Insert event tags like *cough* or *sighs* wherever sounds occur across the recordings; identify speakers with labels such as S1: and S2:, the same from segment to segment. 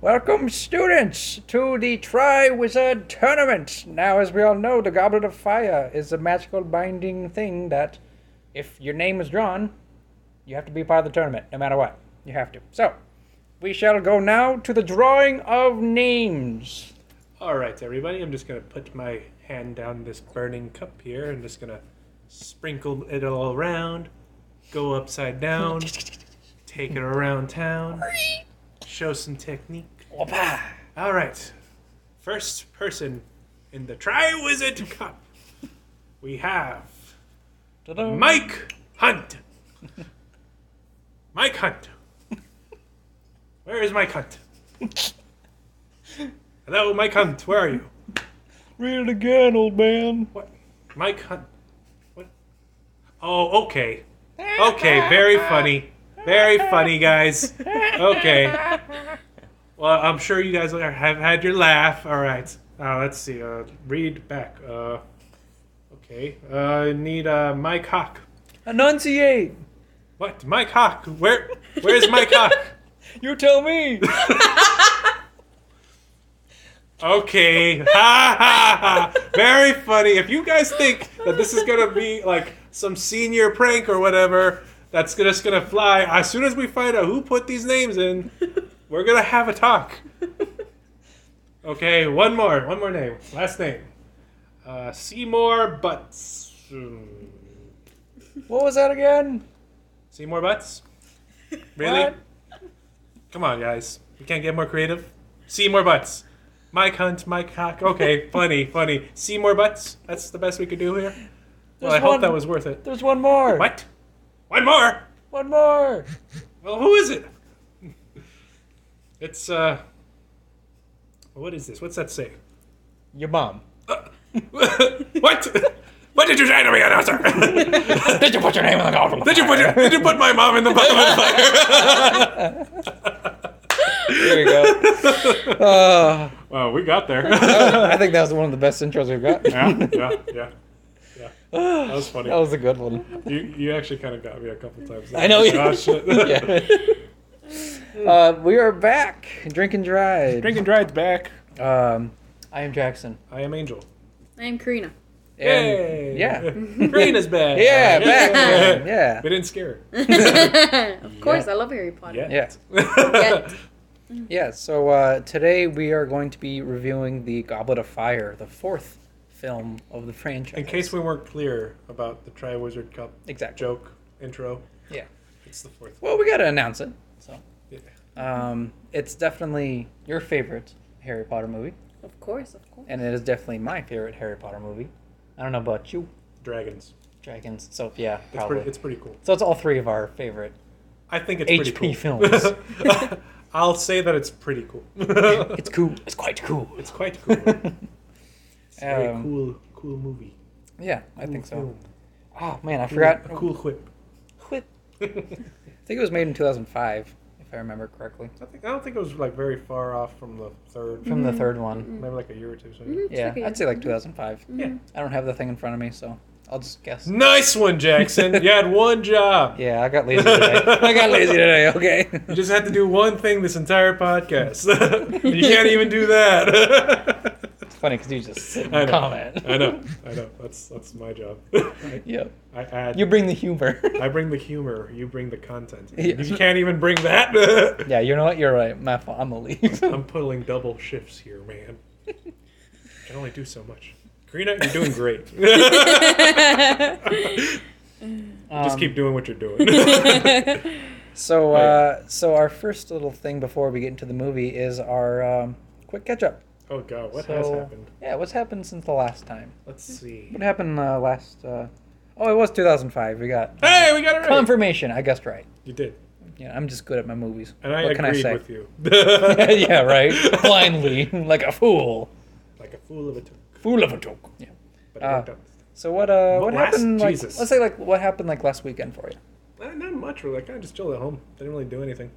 S1: Welcome, students, to the Tri Wizard Tournament. Now, as we all know, the Goblet of Fire is a magical binding thing that, if your name is drawn, you have to be part of the tournament, no matter what. You have to. So, we shall go now to the drawing of names.
S2: All right, everybody, I'm just going to put my hand down this burning cup here and just going to sprinkle it all around, go upside down, take it around town, show some technique.
S1: Whoopah.
S2: All right, first person in the Tri Wizard Cup, we have
S1: Ta-da.
S2: Mike Hunt. Mike Hunt. Where is Mike Hunt? Hello, Mike Hunt, where are you?
S1: Read it again, old man.
S2: What? Mike Hunt? What? Oh, okay. Okay, very funny. Very funny, guys. Okay. Well, I'm sure you guys are- have had your laugh. All right. Uh, let's see. Uh, read back. Uh, okay. Uh, I need uh, Mike Hawk.
S1: Enunciate.
S2: What? Mike Hawk? Where? Where's Mike Hawk?
S1: You tell
S2: *laughs*
S1: me.
S2: Okay. *laughs* Ha ha ha. Very funny. If you guys think that this is gonna be like some senior prank or whatever, that's just gonna fly. As soon as we find out who put these names in, we're gonna have a talk. Okay, one more. One more name. Last name. Uh, Seymour Butts. Hmm.
S1: what was that again?
S2: Seymour
S1: *laughs*
S2: Butts? Really?
S1: What?
S2: Come on, guys. You can't get more creative? Seymour Butts. Mike Hunt, Mike
S1: *laughs*
S2: Cock. Okay, funny, funny. Seymour Butts? That's the best we could do here? Well,
S1: There's
S2: I hope
S1: one-
S2: that was worth it.
S1: There's one more.
S2: What? One more?
S1: One more.
S2: Well, who is it? *laughs* It's, uh. What is this? What's that say? *laughs*
S1: Your mom.
S2: what? What did you say to me,
S1: *laughs*
S2: announcer? *laughs*
S1: Did you put your name in the goblet?
S2: did you put your, did you put my mom in the bottom of the
S1: There you go. *laughs* Uh,
S2: Well, we got there.
S1: I think that was one of the best intros we've got.
S2: yeah,
S1: *laughs*
S2: yeah, yeah, yeah. That was funny.
S1: That was a good one.
S2: You you actually kind of got me a couple times.
S1: I know, yeah.
S2: Oh, shit.
S1: *laughs*
S2: *laughs*
S1: Yeah. Uh, we are back. Drink and drive.
S2: Drinking Dried's back.
S1: Um, I am Jackson.
S2: I am Angel.
S3: I am Karina. *laughs*
S2: Yay!
S1: And-
S2: *laughs*
S1: yeah.
S2: Green is back.
S1: Yeah,
S2: *laughs*
S1: back.
S2: Yay.
S1: man. Yeah.
S2: We didn't scare her.
S3: of course, I love Harry Potter.
S2: Yet.
S1: Yeah.
S2: Yeah.
S1: Yeah, so uh, today we are going to be reviewing The Goblet of Fire, the fourth film of the franchise.
S2: *laughs* In case we weren't clear about the Tri Wizard Cup
S1: Exactly.
S2: joke intro,
S1: Yeah.
S2: it's the fourth.
S1: Well, we got to announce it. So,
S2: Yeah.
S1: um, it's definitely your favorite Harry Potter movie,
S3: Of course, of course.
S1: and it is definitely my favorite Harry Potter movie. I don't know about you,
S2: Dragons.
S1: dragons. So yeah,
S2: It's
S1: probably.
S2: pretty. It's pretty cool.
S1: so it's all three of our favorite.
S2: I think it's
S1: HP
S2: pretty cool.
S1: films.
S2: *laughs* I'll say that it's pretty
S1: *laughs*
S2: cool.
S1: It's cool. It's quite cool.
S2: *laughs* It's quite cool. It's a very
S1: Um,
S2: cool, cool movie.
S1: *laughs* Yeah, I think so.
S2: Cool film.
S1: Oh man, I
S2: A
S1: forgot.
S2: cool whip.
S1: Whip.
S2: *laughs*
S1: I think it was made in 2005, if I remember correctly,
S2: I, think, I don't think it was like very far off from the third,
S1: from the third one.
S2: maybe like a year or two. So.
S1: Yeah,
S3: okay.
S1: I'd say like 2005.
S2: Yeah.
S1: I don't have the thing in front of me, so I'll just guess.
S2: Nice one, Jackson. You had one job.
S1: Yeah, I got lazy
S2: *laughs*
S1: today. I got lazy today. Okay. *laughs*
S2: You just had to do one thing this entire podcast. you can't even do that. *laughs*
S1: Funny because you just sit
S2: I
S1: and
S2: know.
S1: comment. *laughs*
S2: I know. I know. That's that's my job. *laughs* I,
S1: Yep.
S2: I add.
S1: You bring the humor.
S2: I bring the humor. You bring the content.
S1: Yeah.
S2: You can't even bring that.
S1: *laughs*
S2: *laughs*
S1: yeah, you know what? You're right. My fault. I'm gonna leave.
S2: I'm pulling double shifts here, man. I can only do so much. Karina, you're doing great.
S1: *laughs*
S2: Just
S1: Um,
S2: keep doing what
S1: *laughs*
S2: you're doing.
S1: So, uh, so our first little thing before we get into the movie is our um, quick catch up.
S2: oh god, what
S1: so,
S2: has happened?
S1: Yeah, what's happened since the last time?
S2: Let's see.
S1: What happened uh, last? Uh, oh, it was 2005. We got
S2: Hey, we got it right.
S1: confirmation. I guessed right.
S2: You did,
S1: Yeah, I'm just good at my movies.
S2: and I
S1: what can I
S2: agreed
S1: say?
S2: with you.
S1: *laughs*
S2: *laughs*
S1: yeah, right. Blindly, like a fool,
S2: like a fool of a took.
S1: fool of a joke. Yeah.
S2: But it
S1: Ah.
S2: worked out.
S1: So what? Uh,
S2: But
S1: what
S2: last-
S1: happened? Like,
S2: Jesus.
S1: let's say like what happened like last weekend for you. *laughs*
S2: Eh, Not much, really. I kind of just chilled at home. Didn't really do anything.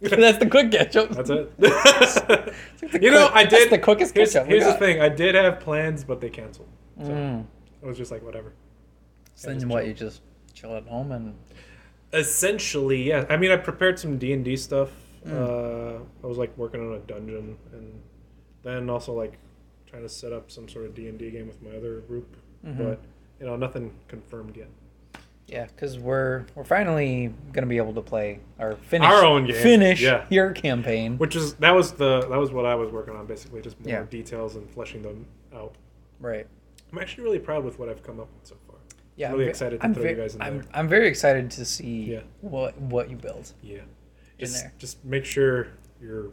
S1: That's the quick catch up. *laughs*
S2: That's *laughs* it. you know, I
S1: that's
S2: did.
S1: the quickest
S2: Here's,
S1: catch-up we
S2: here's the
S1: got.
S2: thing. I did have plans, but they canceled. So
S1: Mm.
S2: it was just like whatever.
S1: So
S2: just
S1: then what?
S2: chill.
S1: You just chill at home and
S2: Essentially, yeah. I mean, I prepared some D and D stuff.
S1: Hmm.
S2: Uh, I was like working on a dungeon, and then also like trying to set up some sort of D and D game with my other group,
S1: Mm-hmm.
S2: but you know nothing confirmed yet.
S1: Yeah, because we're we're finally gonna be able to play or finish
S2: Our own game,
S1: Finish
S2: yeah.
S1: your campaign,
S2: Which is that was the that was what I was working on basically, just more
S1: Yeah.
S2: details and fleshing them out.
S1: right?
S2: I'm actually really proud with what I've come up with so far.
S1: Yeah, I'm
S2: really
S1: ve-
S2: excited to
S1: I'm
S2: throw
S1: ve-
S2: you guys in
S1: I'm,
S2: there.
S1: I'm very excited to see
S2: Yeah.
S1: what what you build.
S2: Yeah, just
S1: there.
S2: just make sure you're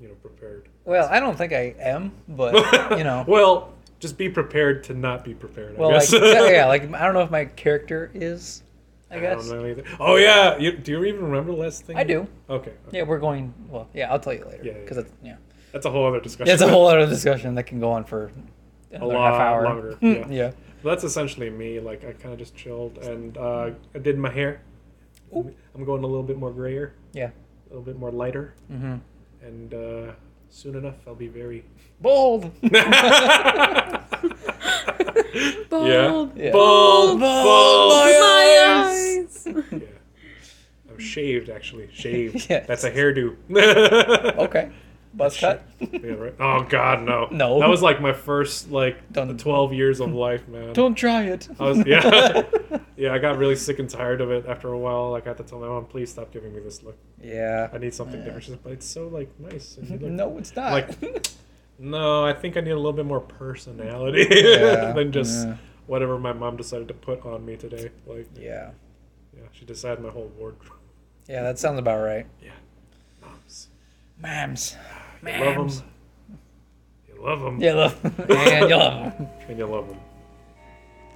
S2: you know prepared.
S1: Well, I don't think I am, but you know,
S2: *laughs* well, just be prepared to not be prepared. I
S1: well, like
S2: guess.
S1: yeah, yeah, like I don't know if my character is. I guess.
S2: don't know either. Oh yeah, you, do you even remember the last thing?
S1: I do.
S2: Okay, okay.
S1: Yeah, we're going. Well, yeah, I'll tell you later.
S2: Yeah, yeah,
S1: Because
S2: yeah.
S1: it's yeah.
S2: that's a whole other discussion.
S1: It's a
S2: *laughs*
S1: whole other discussion that can go on for another half
S2: lot
S1: hour. *laughs*
S2: longer,
S1: Mm,
S2: yeah. That's essentially me. Like I kind of just chilled and uh, I did my hair. I'm going a little bit more grayer,
S1: yeah,
S2: a little bit more lighter,
S1: yeah. hmm
S2: and uh, soon enough I'll be very. *laughs*
S1: Bold. *laughs*
S3: Bold.
S1: Yeah. *laughs*
S2: Bold, bold,
S1: my
S3: My eyes.
S2: Yeah. I'm shaved actually. Shaved.
S1: *laughs* Yes. Oh,
S2: That's a hairdo.
S1: Okay. Buzz cut.
S2: Yeah, right. Oh God, no.
S1: *laughs* No.
S2: That was like my first like
S1: Don't-
S2: twelve years of life,
S1: *laughs*
S2: man.
S1: Don't try it.
S2: I was
S1: *laughs*
S2: yeah, yeah. I got really sick and tired of it after a while. Like I had to tell my mom, please stop giving me this look. I
S1: yeah.
S2: need something different. She's like, but it's so like nice. And you look-
S1: No, it's not.
S2: Like- No, I think I need a little bit more personality *laughs*
S1: Yeah,
S2: than just
S1: yeah.
S2: whatever my mom decided to put on me today. Like
S1: *laughs* yeah.
S2: yeah, she decided my whole wardrobe.
S1: Yeah, that sounds about right.
S2: Moms,
S1: Mams.
S2: you love them. You love them.
S1: Yeah, love. *laughs* and you love 'em.
S2: And you love them.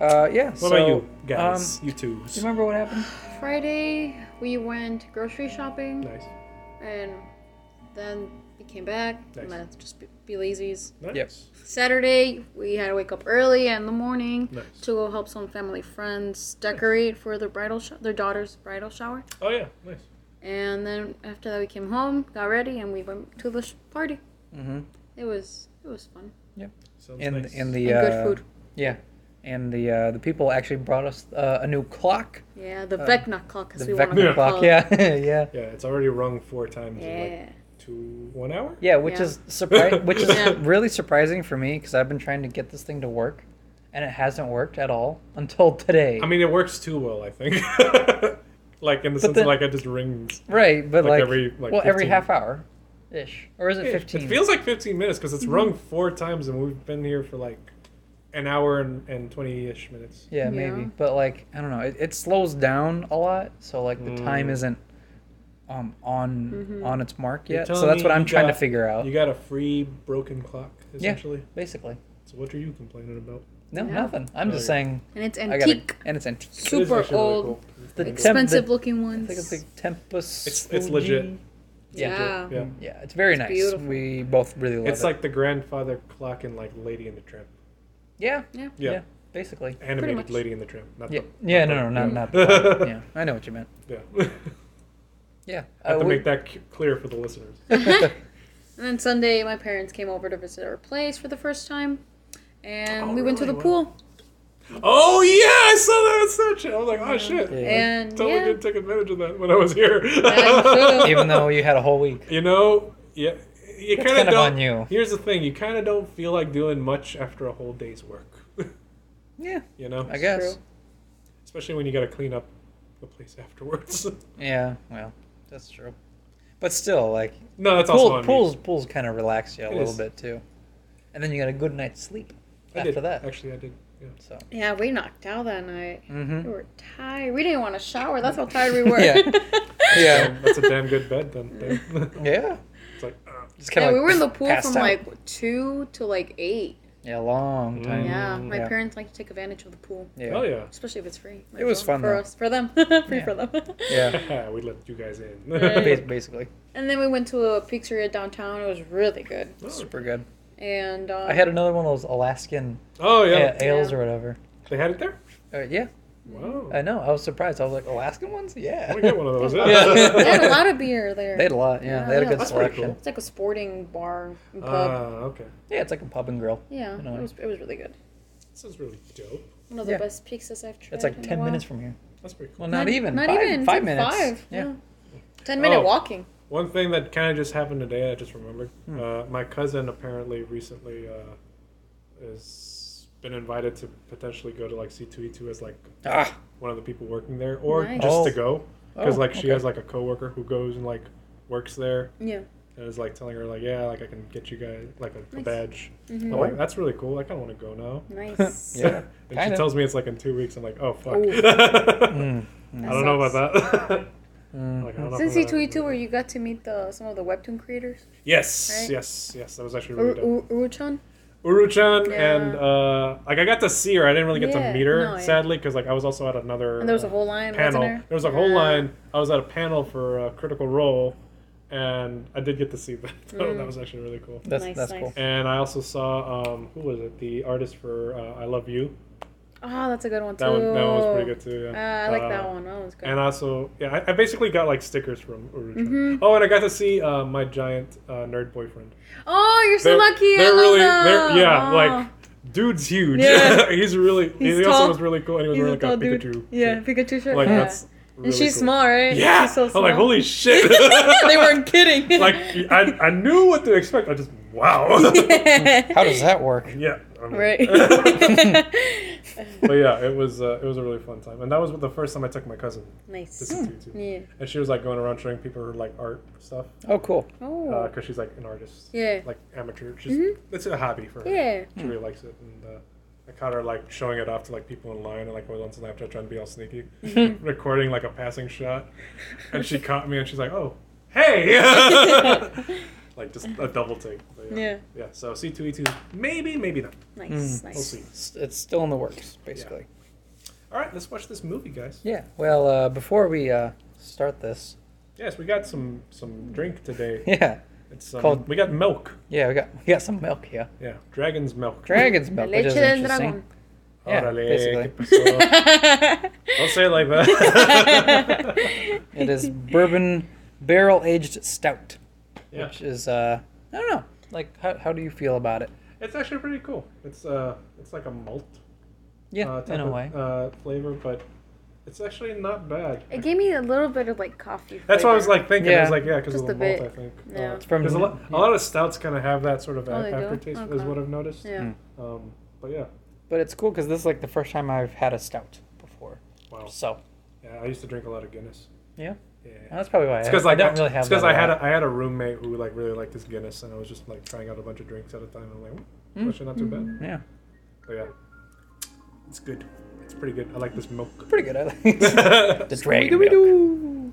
S1: Uh, yeah.
S2: What about you guys? you two.
S1: Do um, you remember what happened?
S3: *laughs* Friday, we went grocery shopping
S2: Nice.
S3: and then we came back.
S2: Nice.
S3: And let's just be, be lazies.
S2: Nice.
S3: Saturday, we had to wake up early in the morning
S2: Nice.
S3: to go help some family friends decorate for their bridal sho their daughter's bridal shower.
S2: Oh yeah, nice.
S3: And then after that, we came home, got ready, and we went to the sh- party.
S1: Mm-hmm.
S3: It was it was fun.
S2: Sounds
S1: And
S2: nice.
S1: and the
S3: And
S1: uh,
S3: good food.
S1: Yeah. And the uh, the people actually brought us uh, a new clock,
S3: Yeah, the Vecna clock,
S1: Uh, the
S3: as we want
S1: Vecna
S3: to
S2: Yeah.
S1: clock.
S3: call
S1: *laughs*
S3: it.
S1: Yeah, yeah,
S2: yeah, it's already rung four times in
S3: Yeah.
S2: like two one hour.
S1: yeah. Which
S3: Yeah.
S1: is
S2: *laughs*
S1: surpri- which is
S3: Yeah.
S1: really surprising for me because I've been trying to get this thing to work, and it hasn't worked at all until today.
S2: I mean, it works too well, I think. *laughs* like in the sense
S1: then-
S2: of like it just rings.
S1: right, but
S2: like
S1: like,
S2: every, like,
S1: well, every
S2: 15.
S1: half hour, ish, or is it fifteen?
S2: It feels like fifteen minutes because it's rung four times and we've been here for like an hour and and twenty ish minutes.
S1: Yeah,
S3: Yeah.
S1: maybe. But like, I don't know. It, it slows down a lot, so like the
S2: Mm.
S1: time isn't um on
S3: Mm-hmm.
S1: on its mark
S2: You're
S1: yet. So
S2: telling
S1: that's
S2: me
S1: what I'm
S2: you
S1: trying to
S2: got-
S1: figure out.
S2: You got a free broken clock essentially.
S1: Basically,
S2: So what are you complaining about?
S1: no,
S3: Yeah.
S1: nothing. I'm just
S2: Okay.
S1: saying.
S3: And it's
S1: I got to
S3: antique,
S1: and it's antique.
S2: It is
S3: super
S2: actually really
S3: old,
S2: cool.
S1: The
S2: Really
S1: temp-
S3: expensive looking ones.
S1: I think it's like Tempus.
S2: It's- it's legit.
S1: Fuji.
S3: yeah.
S2: cool. Yeah.
S1: Yeah, it's very nice.
S3: beautiful.
S1: We both really love
S2: It's
S1: it.
S2: like the grandfather clock in like Lady in the Tramp.
S1: yeah,
S3: Yeah.
S1: yeah,
S2: Yeah.
S1: basically.
S2: Animated
S3: much.
S2: Lady in the Tramp. Not
S1: Yeah,
S2: the,
S1: yeah,
S2: not
S1: no, no, not
S2: the- *laughs*
S1: not. The yeah, I know what you meant.
S3: Uh,
S2: yeah.
S1: Yeah,
S2: I have
S1: Uh,
S2: to
S1: we-
S2: make that c- clear for the listeners. *laughs*
S3: And then Sunday, my parents came over to visit our place for the first time, and
S2: Oh,
S3: we went to the
S2: really?
S3: pool.
S2: Oh yeah, I saw that on Snapchat. I was like, oh shit.
S1: Yeah.
S3: And
S2: Totally
S3: yeah,
S2: didn't take advantage of that when I was
S3: *laughs*
S2: here.
S1: *laughs*
S3: should've.
S1: even though you had a whole week.
S2: *laughs* you know, yeah, you
S1: That's
S2: kind of
S1: kind of
S2: don't.
S1: on you.
S2: Here's the thing: you kind of don't feel like doing much after a whole day's work. *laughs*
S1: Yeah,
S2: you know,
S1: I guess.
S3: True.
S2: especially when you got to clean up the place afterwards. *laughs*
S1: Yeah, well, that's true. But still, like
S2: no, that's also
S1: pool,
S2: on
S1: pools, pools kind of relax you a
S2: It
S1: little
S2: is.
S1: bit too, and then you got a good night's sleep
S2: me. I
S1: after
S2: did.
S1: that.
S2: actually, I did. Yeah.
S1: So
S3: yeah, we knocked out that night.
S1: Mhm.
S3: We were tired. We didn't want to shower. That's how tired
S1: *laughs*
S3: we were. *laughs*
S1: Yeah.
S2: Damn, that's a damn good bed then.
S1: *laughs*
S2: Damn.
S1: yeah,
S2: it's like, uh,
S1: just
S3: Yeah,
S1: kind of.
S3: we were in the pool from like two to like eight.
S1: yeah, a long time.
S3: Yeah, my
S1: Mm, yeah.
S3: parents like to take advantage of the pool,
S1: Yeah,
S2: Mm. oh yeah.
S3: especially if it's free.
S1: It was
S3: Well,
S1: fun,
S3: for
S1: though.
S3: us, for them, *laughs* free
S1: Yeah.
S3: for them.
S1: *laughs* yeah.
S2: *laughs* we let you guys in.
S1: Bas-
S2: *laughs*
S1: basically,
S3: And then we went to a pizzeria downtown. It was really good.
S2: Oh.
S1: super good.
S3: And um,
S1: I had another one of those Alaskan
S2: oh yeah.
S1: a- ales
S3: Yeah.
S1: or whatever.
S2: They had it there?
S1: Uh, yeah,
S2: Wow.
S1: I know. I was surprised. I was like, Alaskan ones?
S2: I
S1: Yeah,
S2: want to get one of those. *laughs*
S1: Yeah.
S3: *laughs* they had a lot of beer
S1: *laughs*
S3: there.
S1: they had a lot. Yeah, they had a
S3: Yeah,
S1: good
S2: that's pretty
S1: selection.
S2: cool.
S3: It's like a sporting bar
S2: *laughs*
S3: and
S2: Ah,
S3: pub.
S2: okay.
S1: Yeah, it's like a pub and grill.
S3: yeah,
S1: you Uh, know.
S3: it was it was really good.
S2: This is really dope.
S3: One of the
S1: Yeah.
S3: best pizzas I've tried.
S1: It's
S3: in
S1: like
S3: a
S1: ten
S3: while.
S1: minutes from here.
S2: That's pretty cool.
S1: Well, not, even.
S3: Not
S1: five,
S3: even.
S1: Five
S3: took
S1: minutes.
S3: Five.
S1: Yeah.
S3: Ten minute
S2: Oh.
S3: walking.
S2: One thing that kind of just happened today, I just remembered.
S1: Hmm.
S2: Uh, my cousin apparently recently uh, has been invited to potentially go to like C2E2 as like
S1: Ah,
S2: one of the people working there, or
S3: Nice.
S2: just to
S1: Oh.
S2: go because
S1: Oh,
S2: like she
S1: okay.
S2: has like a coworker who goes and like works there
S3: Yeah.
S2: and is like telling her like yeah like I can get you guys like a, a
S3: Nice.
S2: badge.
S3: Mhm.
S2: I'm like that's really cool. I kind of want to go now.
S1: *laughs*
S3: Nice.
S1: Yeah.
S2: *laughs* and she
S1: Kinda.
S2: tells me it's like in two weeks. I'm like, oh fuck. *laughs*
S3: Ooh.
S1: Mm.
S2: I don't know about that. *laughs* Like,
S1: Mm-hmm.
S2: I don't know if
S3: Since
S2: I'm
S3: you
S2: gonna-
S3: tweet too, where you got to meet the some of the webtoon creators,
S2: Yes,
S3: Right?
S2: yes, yes. That was actually
S3: Ur-
S2: really dope.
S3: Ur- Uruchan.
S2: Uru-chan
S3: Yeah.
S2: and uh, like I got to see her. I didn't really get
S3: Yeah,
S2: to meet her
S3: no, yeah.
S2: sadly because like I was also at another
S3: And there was a
S2: uh,
S3: whole line,
S2: panel.
S3: wasn't there?
S2: was a whole
S3: Yeah.
S2: line. I was at a panel for uh, Critical Role, and I did get to see *laughs* that. though.
S3: Mm.
S2: That was actually really cool.
S1: that's
S3: Nice,
S1: that's
S3: nice.
S1: cool.
S2: And I also saw um, who was it? The artist for uh, I Love You.
S3: Oh, that's a good one too.
S2: That one, that one was pretty good too.
S3: Uh,
S2: Yeah.
S3: I like
S2: Uh,
S3: that one. That one's good.
S2: And also, yeah, I, I basically got like stickers from Uruchan.
S3: Mm-hmm.
S2: Oh, and I got to see uh, my giant uh, nerd boyfriend.
S3: oh, you're so lucky. I love them.
S2: yeah,
S3: Oh.
S2: like dude's huge. *laughs*
S3: Yeah.
S2: he's really.
S3: He's
S2: he also
S3: tall.
S2: was really cool, and he was
S3: He's
S2: wearing
S3: a
S2: like a
S3: tall
S2: Pikachu.
S3: dude.
S2: shirt.
S3: Yeah, Pikachu shirt.
S2: like
S3: yeah.
S2: that's. Really
S3: and she's
S2: cool.
S3: small, right?
S2: Yeah,
S3: She's so small.
S2: I'm like
S3: *laughs*
S2: holy shit.
S3: they weren't
S2: *laughs*
S3: kidding. *laughs*
S2: like I, I knew what to expect. I just wow.
S1: How does that work?
S2: yeah. I'm- *laughs*
S3: *laughs* right.
S2: but yeah, it was uh, it was a really fun time, and that was the first time I took my cousin to
S3: nice.
S2: see Tutu.
S3: Hmm. Yeah.
S2: And she was like going around showing people her like art stuff
S1: Oh, cool.
S3: Oh.
S2: because she's uh, like an artist,
S3: yeah. Mm-hmm.
S2: like amateur. She's it's a hobby for her.
S3: yeah.
S1: Hmm.
S2: She really likes it, and uh, I caught her like showing it off to like people in line, and like I was on Snapchat trying to be all sneaky, *laughs*
S3: Mm-hmm.
S2: recording like a passing shot, and
S3: *laughs*
S2: she caught me, and she's like, "Oh, hey!" *laughs* like just a double take. But, yeah.
S3: Yeah.
S2: Yeah, So C two E two, maybe, maybe not.
S3: Nice. Nice.
S2: We'll see.
S1: It's, it's still in the works, basically.
S2: All right, let's watch this movie, guys.
S1: Yeah. Well, uh, before we uh, start this,
S2: Yes, we got some some drink today.
S1: *laughs* yeah,
S2: It's um,
S1: Called-
S2: we got milk.
S1: yeah, we got we got some milk here.
S2: Yeah, dragon's milk.
S1: Dragon's milk, which
S3: Leche
S1: is
S3: del
S1: interesting.
S3: dragón.
S1: Yeah,
S2: Órale,
S1: basically.
S2: ¿qué pasó? Don't say it
S3: *laughs*
S2: like that.
S1: *laughs* It is bourbon barrel aged stout,
S2: yeah,
S1: which is uh, I don't know. Like, how, how do you feel about it?
S2: it's actually pretty cool. It's uh, it's like a malt
S1: Yeah,
S2: uh,
S1: in
S2: type
S1: a
S2: of,
S1: way.
S2: uh, flavor, but it's actually not bad.
S3: It gave me a little bit of like coffee.
S2: That's what I was
S3: flavor.
S2: like thinking. I was
S1: Yeah. Oh,
S2: like, yeah, because of
S3: Just
S2: the
S3: a
S2: malt,
S3: bit.
S2: I think.
S3: Yeah.
S2: Uh,
S1: It's from-
S2: because a, lot, a lot of stouts kind of have that sort of
S3: Oh, they do?
S2: aftertaste, is
S3: Okay.
S2: what I've noticed.
S3: Yeah.
S2: Um, but yeah,
S1: But it's cool because this is like the first time I've had a stout before.
S2: wow.
S1: So
S2: Yeah, I used to drink a lot of Guinness.
S1: yeah,
S2: Yeah.
S1: that's probably why.
S2: It's
S1: I-
S2: because
S1: I
S2: like
S1: don't really have.
S2: because
S1: that
S2: I had
S1: lot.
S2: a, I had a roommate who like really liked this Guinness, and I was just like trying out a bunch of drinks at a time. And I'm like, "Mm, it's actually not too bad.
S1: yeah,
S2: But yeah, it's good. It's pretty good. I like this
S1: *laughs*
S2: milk.
S1: pretty good. I
S2: *laughs*
S1: like
S2: you're
S1: the dragon milk.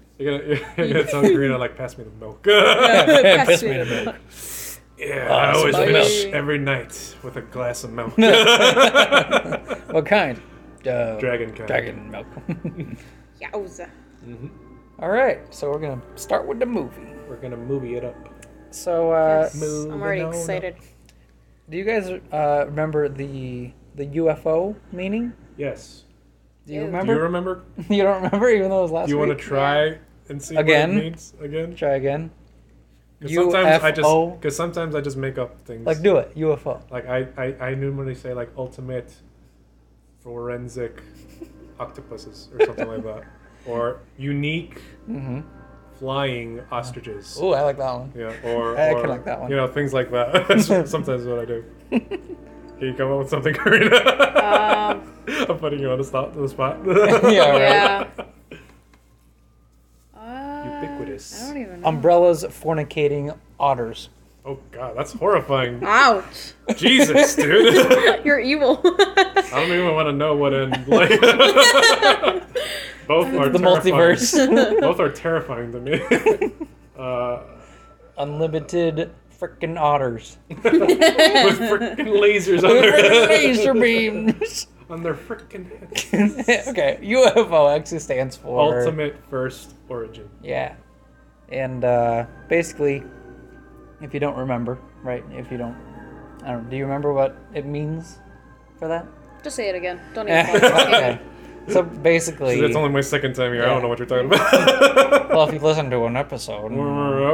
S1: *laughs*
S2: gonna you're gonna tell Karina like pass me the milk. *laughs*
S1: It pissed
S3: Pass
S1: me
S3: me
S1: to
S3: the
S1: bed.
S2: Yeah,
S1: Ah,
S2: I always
S1: spicy.
S2: finish every night with a glass of
S1: *laughs*
S2: milk. *laughs* Mm-hmm. Dragon
S1: What kind? Uh,
S2: kind.
S1: Dragon milk. *laughs* Uh,
S3: Yowza.
S1: All right, so we're gonna start with the movie.
S2: We're gonna movie it up.
S1: So, uh,
S3: Yes, I'm already
S2: Moving on
S3: excited.
S1: do you guys uh, remember the the UFO meaning?
S2: Yes.
S1: Do you
S3: Ew.
S2: Do you
S1: remember?
S2: remember?
S1: *laughs* You, don't remember, even though it was last
S2: Do you want to
S1: week.
S2: try and see
S1: Again?
S2: what it means again?
S1: try again?
S2: 'Cause sometimes I just
S1: UFO?
S2: because sometimes I just make up things.
S1: Like, do it. UFO.
S2: Like I I, I normally say like ultimate
S3: *laughs*
S2: forensic octopuses or something like that, or unique
S1: Mm-hmm.
S2: flying ostriches.
S1: Ooh, I like that one.
S2: Yeah, or,
S1: I- I
S2: or,
S1: can like that one.
S2: You know, things
S1: *laughs*
S2: like that. That's Sometimes what I do. Can you come up with something, Karina?
S3: Um.
S2: *laughs* I'm putting you on the spot. The spot.
S1: *laughs* Yeah, right.
S3: Yeah.
S2: Ubiquitous.
S3: I don't even know.
S1: Umbrellas fornicating otters.
S2: Oh God, that's horrifying.
S3: Ouch. *laughs*
S2: Jesus, dude. *laughs* I
S3: You're
S1: *laughs*
S3: evil. *laughs*
S2: don't even want to know what in like. Both are
S1: the
S2: terrifying.
S1: multiverse.
S2: *laughs* Both are terrifying to
S1: *laughs*
S2: me. Uh,
S1: Unlimited freaking
S2: *laughs*
S1: otters.
S2: with freaking lasers on
S1: Frickin'
S2: their
S1: laser beams. *laughs*
S2: on their freaking heads.
S1: okay, UFO actually stands for
S2: Ultimate first origin.
S1: Yeah. And uh, basically, if you don't remember, right? If you don't, I don't. Do you remember what it means for
S3: *laughs*
S1: that?
S3: Just say it again. Don't even.
S1: *laughs*
S3: bother.
S1: okay. So basically,
S2: That's only my second time here. I
S1: Yeah.
S2: don't know what you're talking about. *laughs*
S1: well, if you listen to an
S2: Mm.
S1: episode,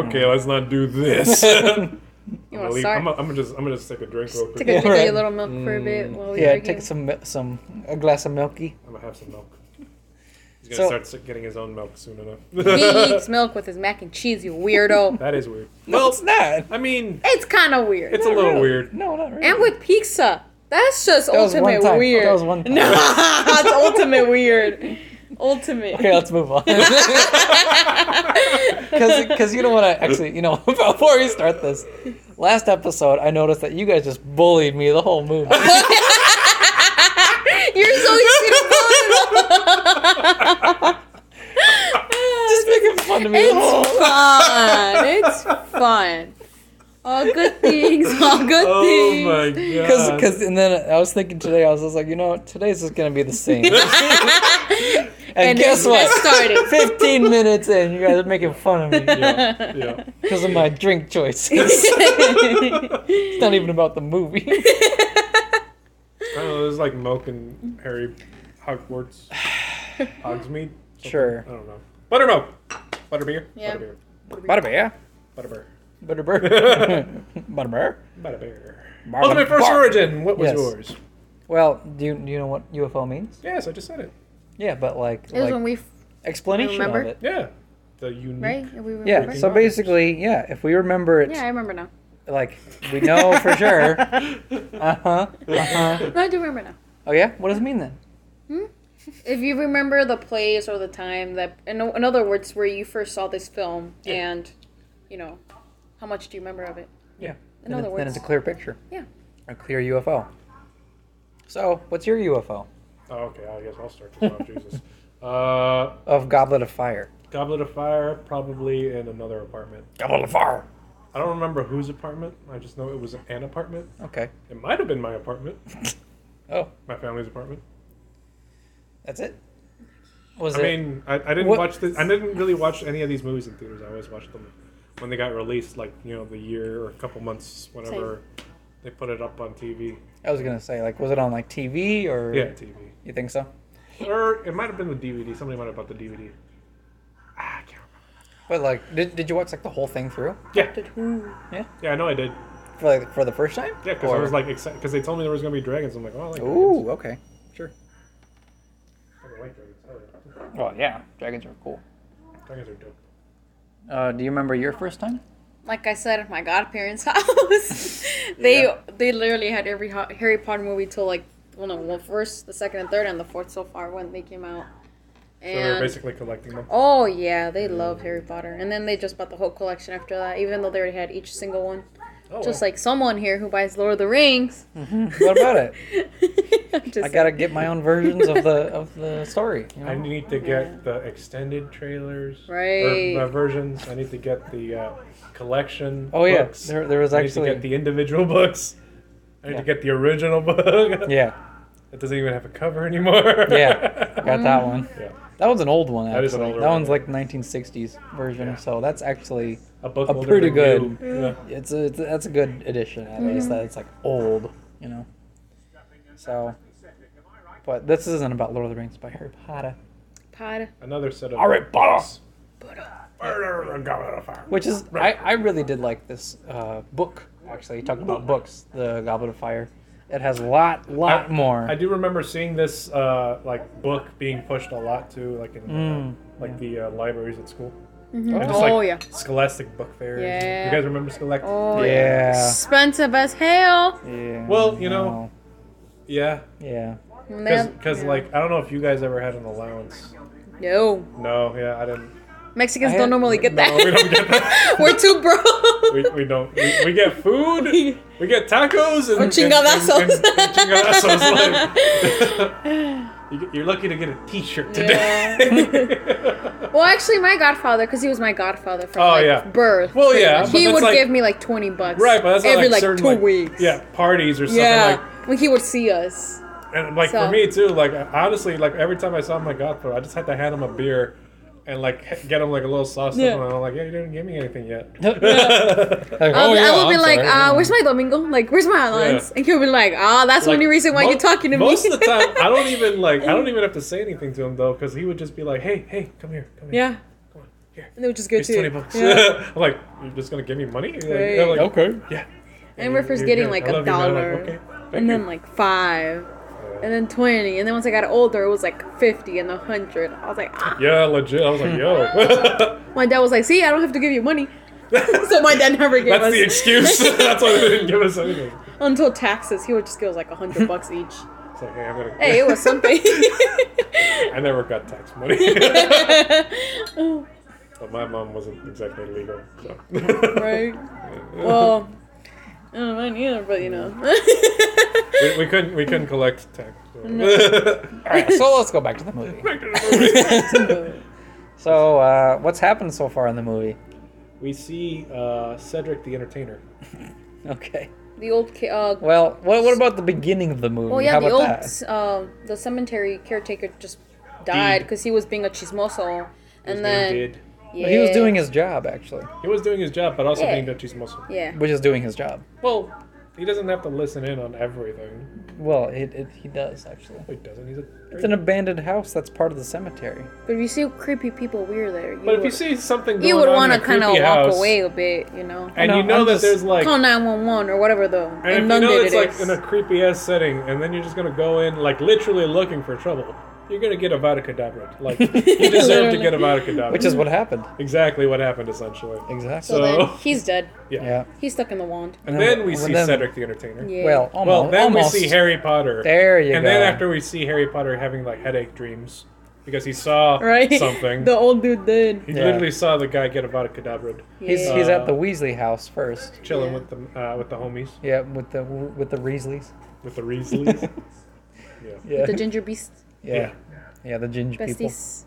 S2: okay, let's not do
S1: *laughs*
S2: this. I'm
S3: You want
S2: gonna
S3: to
S2: leave-
S3: start?
S2: I'm gonna- I'm gonna just I'm gonna just take a drink real
S3: Take
S2: quick.
S3: a
S1: Yeah,
S3: drink of
S1: right. Mm.
S3: your little milk for a bit while we
S1: yeah, *laughs*
S3: drinking.
S1: take some some a glass of milky.
S2: I'm gonna have some milk. He's
S1: So-
S2: gonna start getting his own milk soon enough.
S3: He eats milk with his mac and cheese,
S1: *laughs*
S3: you weirdo.
S2: *laughs* that is weird.
S1: No, it's not. *laughs*
S2: I mean,
S3: It's kind of weird.
S2: it's a little weird.
S1: No, not really.
S3: and with pizza. That's just
S1: That was
S3: ultimate
S1: one time.
S3: weird.
S1: That was
S3: *laughs*
S1: one time.
S3: No, that's ultimate weird.
S1: *laughs*
S3: Ultimate.
S1: Okay, let's move on. Because you don't want to actually, you know, *laughs* before we start this, last episode, I noticed that you guys just bullied me the whole movie.
S3: *laughs*
S1: *laughs*
S3: You're so
S1: *laughs*
S3: *laughs*
S1: just making fun of me the whole
S3: It's fun. It's
S1: *laughs*
S3: fun. All good things. All good
S2: Oh
S3: things. *laughs*
S2: my god.
S1: Cause, cause, and then I was thinking today, I was just like, you know, what? today's is gonna be the *laughs* same. and,
S3: And
S1: guess
S3: then
S1: what? *laughs*
S3: it started.
S1: Fifteen minutes in, you guys are making fun *laughs* of me
S2: yeah, yeah.
S1: *laughs* because of my drink
S3: *laughs*
S1: choices. it's not even about the movie.
S2: I don't know, it was like Moke and Harry Hogwarts. Hogsmeade? Something.
S1: *laughs* Sure.
S2: I don't know. Buttermilk! Butterbeer?
S3: Yeah.
S2: Butterbeer.
S1: Butterbeer,
S2: Butterbeer.
S1: *laughs* butterbeer, butterbeer.
S2: Butterbeer.
S1: Bar-
S2: Ultimate First
S1: bar.
S2: Origin! What was
S1: Yes.
S2: yours?
S1: Well, do you, do you know what UFO means?
S2: Yes, I just said it.
S1: Yeah, but like,
S3: It was
S1: like
S3: when we, f-
S1: explanation of
S3: remember?
S1: it.
S2: Yeah. The unique.
S3: right? We remember?
S1: Yeah. So basically, yeah, if we remember it,
S3: Yeah, I remember now.
S1: like we know for
S2: *laughs*
S3: *laughs*
S1: sure. Uh huh. Uh huh.
S3: No, I do remember now.
S1: Oh yeah. What does it mean then?
S3: If you remember the place or the time that, in, in other words, where you first saw this film and, you know, how much do you remember of it?
S1: Yeah.
S3: In
S1: Then,
S3: other
S1: it- then
S3: words.
S1: it's a clear picture.
S3: Yeah.
S1: A clear UFO. So, what's your UFO
S2: Oh, okay. I guess I'll start this off. Jesus. Uh,
S1: of Goblet of Fire?
S2: Goblet of Fire, probably in another apartment.
S1: Goblet of Fire.
S2: I don't remember whose apartment. I just know it was an apartment.
S1: Okay.
S2: It might have been my apartment,
S1: Oh,
S2: my family's apartment.
S1: that's it. Was
S2: I mean, I, I didn't
S1: What-
S2: watch this. I didn't really watch any of these movies in theaters. I always watched them when they got released, like you know, the year or a couple months, whenever they put it up on TV.
S1: I was gonna say like, was it on like TV or?
S2: Yeah, TV.
S1: You think so?
S2: Or it might have been the DVD. Somebody might have bought the DVD. Ah, I can't
S1: But like, did, did you watch like the whole thing through?
S2: remember. Yeah,
S1: Yeah.
S2: yeah, I know I did.
S1: For like for the first time?
S2: Yeah, because I
S1: Or-
S2: was like excited because they told me there was gonna be dragons. I'm like, oh, I like dragons.
S1: Ooh, okay, sure.
S2: I don't like dragons. I don't know.
S1: Well, yeah, dragons are cool.
S2: Dragons are dope.
S1: Uh, do you remember your first
S3: *laughs*
S1: time?
S3: Like I said, at my godparents' *laughs* house, they
S1: Yeah.
S3: they literally had every ho- Harry Potter movie till like well no well first the second and third and the fourth so far when they came out.
S2: So they're
S3: And
S2: basically collecting them.
S3: oh yeah, they love Harry Potter, and then they just bought the whole collection after that, even though they already had each single one.
S2: Oh,
S3: Just
S2: well.
S3: like someone here who buys Lord of the Rings.
S1: *laughs* What about it?
S3: *laughs* I'm just
S1: I gotta get my own versions of the of the story. You know?
S2: I need to get the extended trailers,
S3: Right.
S2: Or, uh, versions. I need to get the uh, collection.
S1: Oh yeah,
S2: books.
S1: there, there was
S2: I need to
S1: actually
S2: get the individual *laughs* books. I need
S1: Yeah.
S2: to get the original *laughs* book.
S1: yeah,
S2: It doesn't even have a cover anymore.
S1: Yeah. got
S3: Mm.
S1: that one.
S2: *laughs* Yeah.
S1: That was an old one. Actually.
S2: That is an older
S1: That one's
S2: one,
S1: like 1960s version.
S2: Yeah.
S1: So that's actually
S2: A book
S1: A
S2: older
S1: pretty
S2: than
S1: good-
S2: you. Yeah.
S1: it's a, it's a- that's a good edition at
S3: Mm-hmm.
S1: least that it's like old, you know. So, but this isn't about Lord of the Rings by Harry Potter,
S3: Pod.
S2: Another set of.
S1: All right, boss.
S2: Fire.
S1: which is I, I really did like this uh, book actually talking about books, the Goblet of Fire. It has a lot lot more.
S2: I do remember seeing this uh, like book being pushed a lot too, like in
S1: Mm.
S2: uh, like the uh, libraries at school. And just,
S3: Oh,
S2: like,
S3: yeah.
S2: Scholastic book fairs.
S3: Yeah.
S2: You guys remember Scholastic?
S3: Oh
S1: yeah.
S3: Expensive as hell.
S1: yeah.
S2: Well, you know- Yeah. *laughs*
S1: Yeah.
S3: And they have-
S2: Because like I don't know if you guys ever had an allowance.
S3: no,
S2: No, yeah, I didn't.
S3: Mexicans
S1: I
S3: don't
S1: had-
S3: normally get that.
S2: No, we don't get that.
S3: *laughs* We're too broke.
S2: We, we don't. We, we get
S3: *laughs*
S2: food. We get tacos and
S3: Or chingadazos.
S2: and- and- and chingadazos, like-
S3: *laughs*
S2: you get- You're lucky to get a T-shirt today.
S3: Well, actually, my godfather, because he was my godfather from
S2: Oh,
S3: like,
S2: yeah.
S3: birth.
S2: Well,
S3: pretty
S2: yeah,
S3: much.
S2: but
S3: he
S2: that's
S3: would
S2: like-
S3: give me like twenty bucks.
S2: right, but that's not
S3: every
S2: like,
S3: like,
S2: certain
S3: two
S2: like,
S3: weeks.
S2: Yeah, parties or something
S3: yeah. when he would see us.
S2: like. And like
S3: So-
S2: for me too, like honestly, like every time I saw my godfather, I just had to hand him a beer. And like h- get him like a little sausage,
S3: Yeah.
S2: and I'm like, yeah, you didn't give me anything yet.
S1: Like,
S3: I
S1: oh,
S3: would,
S1: yeah,
S3: I would be
S1: I'm
S3: like,
S1: sorry.
S2: *laughs*
S3: uh, "Where's my domingo? Like, where's my allowance?"
S2: Yeah.
S3: And he would be like, "Ah, that's the
S2: Like,
S3: only reason why
S2: mo-
S3: you're talking to me."
S2: Most of the time, I don't even like. I don't even have to say anything to him though, because he would just be like, "Hey, hey, come here, come here,
S3: *laughs* yeah,
S2: come on, here."
S3: and they would just go
S2: It's twenty
S3: to.
S2: bucks. *laughs*
S3: Yeah.
S2: I'm like, you're just gonna give me money? Like,
S3: Right.
S2: they're like,
S1: okay.
S2: Yeah.
S3: And we're first
S2: you're
S3: getting,
S2: good.
S3: like,
S2: I
S3: a
S2: love you, man. I'm
S3: dollar.
S2: Like, okay.
S3: And then like five.
S2: thank you."
S3: and then 20. And then once I got older, it was like 50 and 100. I was like, ah.
S2: Yeah, legit. I was like, yo. *laughs*
S3: My dad was like, see, I don't have to give you money. *laughs* so my dad never gave
S2: That's
S3: us.
S2: the
S3: *laughs*
S2: excuse. That's why they didn't give us anything.
S3: Until taxes, he would just give us like
S2: *laughs*
S3: 100 bucks each.
S2: It's like, hey, I'm gonna.
S3: Hey, it was something.
S2: *laughs*
S3: *laughs*
S2: I never got tax money. but my mom wasn't exactly legal, so.
S3: right? Well, I don't mind either, but you know. *laughs*
S2: we, we couldn't. We couldn't collect tax. so.
S1: All right, so let's go back to the movie. *laughs* So, uh, what's happened so far in the movie?
S2: *laughs* we see uh, Cedric the Entertainer.
S1: Okay.
S3: the old, ca- uh,
S1: Well, what, what about the beginning of the movie?
S3: well, yeah,
S1: How
S3: the
S1: about
S3: old,
S1: that?
S3: uh, the cemetery caretaker just died
S2: Deed.
S3: because he was being a chismoso,
S2: His
S3: and
S2: name
S3: then
S2: did.
S3: yeah,
S1: He was doing his job, actually,
S2: He was doing his job, but also
S3: Yeah.
S2: being the chismoso.
S3: yeah.
S1: which is doing his job.
S2: Well, he doesn't have to listen in on everything.
S1: Well, it, it, he does, actually.
S2: He doesn't. He's a.
S1: It's an abandoned house that's part of the cemetery.
S3: But if you see creepy people weird there, you
S2: but if you
S3: would,
S2: see something, going
S3: you would
S2: on
S3: want
S2: in
S3: to
S2: a
S3: kind of
S2: creepy
S3: walk
S2: house,
S3: away a bit, you know.
S2: and
S1: No,
S2: you know
S1: I'm
S2: that
S1: just-
S2: there's like.
S3: Call nine one one or whatever though.
S2: And
S3: in
S2: if you
S3: London
S2: know it's
S3: it
S2: like
S3: is.
S2: in a creepy ass setting, and then you're just gonna go in like literally looking for trouble, you're gonna get a Vada Kedavra.
S3: *laughs*
S2: Like you deserve to
S3: Literally.
S2: get a Vada Kedavra.
S1: Which is what happened.
S2: exactly what happened essentially.
S1: Exactly.
S3: so, then
S2: *laughs* so-
S3: he's dead.
S2: Yeah.
S1: yeah.
S3: He's stuck in the wand.
S2: And
S1: No,
S2: then we
S1: well,
S2: see
S1: then-
S2: Cedric the Entertainer.
S3: Yeah.
S1: Well, almost.
S2: Well, then
S1: almost.
S2: we see Harry Potter.
S1: There you
S2: and then
S1: go.
S2: after we see Harry Potter having like headache dreams because he saw
S3: *laughs* Right.
S2: something.
S3: the old dude did.
S2: he
S1: Yeah.
S2: literally saw the guy get a Vada Kedavra,
S1: He's,
S3: Yeah.
S1: he's at the Weasley house first.
S2: chilling
S3: Yeah.
S2: with the uh, with the homies,
S1: Yeah, with the with the Reasleys.
S2: with the Reasleys. yeah.
S1: Yeah.
S3: The ginger beast
S1: yeah. yeah. the ginger people.
S3: besties.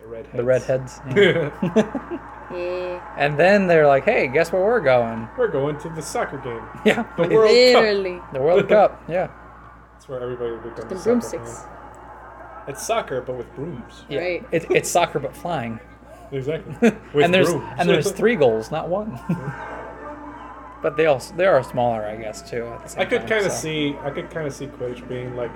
S2: The redheads.
S1: The redheads.
S2: *laughs*
S1: yeah.
S2: We're
S3: Yeah.
S1: and then they're like, hey, guess where we're going?
S2: going to the soccer game.
S1: Yeah. *laughs*
S2: The
S1: we-
S2: World Cup.
S3: Literally.
S1: the
S2: *laughs*
S1: World Cup. Yeah.
S2: That's where everybody becomes
S3: The
S2: a soccer
S3: broomsticks.
S2: fan. It's soccer, but with brooms.
S1: yeah.
S3: Right.
S1: It, it's soccer but flying. *laughs*
S2: Exactly. With
S1: and there's
S2: brooms.
S1: and
S2: *laughs*
S1: there's three goals, not one. but they all they are smaller, I guess, too. At the same
S2: I could
S1: kind of
S2: see. I could kind of see Quidditch being like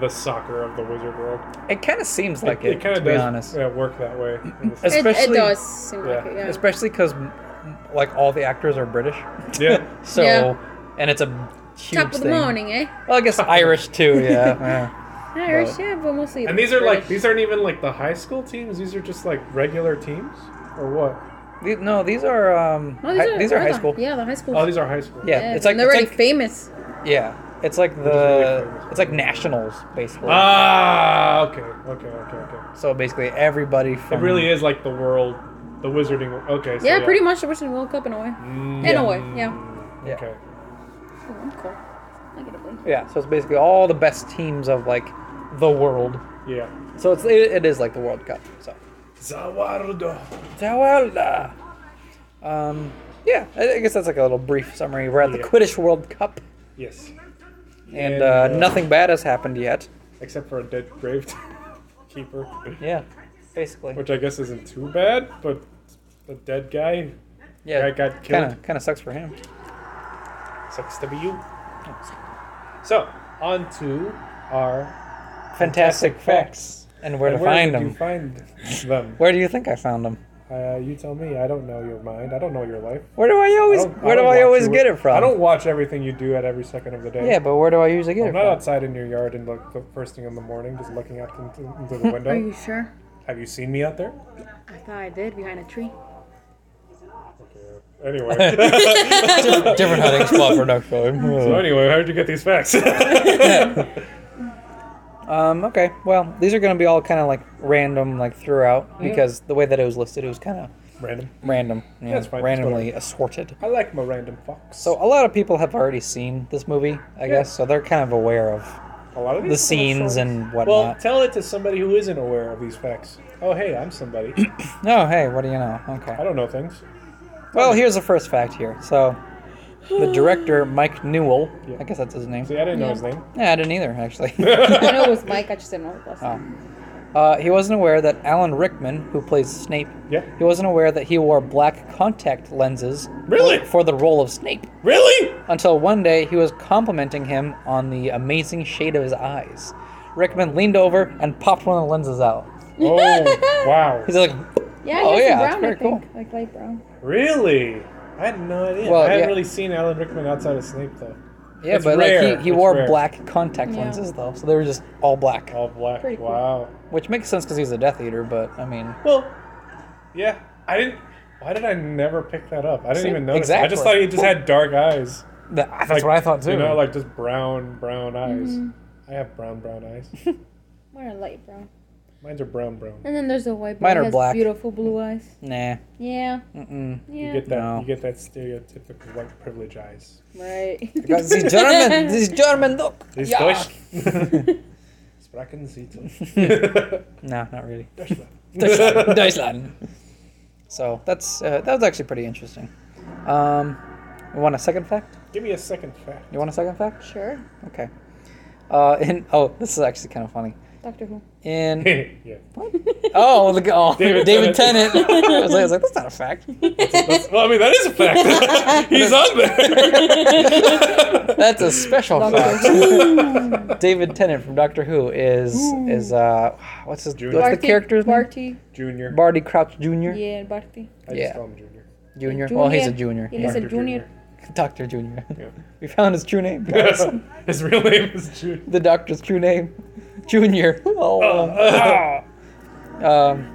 S2: the soccer of the Wizard World.
S1: It kind of seems like
S2: it
S1: it,
S2: kind
S1: to
S2: of
S1: be
S2: does
S1: honest.
S2: yeah, work that way.
S1: *clears throat* As-
S3: It, it
S1: Especially-
S3: does seem like
S2: Yeah.
S3: it, yeah.
S1: Especially 'cause Especially because like all the actors are British,
S2: yeah.
S1: *laughs* so
S3: Yeah.
S1: and it's a huge
S3: Top of the
S1: thing.
S3: morning, eh?
S1: Well, I guess Irish
S2: *laughs*
S1: too. Yeah. yeah.
S3: Irish, yeah, but mostly.
S2: And these are like
S3: British.
S2: these aren't even like the high school teams. These are just like regular teams, or what?
S1: These, no, these are um
S3: No, these
S1: hi-
S3: are,
S1: these are
S3: oh,
S1: high
S3: the-
S1: school.
S3: Yeah, the high school.
S2: Oh, these are high school.
S1: Yeah,
S3: Yeah,
S1: it's like
S3: and they're
S1: it's
S3: already
S1: like,
S3: famous.
S1: yeah, it's like the it's like nationals basically.
S2: Ah, okay, okay, okay, okay.
S1: so basically everybody
S2: It
S1: from
S2: really is like the world, the wizarding. wo- Okay, so
S3: yeah,
S2: yeah,
S3: pretty much the Western World Cup in a way.
S2: Mm,
S3: In a way, yeah.
S1: Yeah.
S2: Okay.
S3: Oh, I'm cool. I get a blink.
S1: yeah. So it's basically all the best teams of like the world.
S2: Yeah.
S1: So it's it, it is like the World Cup. So
S2: Zawardo.
S1: Zawalda. Um, yeah, I, I guess that's like a little brief summary. We're at the
S2: Yeah.
S1: Quidditch World Cup,
S2: Yes.
S1: and
S2: And,
S1: uh,
S2: uh,
S1: nothing bad has happened yet.
S2: Except for a dead grave *laughs* keeper,
S1: Yeah, basically.
S2: which I guess isn't too bad, but the dead guy
S1: Yeah,
S2: guy got killed.
S1: kind of kind of sucks for him.
S2: Sucks to be you. So, on to our
S1: Fantastic facts and where
S2: And
S1: to find
S2: did
S1: them.
S2: You find them.
S1: Where do you think I found them?
S2: Uh, you tell me. I don't know your mind. I don't know your life.
S1: Where do I
S2: I
S1: always
S2: don't-
S1: where do
S2: don't
S1: I
S2: watch
S1: always
S2: your-
S1: get it from?
S2: I don't watch everything you do at every second of the day.
S1: Yeah, but where do I usually get
S2: I'm
S1: it
S2: not
S1: from?
S2: outside in your yard and look the first thing in the morning, just looking out into, into the
S3: Are *laughs*
S2: window.
S3: you sure?
S2: Have you seen me out there?
S3: I thought I did behind a
S1: *laughs*
S3: tree.
S2: Okay. Anyway,
S1: *laughs* Different hunting spot for next
S2: *laughs*
S1: time.
S2: so anyway, how did you get these facts? *laughs*
S1: Um, okay. Well, these are going to be all kind of like random, like throughout,
S2: Mm-hmm.
S1: because the way that it was listed, it was kind of
S2: Random.
S1: random, you know,
S2: That's fine, that's
S1: randomly assorted.
S2: I like my random fox.
S1: So a lot of people have already seen this movie, I guess, so they're kind of aware of
S2: a lot of
S1: the
S2: these
S1: scenes
S2: are-
S1: and
S2: Well,
S1: whatnot.
S2: tell it to somebody who isn't aware of these facts. Oh, hey, I'm somebody.
S1: No, hey, what do you know?
S2: I
S1: Okay.
S2: don't know things.
S1: Well, here's the first fact here. So, the
S2: *sighs*
S1: director Mike Newell,
S2: Yeah.
S1: I guess that's his name.
S2: See, I didn't know his name.
S1: Yeah, I didn't either
S2: *laughs*
S1: actually.
S3: I know it was Mike. I just didn't know it was.
S1: Ah.
S3: *laughs*
S1: uh, he wasn't aware that Alan Rickman, who plays Snape,
S2: Yeah.
S1: he wasn't aware that he wore black contact lenses
S2: Really?
S1: for the role of Snape. *laughs*
S2: Really?
S1: until one day he was complimenting him on the amazing shade of his eyes. Rickman leaned over and popped one of the lenses out.
S2: Oh, wow.
S1: He's like,
S3: Yeah,
S1: Oh,
S3: oh,
S1: yeah,
S3: yeah,
S1: that's
S3: brown, I
S1: pretty cool.
S3: think. Like light brown.
S2: Really? I had no idea.
S1: Well,
S2: I hadn't
S1: yeah.
S2: really seen Alan Rickman outside of Snape, though.
S1: Yeah,
S2: It's
S1: but
S2: rare.
S1: like he, he
S2: It's
S1: wore
S2: rare.
S1: black contact
S3: Yeah.
S1: lenses though, so they were just all black,
S2: All black.
S3: Pretty cool.
S2: Wow.
S1: which makes sense because he's a Death Eater. But I mean,
S2: Well, yeah. I didn't. Why did I never pick that up? I didn't
S1: See?
S2: even notice. I just
S1: Exactly.
S2: thought he just had dark eyes.
S1: that, that's
S2: Like,
S1: what I thought too.
S2: You know, like just brown, brown eyes.
S3: Mm-hmm.
S2: I have brown, brown
S3: *laughs*
S2: eyes.
S3: Mine are light brown.
S2: Mine's are brown, brown.
S3: And then there's a white boy.
S1: Mine
S3: who
S1: are
S3: has
S1: black.
S3: Beautiful blue eyes.
S1: nah,
S3: Yeah.
S1: mm-mm.
S2: You
S3: Yeah.
S2: get that.
S1: No.
S2: You get that stereotypical white privilege eyes.
S3: Right. *laughs*
S1: Because these German, these German look.
S2: This
S1: Yeah. *laughs*
S2: Deutsch. Sprachen Sie Deutsch?
S1: No, not really.
S2: Deutschland.
S1: Deutschland. Deutschland. So that's uh, that was actually pretty interesting. Um, you want a second fact?
S2: *laughs* Give me a second fact.
S1: You want a second fact?
S3: sure.
S1: Okay. Uh, in oh, this is actually kind of funny.
S3: Doctor Who.
S1: *laughs* In
S2: *laughs* yeah.
S1: oh, look, oh,
S2: David
S1: David,
S2: Tennant.
S1: Tennant. *laughs* I, was like, I was like, that's not a fact.
S3: *laughs*
S2: That's- well, I mean, that is a fact. He's on there.
S1: *laughs* That's a special
S3: Doctor
S1: fact. *laughs* David Tennant from Doctor Who is is uh, what's his
S2: Junior.
S1: what's the character's name?
S3: Barty.
S2: Junior.
S1: Barty Crouch Junior.
S3: Yeah, Barty.
S2: I just
S1: Yeah.
S2: call him Junior.
S1: Junior. Well, he's a junior.
S3: Junior. Yeah, he's a
S2: Doctor
S3: junior.
S1: Doctor Junior. *laughs*
S2: Yeah. *laughs*
S1: We found his true *laughs* name. guys.
S2: His real name is
S3: *laughs*
S2: Junior.
S1: the doctor's true name, Junior. Oh,
S2: Ah.
S1: uh, um,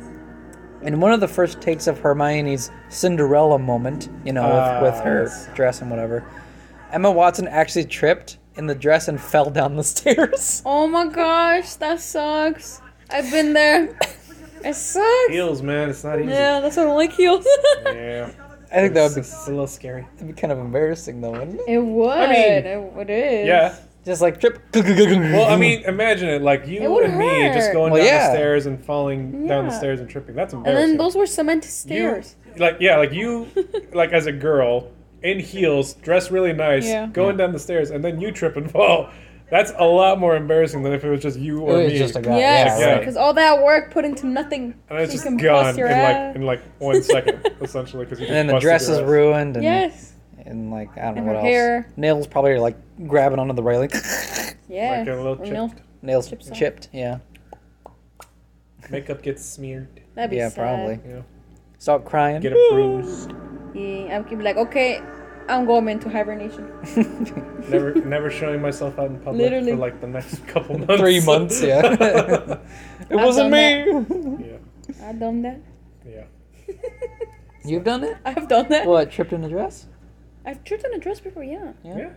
S1: in one of the first takes of Hermione's Cinderella moment, you know,
S2: Ah,
S1: with, with her
S2: yes.
S1: dress and whatever, Emma Watson actually tripped in the dress and fell down the *laughs* stairs.
S3: Oh my gosh, that sucks. I've been there. *laughs* It sucks.
S2: Heels, man. It's not easy.
S3: Yeah, that's what I like heels.
S2: Yeah.
S1: I think that would be,
S2: It's a little scary.
S1: that'd be kind of embarrassing, though, wouldn't it?
S3: *laughs* It would.
S2: I mean,
S3: it, it is.
S2: Yeah.
S1: Just like trip.
S2: Well,
S1: Well, *laughs*
S2: I mean, imagine it. Like you
S3: It would
S2: and me just
S3: hurt.
S2: going
S1: Well,
S2: down
S1: yeah.
S2: the stairs and falling down the
S3: Yeah.
S2: stairs and tripping. That's
S3: And
S2: embarrassing.
S3: then those were cement
S2: you,
S3: stairs.
S2: like yeah, like
S3: *laughs*
S2: you, like as a girl in heels, dressed really nice,
S3: Yeah.
S2: going down the stairs, and then you trip and fall. That's a lot more embarrassing than if it was just you
S1: it
S2: or
S1: was
S2: me.
S1: just a guy. yeah,
S3: Yes,
S2: Yeah.
S1: right.
S3: because all that work put into nothing.
S2: and it's
S3: You
S2: just
S3: can
S2: gone in
S3: bust your
S2: like
S3: ass.
S2: in like one second,
S3: *laughs*
S2: essentially. Because
S1: And then the dress is ruined, and,
S3: Yes.
S1: and like I don't know
S3: And
S1: what
S3: her
S1: else.
S3: hair.
S1: Nails probably are, like grabbing onto the
S2: *laughs*
S1: railing.
S3: Yeah.
S2: Like a little
S3: Or no,
S2: chipped.
S1: Nails
S3: Chips off.
S1: chipped. Yeah,
S2: Makeup gets smeared.
S3: That'd be
S1: yeah,
S3: sad.
S1: probably.
S2: You know,
S1: Stop crying.
S2: get a
S1: *laughs*
S2: bruise.
S3: Yeah, I'm gonna be like, okay, I'm going into hibernation. *laughs*
S2: never, never showing myself out in public
S3: Literally.
S2: for like the next couple
S1: *laughs*
S2: months.
S1: Three months, yeah. it
S3: wasn't
S1: me.
S2: *laughs* yeah,
S3: I've done that. *laughs*
S2: yeah.
S1: *laughs* You've done it.
S3: I've done that.
S1: What tripped in a dress?
S3: I've tripped on a dress before. Yeah.
S2: Yeah.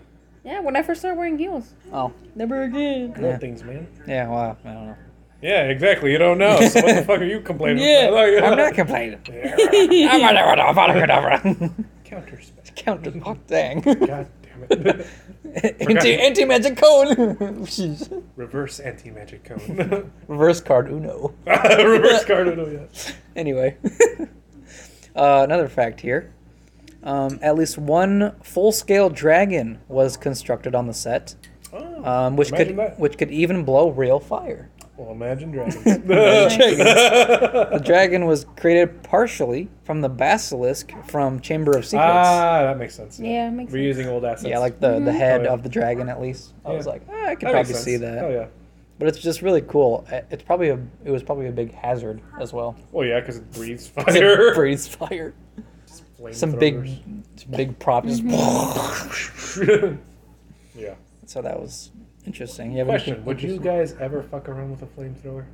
S3: Yeah. When I first started wearing heels.
S1: Oh,
S3: Never *laughs* again.
S2: Little
S1: Yeah.
S2: things, man.
S1: yeah. Well, I don't know.
S2: Yeah, exactly. You don't know. So
S1: *laughs*
S2: what the fuck are you complaining
S3: Yeah.
S2: about? Like,
S1: I'm
S2: *laughs*
S1: not complaining. I'm
S3: yeah.
S1: *laughs*
S2: Counter spec.
S1: Counter oh,
S2: *laughs*
S1: dang.
S2: God damn it.
S1: *laughs*
S2: *laughs*
S1: anti anti magic cone. *laughs* Jeez.
S2: Reverse anti magic cone.
S1: Reverse card Uno.
S2: *laughs* Reverse cardinal, yeah.
S1: Anyway, *laughs* uh, another fact here. Um, at least one full-scale dragon was constructed on the set,
S2: Oh,
S1: um, which
S2: imagine
S1: could
S2: that.
S1: which could even blow real fire.
S2: Well, *laughs* imagine dragons.
S1: The dragon was created partially from the basilisk from Chamber of Secrets.
S2: ah, that makes sense.
S3: Yeah, makes
S2: Reusing old assets.
S1: yeah, like the, the head
S2: Oh, yeah.
S1: of the dragon at least. I was
S2: Yeah.
S1: like, ah, I could
S2: That makes
S1: probably
S2: sense.
S1: see that.
S2: Oh yeah.
S1: But it's just really cool. I- It's probably a it was probably a big hazard as well.
S2: Well, yeah, because it breathes
S1: *laughs* It
S2: *laughs* fire.
S1: breathes fire.
S2: Flame
S1: Some big big prop just Mm-hmm.
S2: throwers. *laughs* yeah.
S1: *laughs* So that was interesting. You have
S2: Question:
S1: anything
S2: Would you guys ever fuck around with a flamethrower?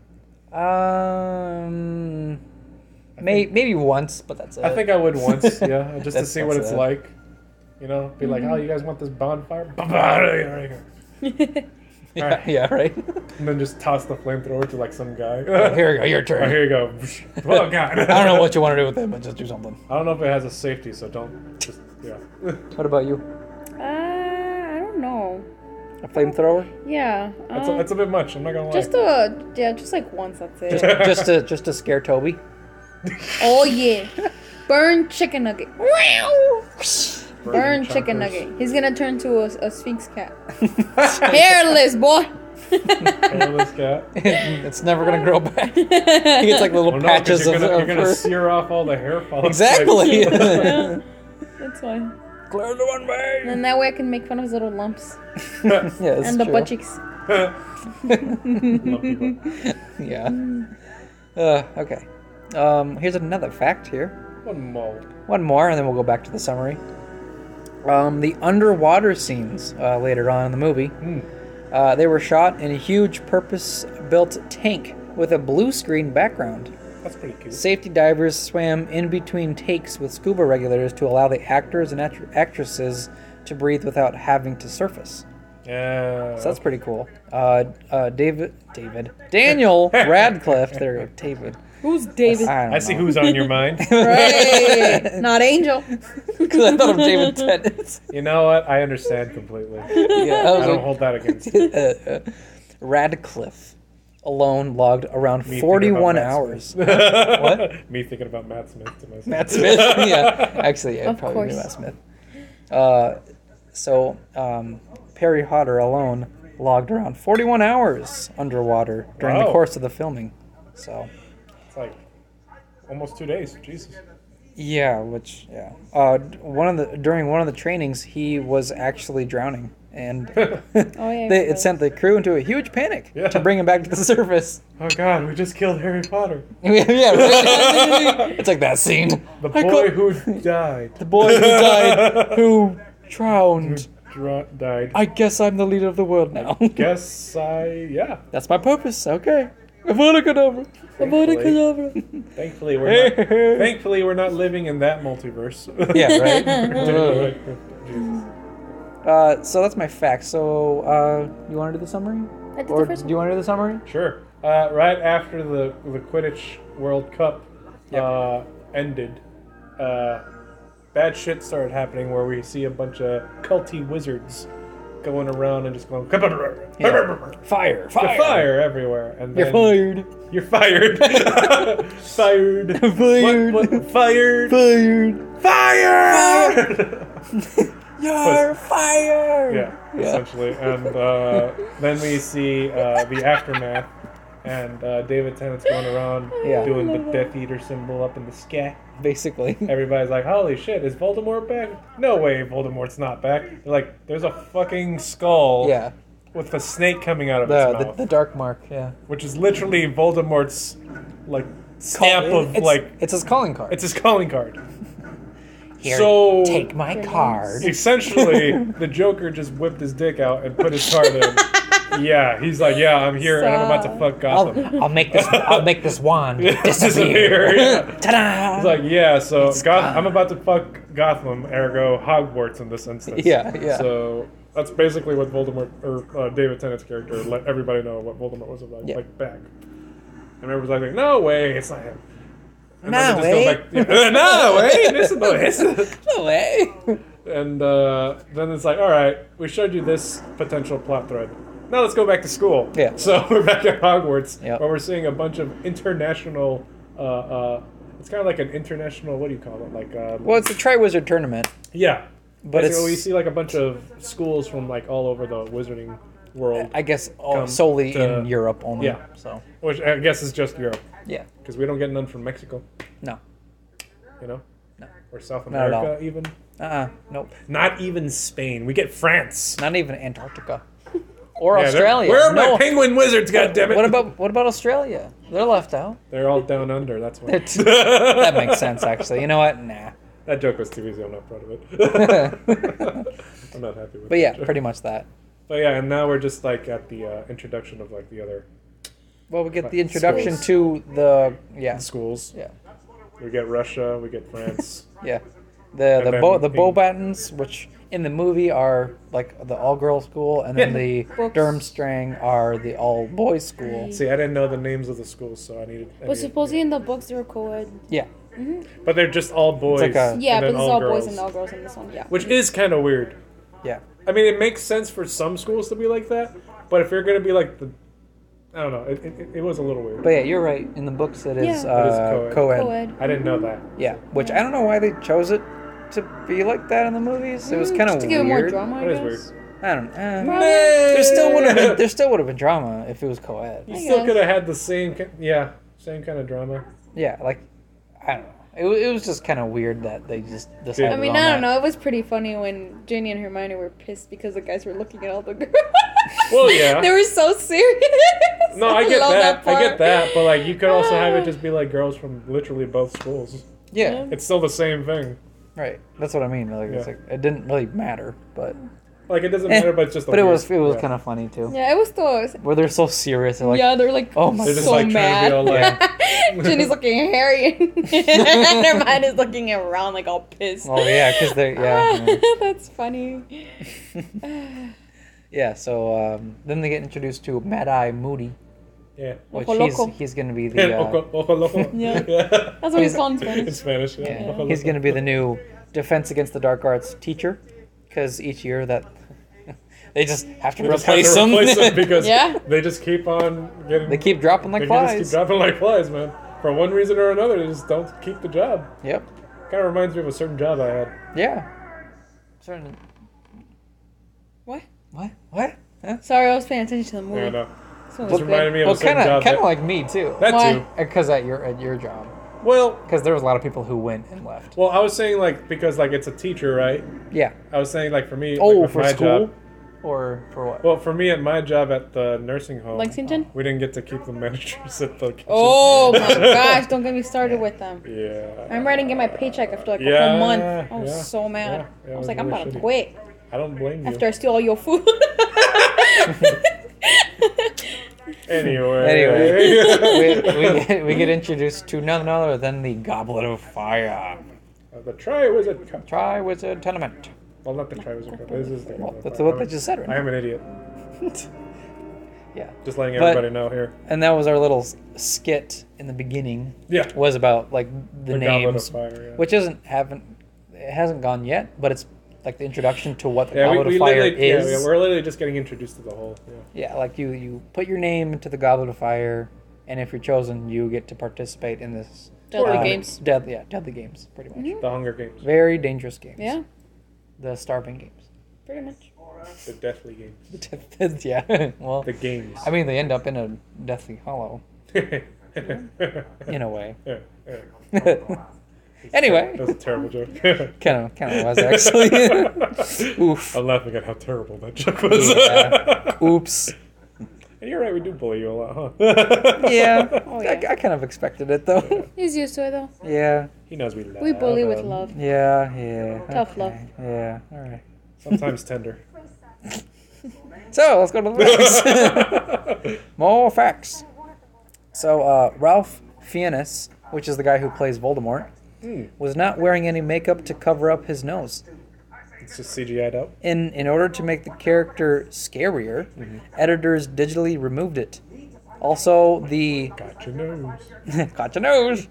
S1: interesting- Um may, maybe once, but that's it.
S2: I think I would once, yeah, just to
S1: That's- Mm-hmm.
S2: see what
S1: that's
S2: it's
S1: it.
S2: like. You know, be like, oh, you guys want this
S1: *laughs*
S2: bonfire? Bonfire, right here.
S1: *laughs* yeah,
S2: alright.
S1: yeah,
S2: *laughs*
S1: right.
S2: And then just toss the flamethrower to like
S1: *laughs*
S2: some guy.
S1: Here you go, your
S2: *laughs* Oh,
S1: turn.
S2: here you go.
S1: *laughs*
S2: Oh *laughs* god.
S1: I don't know what you want to do with it, but just do something.
S2: I don't know if it has a safety, so don't. Just yeah.
S1: What about you?
S3: Uh, I don't know.
S1: A flamethrower?
S3: Yeah.
S2: That's, a,
S3: um,
S2: that's a bit much. I'm not gonna lie.
S3: just a yeah, just like once. That's
S1: *laughs*
S3: it.
S1: just to just to scare *laughs* Toby.
S2: *laughs*
S1: *laughs*
S3: Oh yeah. Burn chicken nugget. Burn chicken
S2: choppers.
S3: nugget. He's gonna turn to a, a sphinx
S1: *laughs*
S3: cat. Hairless boy.
S2: Kill
S3: *laughs*
S2: this
S1: *laughs*
S2: cat.
S1: it's never gonna grow back. He gets like little
S2: Well, no, 'cause
S1: patches
S2: you're
S1: of,
S2: gonna, you're
S1: of
S2: gonna
S1: fur.
S2: sear off all the hair follicles. *laughs*
S1: Exactly. *laughs*
S3: *laughs* Yeah, That's fine.
S1: Clear the runway.
S3: And that way I can make fun of his little lumps
S1: Yeah, that's
S3: and the
S1: true.
S3: butt cheeks.
S2: Love people.
S1: Yeah. Uh, okay. Um, here's another fact here.
S2: One mole.
S1: One more, and then we'll go back to the summary. um, the underwater scenes uh, later on in the movie.
S2: Hmm.
S1: Uh, they were shot in a huge purpose-built tank with a blue screen background.
S2: That's pretty cute.
S1: Safety divers swam in between takes with scuba regulators to allow the actors and act- actresses to breathe without having to surface.
S2: Yeah.
S1: So that's pretty cool. Uh, uh, David, David,
S2: *laughs*
S1: Daniel Radcliffe. There, we go, David.
S3: Who's David?
S1: I, don't
S2: I see
S1: know.
S2: who's on your mind.
S4: Right. Not Angel.
S1: *laughs* 'Cause I thought of
S3: *laughs*
S1: David
S2: *laughs*
S1: Tennant. *laughs*
S2: You know what? I understand completely. I
S1: yeah, I was
S2: don't
S1: like,
S2: hold that against you.
S1: uh, uh, Radcliffe alone logged around
S2: Me thinking about
S1: 41
S2: Matt
S1: hours.
S2: Smith.
S1: *laughs* What?
S2: Me thinking about Matt Smith to myself.
S1: Matt
S2: *laughs*
S1: Smith. *laughs* yeah, actually, yeah,
S3: Of
S1: probably knew
S3: course.
S1: Matt Smith. Uh, so um, Perry Hodder alone logged around 41 hours underwater during the
S2: Wow.
S1: course of the filming. So
S2: It's like almost two days. Jesus.
S1: yeah, which yeah, uh, d- one of the during one of the trainings he was actually drowning
S2: *laughs*
S1: and *laughs*
S3: Oh, yeah, I
S1: they, it
S3: remember.
S1: sent the crew into a huge panic
S2: Yeah.
S1: to bring him back to the *laughs* surface.
S2: Oh God, we just killed Harry Potter.
S1: yeah, right? *laughs* it's like that scene.
S2: The
S1: I
S2: boy
S1: cou-
S2: who died.
S1: the boy who
S2: *laughs*
S1: died, who drowned.
S2: Dra- died.
S1: I guess I'm the leader of the world
S2: *laughs*
S1: now.
S2: guess I yeah.
S1: That's my purpose. Okay. Avada Kedavra. Avada Kedavra.
S2: Thankfully we're
S1: *laughs*
S2: not, thankfully we're not living in that multiverse.
S1: yeah,
S2: *laughs*
S1: right. *laughs*
S2: Jesus.
S1: Uh, so that's my fact. So uh, you want to do the summary,
S3: I did
S1: or
S3: the first
S1: do you want to do the summary?
S2: Sure. Uh, right after the the Quidditch World Cup uh, ended, uh, bad shit started happening where we see a bunch of culty wizards going around and just going
S1: Yeah. Fire! Fire!
S2: fire everywhere. And
S1: You're
S2: then-
S1: fired!
S2: You're
S1: *laughs*
S2: fired. fired.
S1: Fired.
S2: What, what, fired.
S1: Fired!
S2: Fired.
S1: You're fired! *laughs*
S2: yeah, essentially. And uh, then we see uh, the aftermath, and uh, David Tennant's going around
S1: *laughs* Yeah.
S2: doing the Death Eater symbol up in the sky.
S1: Basically.
S2: Everybody's like, "Holy shit, is Voldemort back? No way, Voldemort's not back." They're like, there's a fucking skull
S1: *laughs* Yeah.
S2: with a snake coming out of its
S1: The, the
S2: mouth,
S1: the dark mark. Yeah.
S2: which is literally Voldemort's like stamp
S1: Call-
S2: of
S1: it's,
S2: like
S1: it's his calling card.
S2: it's his calling card.
S1: Here,
S2: so
S1: take my card.
S2: *laughs* Essentially, the Joker just whipped his dick out and put his card in. Yeah, he's like, yeah, I'm here and I'm about to fuck *laughs* Gotham.
S1: I'll, I'll make this. I'll make this
S2: *laughs*
S1: wand disappear. *laughs*
S2: Disappear, yeah.
S1: Ta-da!
S2: He's like, yeah, so Goth- I'm about to fuck Gotham, ergo Hogwarts in this instance.
S1: Yeah, yeah.
S2: So that's basically what Voldemort or uh, David Tennant's character let everybody know what Voldemort was about,
S1: Yeah.
S2: like back. And everybody's like, no way, it's not him. And
S1: No
S2: then they
S1: way.
S2: just go back- *laughs* yeah, no way, this is the
S1: *laughs*
S2: this is
S1: no way.
S2: And uh, then it's like, all right, we showed you this potential plot thread. Now let's go back to school.
S1: Yeah.
S2: *laughs* So we're back at Hogwarts,
S1: Yep.
S2: where we're seeing a bunch of international. Uh, uh, it's kind of like an international. What do you call it? Like. Um,
S1: Well, it's a Triwizard tournament.
S2: Yeah.
S1: But
S2: Basically,
S1: it's-
S2: we see like a bunch of schools from like all over the wizarding world,
S1: I guess all
S2: Come
S1: solely
S2: to-
S1: in Europe only.
S2: Yeah.
S1: So
S2: which I guess is just Europe,
S1: yeah,
S2: because we don't get none from Mexico,
S1: no,
S2: you know,
S1: No.
S2: or South
S1: Not at all.
S2: America even.
S1: uh, uh nope,
S2: Not even Spain. We get France.
S1: not even
S2: *laughs*
S1: Antarctica or
S2: Yeah, they're-
S1: Australia.
S2: Where are
S1: no.
S2: my penguin wizards? God damn it!
S1: What about what about Australia? They're left out.
S2: They're all
S1: *laughs*
S2: down under. That's why. *laughs*
S1: It's- that makes sense, actually. You know what? Nah.
S2: That joke was too easy. I'm not proud of
S1: *laughs*
S2: it. I'm not happy with.
S1: But yeah,
S2: that joke.
S1: pretty much that.
S2: But yeah, and now we're just like at the uh, introduction of like the other
S1: Well, we get the
S2: Right,
S1: introduction
S2: schools.
S1: to the yeah,
S2: schools.
S1: yeah,
S2: We get Russia. We
S1: *laughs*
S2: get France.
S1: yeah. The
S2: And
S1: the
S2: then
S1: bo- the
S2: in-
S1: Bobatons, which in the movie are like the all girls school, and then the
S3: *laughs* Books.
S1: Durmstrang are the all boys school.
S2: See, I didn't know the names of the schools, so I needed. I
S3: But
S2: needed-
S3: supposedly in the books they were co-ed.
S1: Yeah.
S2: But they're just all boys.
S1: like a-
S2: and
S3: Yeah,
S2: then
S3: but it's all boys
S2: girls,
S3: and all girls in this one. Yeah.
S2: Which is kind of weird.
S1: Yeah.
S2: I mean, it makes sense for some schools to be like that, but if you're gonna be like the, I don't know, it, it, it was a little weird.
S1: But yeah, you're right. In the books, it is,
S3: Yeah.
S1: uh,
S2: It is co-ed.
S1: co-ed.
S3: Co-ed.
S2: I didn't know that.
S1: Yeah, which I don't know why they chose it to be like that in the movies. It was kind of
S3: Mm, Just to give it more
S1: weird.
S3: drama, I
S2: That is
S3: guess.
S2: weird.
S1: I don't. Uh,
S3: Probably.
S1: there still would have been there still would have been drama if it was co-ed.
S2: You
S3: I
S2: still
S3: guess.
S2: could have had the same, ki- yeah, same kind
S1: *laughs*
S2: of drama.
S1: Yeah, like I don't know. It, wa- it was just kind of weird that they just decided.
S3: I mean,
S1: on
S3: I
S1: that.
S3: don't know. It was pretty funny when Ginny and Hermione were pissed because the guys were looking at all the girls.
S2: *laughs* Well, yeah.
S3: they were so serious.
S2: No,
S3: *laughs*
S2: I get
S3: love
S2: that. I get
S3: part.
S2: that. But
S1: *laughs*
S2: like, you could also have it just be like girls from literally both schools.
S1: Yeah,
S3: Yeah.
S2: It's still the same thing.
S1: Right. That's what I mean. Like, it's
S2: Yeah.
S1: like it didn't really matter, but
S2: Like it doesn't
S1: Eh,
S2: matter, but it's just. a
S1: but it
S2: weird-
S1: was it was
S2: yeah.
S1: kind of funny too.
S3: Yeah, it was still.
S1: Where they're so serious, they're like,
S3: yeah, they're like
S1: oh my
S2: They're just
S3: so
S2: like trying to
S3: mad.
S2: be all like.
S3: *laughs* Jenny's looking hairy, *laughs* and her mind is looking around like all pissed.
S1: oh yeah, because they yeah yeah.
S3: *laughs* that's funny.
S1: yeah. So um, then they get introduced to Mad Eye Moody, *laughs*
S2: yeah.
S1: which
S3: Ojo
S1: he's
S3: Loco.
S1: he's gonna
S2: *laughs*
S1: be the
S2: And
S1: uh,
S2: ojo, ojo
S1: *laughs*
S2: loco.
S3: Yeah.
S2: *laughs* yeah.
S3: That's what he's called in Spanish.
S2: In Spanish, yeah.
S1: yeah,
S2: Ojo
S1: he's
S2: loco.
S1: gonna be the new Defense Against the Dark Arts teacher, because each year that *laughs* they just have to
S2: *laughs* They just have
S1: replace
S2: to
S1: him. *laughs*
S2: replace him because
S3: Yeah.
S2: they just keep on getting.
S1: they keep dropping like
S2: they just keep
S1: flies.
S2: dropping like flies, man. For one reason or another, they just don't keep the job.
S1: Yep.
S2: Kind of reminds me of a certain job I had.
S1: Yeah. Certain.
S3: What?
S1: What? What? Huh?
S3: Sorry, I was paying attention to
S2: I
S3: the movie.
S2: don't know. uh,
S3: Someone was
S2: Just reminded me of
S1: Well,
S2: a certain
S1: kind of,
S2: job.
S1: kind of
S2: that-
S1: like me too.
S2: that
S3: Why?
S2: too.
S1: Because at your at your job,
S2: Well,
S1: because there was a lot of people who went and left.
S2: well, I was saying like because like it's a teacher, right?
S1: Yeah.
S2: I was saying like for me, like,
S1: Oh,
S2: with
S1: for
S2: my
S1: school,
S2: job.
S1: or for what?
S2: Well, for me at my job at the nursing home,
S3: Lexington?
S2: we didn't get to keep the managers *laughs* at the kitchen.
S3: Oh
S2: *laughs*
S3: my gosh! Don't get me started with them. I
S2: Yeah.
S3: remember I didn't get my paycheck after like a
S2: Yeah,
S3: whole month. I was
S2: yeah,
S3: so mad.
S2: yeah, yeah,
S3: I
S2: it was
S3: was like, I'm
S2: really
S3: about to
S2: shitty.
S3: quit
S2: I don't blame you.
S3: after I steal all your food. *laughs*
S2: anyway.
S1: *laughs* we, we, get, we get introduced to none other than the Goblet of Fire.
S2: *laughs* the try was a cup.
S1: Try Wizard *laughs* Tenement.
S2: Well, not the try was a cup. This is the.
S1: Well, that's what they just said.
S2: I
S1: Right
S2: am an idiot.
S1: yeah.
S2: Just letting
S1: But-
S2: everybody know here.
S1: And that was our little s- skit in the beginning.
S2: Yeah.
S1: Was about like the,
S2: The Goblet of
S1: names,
S2: Fire, yeah.
S1: which isn't haven't it hasn't gone yet, but it's like the introduction to what the
S2: Yeah, we,
S1: Goblet
S2: we
S1: of Fire
S2: literally, yeah,
S1: is.
S2: yeah, we're literally just getting introduced to the whole. Yeah.
S1: Yeah, like you you put your name into the Goblet of Fire, and if you're chosen, you get to participate in this
S5: Deadly
S1: uh,
S5: games.
S1: Deadly, yeah, deadly games, pretty much.
S2: The Hunger Games,
S1: Very dangerous games.
S3: yeah,
S1: The starving games. *laughs*
S3: pretty much.
S2: the Deathly Games,
S1: The death- yeah. *laughs* Well,
S2: the games.
S1: I mean, they end up in a Deathly Hollow
S2: *laughs*
S1: in a way.
S2: Yeah, yeah.
S1: anyway,
S2: That was a terrible joke. kind
S1: *laughs* kind of kind of was actually.
S2: *laughs*
S1: Oof.
S2: I'm laughing at how terrible that joke was.
S1: Yeah. *laughs* Oops.
S2: And you're right, we do bully you a lot, huh?
S1: *laughs* Yeah.
S3: Oh,
S1: I-
S3: *laughs* yeah.
S1: I, kind of expected it though.
S3: He's used to it though.
S1: yeah.
S2: He knows we love
S3: We bully with
S2: him.
S3: love.
S1: Yeah. Yeah.
S3: Tough love.
S1: okay, Yeah. All right. *laughs*
S2: Sometimes tender. Hmm.
S1: So let's go to
S2: *laughs*
S1: the next. More facts. So uh, Ralph Fiennes, which is the guy who plays Voldemort,
S2: Hmm.
S1: was not wearing any makeup to cover up his nose.
S2: it's just CGI'd out.
S1: In in order to make the character scarier, editors digitally removed it. Also the
S2: Got your nose.
S1: *laughs* got your nose.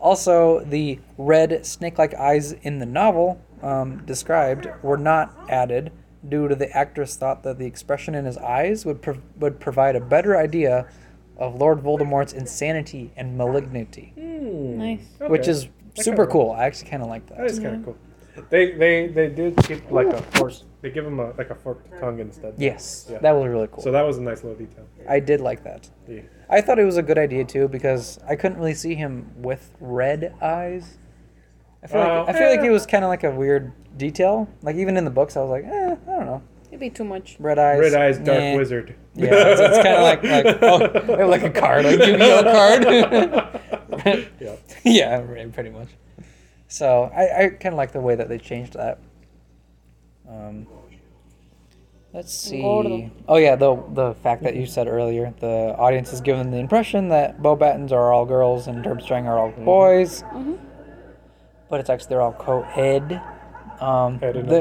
S1: Also the red snake-like eyes in the novel um, described were not added due to the actress thought that the expression in his eyes would prov would provide a better idea of Lord Voldemort's insanity and malignity,
S3: Nice.
S1: which
S2: Okay.
S1: is
S2: That
S1: super
S2: kinda
S1: cool. I actually kind of like
S2: Hmm. That
S1: that.
S2: is kind of cool. They they they did keep like a force. They give him a like a forked tongue instead.
S1: Yes,
S2: Yeah.
S1: that was really cool.
S2: So that was a nice little detail.
S1: I did like that.
S2: Yeah.
S1: I thought it was a good idea too because I couldn't really see him with red eyes. I feel
S2: Oh.
S1: like I feel like it was kind of like a weird detail. Like even in the books, I was like, eh, I don't know,
S3: It'd be too much.
S1: red eyes.
S2: Red eyes, dark
S1: nah.
S2: wizard.
S1: Yeah, it's, kind of like like oh, like a card, like Yu-Gi-Oh card.
S2: *laughs* yeah.
S1: *laughs* yeah, right, pretty much. So I, I kind of like the way that they changed that. Um, let's see.
S3: Gordo.
S1: Oh yeah, the the fact that you said earlier, the audience is given the impression that Bobattons are all girls and Durmstrang are all boys, but it's actually they're all co-ed. Um,
S2: I didn't
S1: the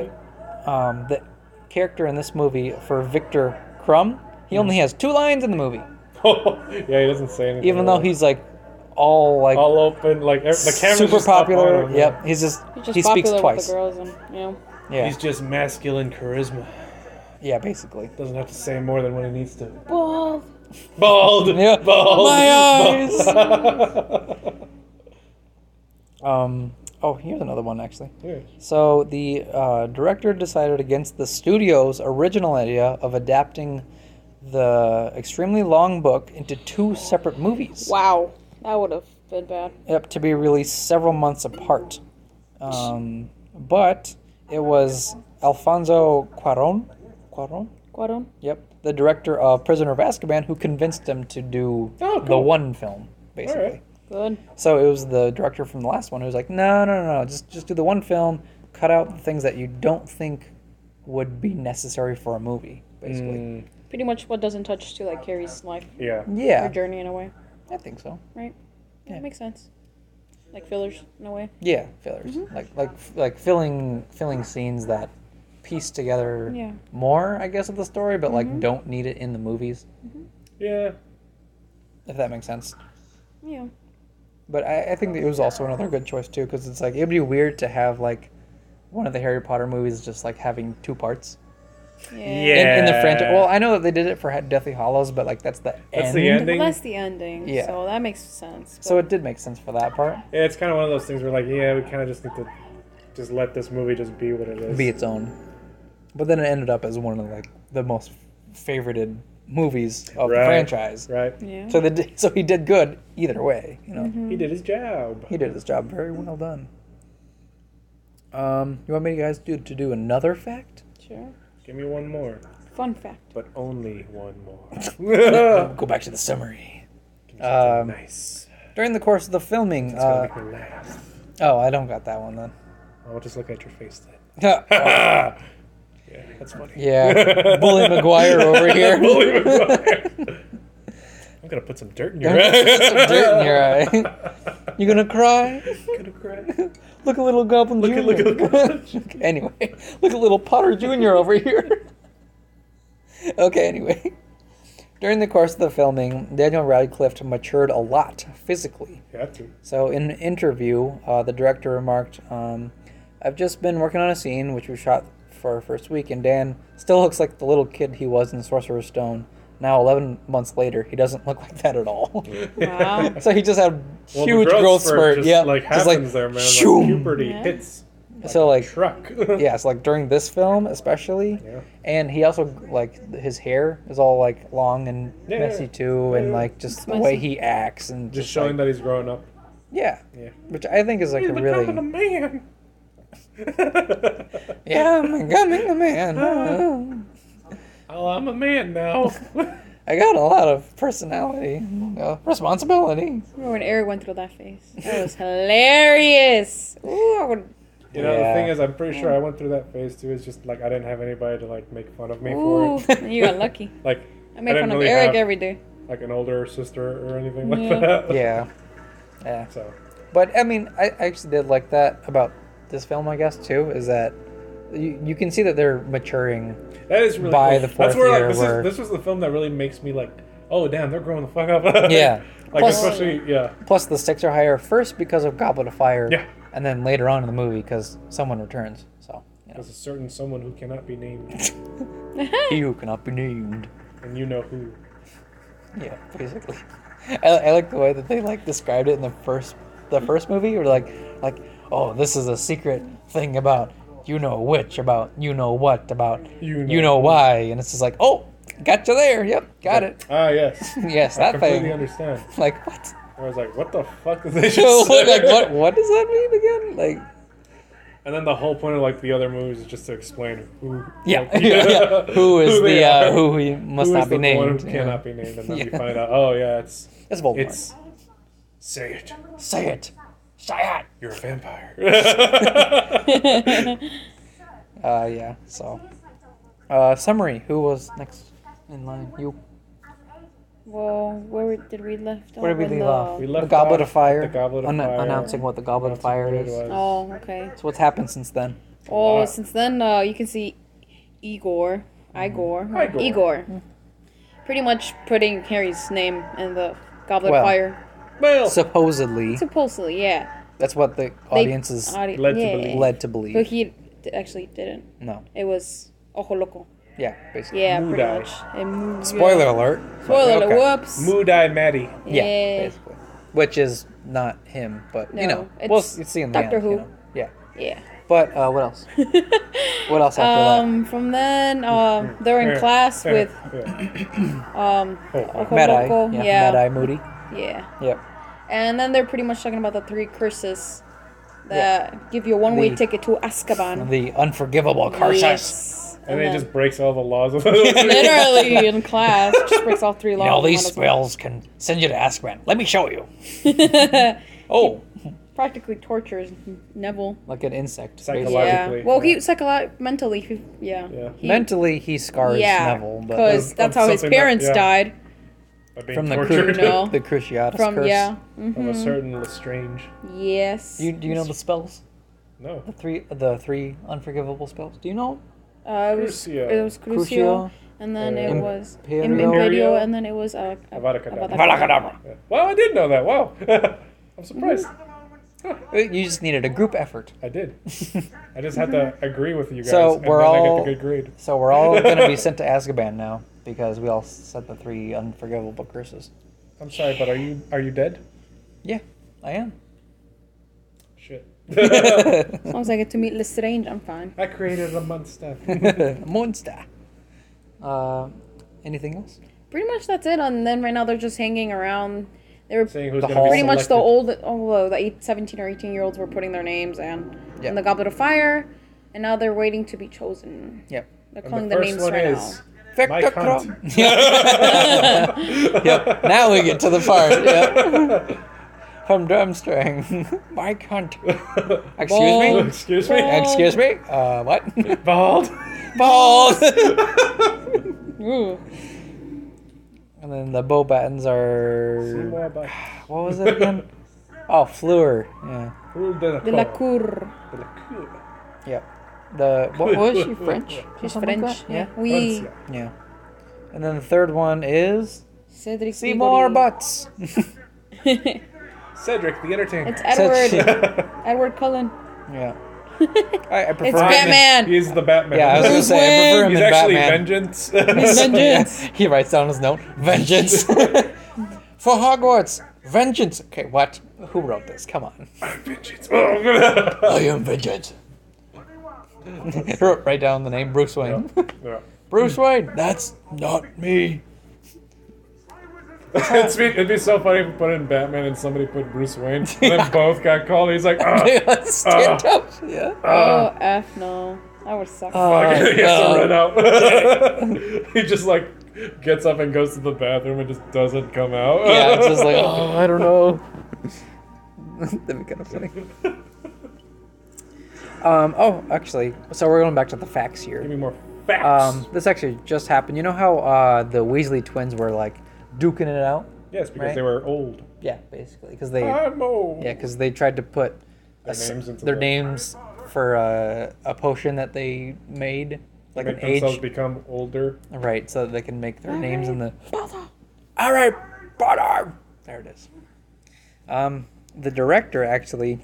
S2: know
S1: um, the character in this movie for Victor Crumb, he only has two lines in the movie,
S2: that. *laughs* yeah, he doesn't say anything.
S1: even though
S2: really.
S1: he's like all like
S2: Oh. all open, like ev- the camera's
S1: super
S2: just up
S1: popular.
S2: on him.
S1: Yep, he's just,
S3: He's just
S1: he
S3: popular
S1: speaks
S3: with
S1: twice.
S3: the girls and you know.
S1: Yeah,
S2: He's just masculine charisma.
S1: yeah, basically.
S2: Doesn't have to say more than what he needs to.
S3: Well,
S2: Bald.
S1: Yeah.
S2: Bald.
S1: My eyes.
S2: Bald.
S1: Um, oh, here's another one actually.
S2: *laughs* Yeah.
S1: So the uh, director decided against the studio's original idea of adapting the extremely long book into two separate movies.
S3: wow, that would have been bad.
S1: Yep, to be released several months apart. Um, but it was Alfonso Cuaron. Cuaron.
S3: Guadon.
S1: Yep, the director of Prisoner of Azkaban, who convinced him to do
S2: Oh,
S1: the
S2: cool.
S1: one film, basically.
S3: Good.
S1: So it was the director from the last one who was like, no, no, no, no, just just do the one film, cut out the things that you don't think would be necessary for a movie, basically.
S2: Mm,
S3: Pretty much what doesn't touch to like Carrie's life
S2: yeah.
S3: her
S1: Yeah,
S3: journey in a way.
S1: I think so.
S3: Yeah,
S1: Yeah.
S3: it makes sense. Like fillers in a way.
S1: Yeah, fillers like like like filling filling scenes that piece together
S3: Yeah.
S1: more, I guess, of the story, but like don't need it in the movies,
S2: Yeah.
S1: if that makes sense.
S3: Yeah.
S1: But I, I think that it was also another good choice too, because it's like it'd be weird to have like one of the Harry Potter movies just like having two parts
S3: Yeah.
S1: in, in the franchise.
S2: Yeah.
S1: Well, I know that they did it for Ha- Deathly Hollows, but like that's the
S2: That's
S1: end.
S2: the end.
S3: Well, that's the ending.
S1: Yeah.
S3: So that makes sense.
S1: So it did make sense for that part.
S2: Yeah, it's kind of one of those things where like, yeah, we kind of just need to just let this movie just be what it is.
S1: be its own. But then it ended up as one of like the most favorited movies of the
S2: Right.
S1: franchise.
S2: right.
S3: yeah.
S1: So the so he did good either way. You know,
S2: He did his job.
S1: he did his job very well done. Um, you want me guys to to do another fact?
S3: sure.
S2: Give me one more,
S3: Fun fact.
S2: but only one *laughs* more.
S1: Go back to the summary.
S2: Give me something
S1: Um,
S2: nice.
S1: During the course of the filming,
S2: It's gonna
S1: uh,
S2: make me laugh.
S1: oh, I don't got that one then.
S2: *laughs* I'll just look at your face
S1: *laughs*
S2: then.
S1: Oh,
S2: yeah, that's funny.
S1: yeah, Bully McGuire
S2: *laughs*
S1: over here. *laughs*
S2: Bully McGuire. I'm gonna put some dirt in your
S1: Put some
S2: eye.
S1: dirt in your
S2: *laughs*
S1: eye. you gonna cry?
S2: Gonna *laughs* cry.
S1: Look at little Goblin
S2: Look
S1: Jr.
S2: at- look at little
S1: *laughs*
S2: Goblin.
S1: anyway, look at little Potter Jr. over here. *laughs* okay, anyway. During the course of the filming, Daniel Radcliffe matured a lot physically.
S2: You have to.
S1: So, in an interview, uh, the director remarked, um, I've just been working on a scene which we shot for our first week, and Dan still looks like the little kid he was in Sorcerer's Stone. Now, 11 months later, he doesn't look like that at all.
S3: Wow.
S1: so, he just had
S2: *laughs* Well, the
S1: huge growth, spurt.
S2: just
S1: yeah,
S2: like
S1: just
S2: happens
S1: like,
S2: there, man.
S1: shoom.
S2: Like, puberty
S3: Yeah.
S2: hits
S1: so, like,
S2: truck. *laughs*
S1: yeah, so like during this film especially,
S2: Yeah.
S1: and he also like his hair is all like long and
S2: Yeah,
S1: messy
S2: yeah.
S1: too, and
S2: Yeah.
S1: like just the
S3: messy.
S1: way he acts and
S2: Just
S1: just,
S2: showing
S1: like,
S2: that he's growing up.
S1: yeah,
S2: Yeah.
S1: which I think is like
S2: He's
S1: a really *laughs*
S2: becoming a man.
S1: yeah,
S3: Oh
S1: I'm becoming a
S2: *laughs*
S1: man.
S2: oh, I'm a man now. *laughs*
S1: I got a lot of personality, uh, responsibility.
S3: remember when Eric went through that phase? *laughs* That was hilarious. Ooh, I would.
S2: you know,
S1: Yeah.
S2: the thing is, I'm pretty sure I went through that phase too. It's just like I didn't have anybody to like make fun of me
S3: Ooh,
S2: for it.
S3: you got lucky.
S2: Like
S3: I made
S2: I
S3: fun
S2: didn't
S3: of
S2: really
S3: Eric
S2: have-
S3: every day.
S2: like an older sister or anything like
S3: Yeah.
S2: that. *laughs*
S1: Yeah, yeah.
S2: So
S1: But I mean, I I actually did like that about this film, I guess too, is that you, you can see that they're maturing.
S2: that is really
S1: By
S2: cool.
S1: the fourth
S2: That's where
S1: year,
S2: like this
S1: where-
S2: is this was the film that really makes me like, oh damn, they're growing the fuck up. *laughs*
S1: Yeah.
S2: like
S1: Plus-
S2: especially yeah.
S1: Plus, the stakes are higher first because of Goblet of Fire,
S2: Yeah.
S1: and then later on in the movie because someone returns. So, you know, *laughs*
S2: There's a certain someone who cannot be named,
S1: he who cannot be named.
S2: and you know who.
S1: Yeah, basically. *laughs* I, I like the way that they like described it in the first the first movie, or like like oh, this is a secret thing about you know which, about you know what, about
S2: You know
S1: why, and it's just like oh, got you there. Yep, got it.
S2: Ah yes.
S1: Yes,
S2: I
S1: that
S2: completely
S1: thing.
S2: understand.
S1: *laughs* Like what? *laughs*
S2: I was like, what the fuck did they just say? *laughs*
S1: like what? What does that mean again? Like.
S2: And then the whole point of like the other movies is just to explain who.
S1: Yeah, *laughs* yeah, yeah. Who is
S2: they
S1: the uh,
S2: *laughs* are.
S1: who he must
S2: Who
S1: not
S2: is
S1: be
S2: the
S1: named?
S2: One who
S1: yeah.
S2: cannot be named, and then you
S1: *laughs* Yeah.
S2: find out. Oh yeah, it's
S1: It's Voldemort.
S2: it's. Say it.
S1: Say it. Say it.
S2: You're a *laughs* vampire.
S1: Uh, yeah. So, uh, summary. Who was next in line? You.
S3: Well, where we- did we left off?
S1: Where did we
S3: When
S1: leave
S3: the-
S1: off?
S2: We left
S1: the Goblet
S2: off
S1: of Fire.
S2: the Goblet of
S1: An-
S2: Fire.
S1: Announcing what the Goblet of Fire
S2: What it
S1: is.
S2: was.
S3: Oh, okay.
S1: So what's happened since then?
S3: Well,
S2: lot.
S3: since then, uh, you can see Igor, Igor,
S2: Igor.
S3: Igor, pretty much putting Harry's name in the Goblet
S1: Well.
S3: of Fire.
S2: Well,
S1: Supposedly,
S3: Supposedly, yeah.
S1: that's what the
S3: They-
S1: audience is
S3: audi-
S2: led to
S3: yeah.
S2: believe.
S1: led to
S3: But
S1: believe.
S3: he d- actually didn't.
S1: No.
S3: It was Ojo Loco.
S1: Yeah. Basically.
S3: Yeah,
S2: Mood
S3: pretty
S2: Eye.
S3: much. And Mood-
S1: Spoiler alert.
S3: Spoiler
S1: Okay.
S3: alert. Whoops.
S2: Mood Eye Maddie.
S1: Yeah.
S3: Yeah.
S1: Basically. Which is not him, but you
S3: No,
S1: know, we'll
S3: it's
S1: s- see in the
S3: Doctor
S1: end, you
S3: Who.
S1: know. Yeah.
S3: Yeah.
S1: But uh, what else? what else after
S3: Um. From then, um, they're in
S2: Yeah,
S3: class
S2: yeah,
S3: with
S2: yeah.
S3: um
S2: Oh,
S1: that? Mad Eye.
S3: Loco.
S1: Yeah.
S3: Yeah.
S1: Mad Eye Moody.
S3: Yeah.
S1: Yep.
S3: And then they're pretty much talking about the three curses that give you a one-way
S1: The-
S3: ticket to Azkaban.
S1: The unforgivable curses.
S3: Yes.
S2: and then it
S6: then-
S2: just breaks all the laws of *laughs* the
S6: Literally in class, just breaks all
S1: *laughs*
S6: three laws.
S1: all these
S6: in one
S1: spells can send you to Azkaban. Let me show you.
S6: as
S3: *laughs*
S6: well.
S1: Oh,
S6: Practically tortures Neville.
S1: like an insect.
S2: Psychological. Logically,
S6: yeah. Well,
S2: yeah.
S6: he psychologically, mentally, he, yeah.
S2: Yeah.
S6: He-
S1: Mentally, he scars
S6: Yeah,
S1: Neville, but
S6: because
S2: Of-
S6: that's
S2: of
S6: how his
S2: something that-
S6: parents
S2: yeah.
S6: died
S1: from the
S2: crew,
S1: cru-
S2: *laughs*
S6: You know?
S1: the Cruciatus
S6: from.
S1: curse.
S6: Yeah. Mm-hmm.
S2: from a
S3: Mm.
S2: certain Lestrange.
S6: Yes.
S1: Do you, do you know the spells?
S2: No,
S1: The three, the three unforgivable spells. Do you know?
S6: Uh, it was
S2: Crucio.
S6: it was Crucio, and then it
S2: Uh,
S6: was
S1: Imperio.
S6: Imperio, and then it was uh, uh,
S2: Avada Kedavra.
S6: Avada
S1: Abracadabra.
S2: Yeah. Wow, I did know that. Wow, *laughs* I'm surprised.
S1: Uh, You just needed a group effort.
S2: I did.
S1: *laughs*
S2: I just had
S3: Mm-hmm.
S2: to agree with you guys,
S1: So,
S2: and
S1: we're
S2: then I
S1: all-
S2: get the good grade.
S1: So we're all going to be sent to *laughs* Azkaban now because we all said the three unforgivable curses.
S2: I'm sorry, but are you are you dead?
S1: Yeah, I *laughs* am.
S2: Shit.
S6: As long as I get to meet Lestrange, I'm fine.
S2: I created
S1: *laughs*
S2: a monster.
S1: Monster. Uh, anything else?
S6: Pretty much that's it. And then right now they're just hanging around. They were
S2: Saying who's
S1: The
S2: gonna
S1: whole-
S2: be
S6: pretty much the
S2: selected.
S6: old, although the eight, 17 or 18 year olds were putting their names in,
S1: Yeah.
S6: in the Goblet of Fire, and now they're waiting to be chosen.
S1: Yep.
S6: They're
S2: And
S6: calling
S2: the
S6: the
S2: first
S6: names
S2: one
S6: right
S2: is
S1: Victor
S2: Mike
S1: Krum. *laughs*
S2: Hunt.
S1: yep. Now we get to the part. Yep.
S2: *laughs*
S1: From Drumstring. *laughs* Mike Hunt. Excuse me?
S2: Excuse me.
S1: Excuse me? Uh, what?
S2: Bald.
S1: *laughs* Balls! *laughs* and *laughs*
S6: now. Ooh.
S1: then the bow buttons are. *laughs*
S2: Who
S1: What was it again? Oh, Fleur. Yeah.
S2: did
S6: De la Cour.
S1: Yep. The *laughs* what was Oh, she French?
S6: She's
S1: Something like
S6: French.
S1: that? Yeah.
S6: We.
S2: Francia.
S1: Yeah. And then the third one is
S6: Cedric.
S1: Seymour
S6: Diggory.
S1: Butts. *laughs*
S2: Cedric the
S6: *laughs*
S2: Entertainer. *laughs*
S6: it's Edward.
S2: It's
S6: Edward
S1: *laughs*
S6: Cullen.
S1: yeah. I, I prefer
S6: It's Batman.
S2: He's the Batman.
S1: Yeah, I was gonna
S6: Bruce
S1: say
S6: Wayne.
S1: I prefer him
S2: He's
S1: in
S2: actually
S1: Batman.
S6: *laughs*
S2: vengeance. *laughs*
S6: Vengeance.
S1: *laughs* Yeah, he writes down his note. *laughs* Vengeance. For Hogwarts. Vengeance. Okay, what? Who wrote this? Come on.
S2: vengeance. Oh, I'm gonna-
S1: I am vengeance. *laughs* Wrote right down the name Bruce Wayne.
S2: Yeah.
S1: *laughs*
S2: *laughs*
S1: Bruce Wayne. That's not me. *laughs*
S2: It's be, it'd be so funny if we put in Batman and somebody put Bruce Wayne, and then both got called.
S1: *laughs*
S2: He's like, oh,
S1: Stand up. Yeah.
S6: Oh, F no. That would suck.
S2: he has
S1: Uh,
S2: to
S1: *laughs*
S2: run out. *laughs* he just like gets up and goes to the bathroom and just doesn't come out.
S1: yeah, it's just *laughs* like, oh, I don't know. *laughs* That'd be kind of funny. Um, oh, actually, so we're going back to the facts
S2: *laughs* Give
S1: here.
S2: me more facts.
S1: Um, this actually just happened. You know how uh, the Weasley twins were like duking it out?
S2: yes, because
S1: right.
S2: they were old.
S1: Yeah, basically, because they
S2: I'm old.
S1: yeah, because they tried to put a s-
S2: names into
S1: their
S2: the-
S1: names for uh, a potion that they made, like
S2: Make
S1: an age,
S2: themselves become older.
S1: right? So that they can make their names in the. All right, Potter. There it is. Um, the director actually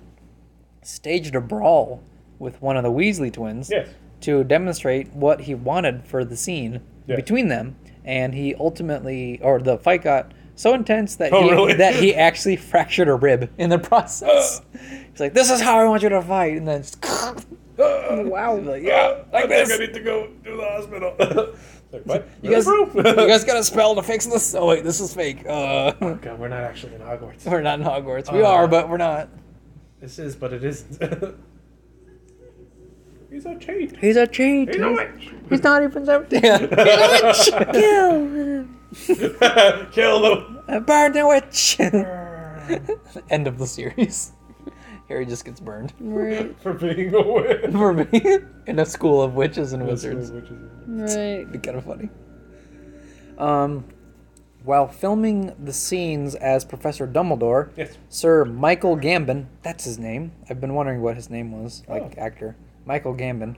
S1: staged a brawl with one of the Weasley twins
S2: Yes.
S1: to demonstrate what he wanted for the scene
S2: Yeah.
S1: between them, and he ultimately, or the fight got so intense that
S2: Oh,
S1: he
S2: really?
S1: that he actually *laughs* fractured a rib in the
S2: *gasps*
S1: process. He's like, "This is how I want you to fight," and then *laughs* just, wow, like, yeah, like
S2: Ah, I think
S1: this.
S2: I need to go to the hospital. *laughs* It's like, what?
S1: You guys,
S2: Really,
S1: you
S2: bro? *laughs*
S1: guys got a spell to fix this? Oh wait, this is fake. Uh, *laughs*
S2: God, we're not actually in Hogwarts.
S1: we're not in Hogwarts. We
S2: Uh.
S1: are, but we're not.
S2: This is, but it isn't. *laughs* He's a cheat.
S1: He's a cheat.
S2: He's a witch.
S1: He's *laughs* not even seventeen. *laughs* Kill him.
S2: Kill them.
S1: Burn the witch. *laughs* End of the series. *laughs* Harry just gets burned *laughs*
S6: right.
S2: For being a witch.
S1: for me *laughs* in a school of witches and wizards.
S2: Witches.
S6: Right.
S1: It'd be kind of funny. Um, while filming the scenes as Professor Dumbledore,
S2: Yes.
S1: Sir Michael Gambon, that's his name. I've been wondering what his name was, like
S2: Oh.
S1: actor. Michael Gambon.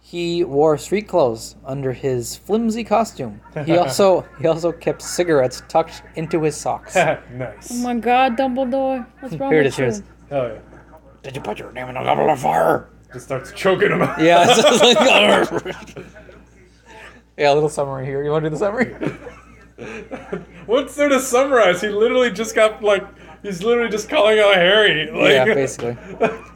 S1: He wore street clothes under his flimsy costume. *laughs* He also he also kept cigarettes tucked into his socks. *laughs* Here
S2: *laughs* nice.
S6: Oh my God, Dumbledore. What's wrong
S1: it
S6: with
S1: is. Here it is.
S6: you?
S2: Hell yeah.
S1: Did you put your name in a level of fire?
S2: Just starts choking him out.
S1: Yeah. it's just
S2: *laughs*
S1: like- yeah. A little summary here. You want to do the summary? *laughs*
S2: *laughs* What's there to summarize? He literally just got like. He's literally just calling out Harry. Like,
S1: yeah, basically.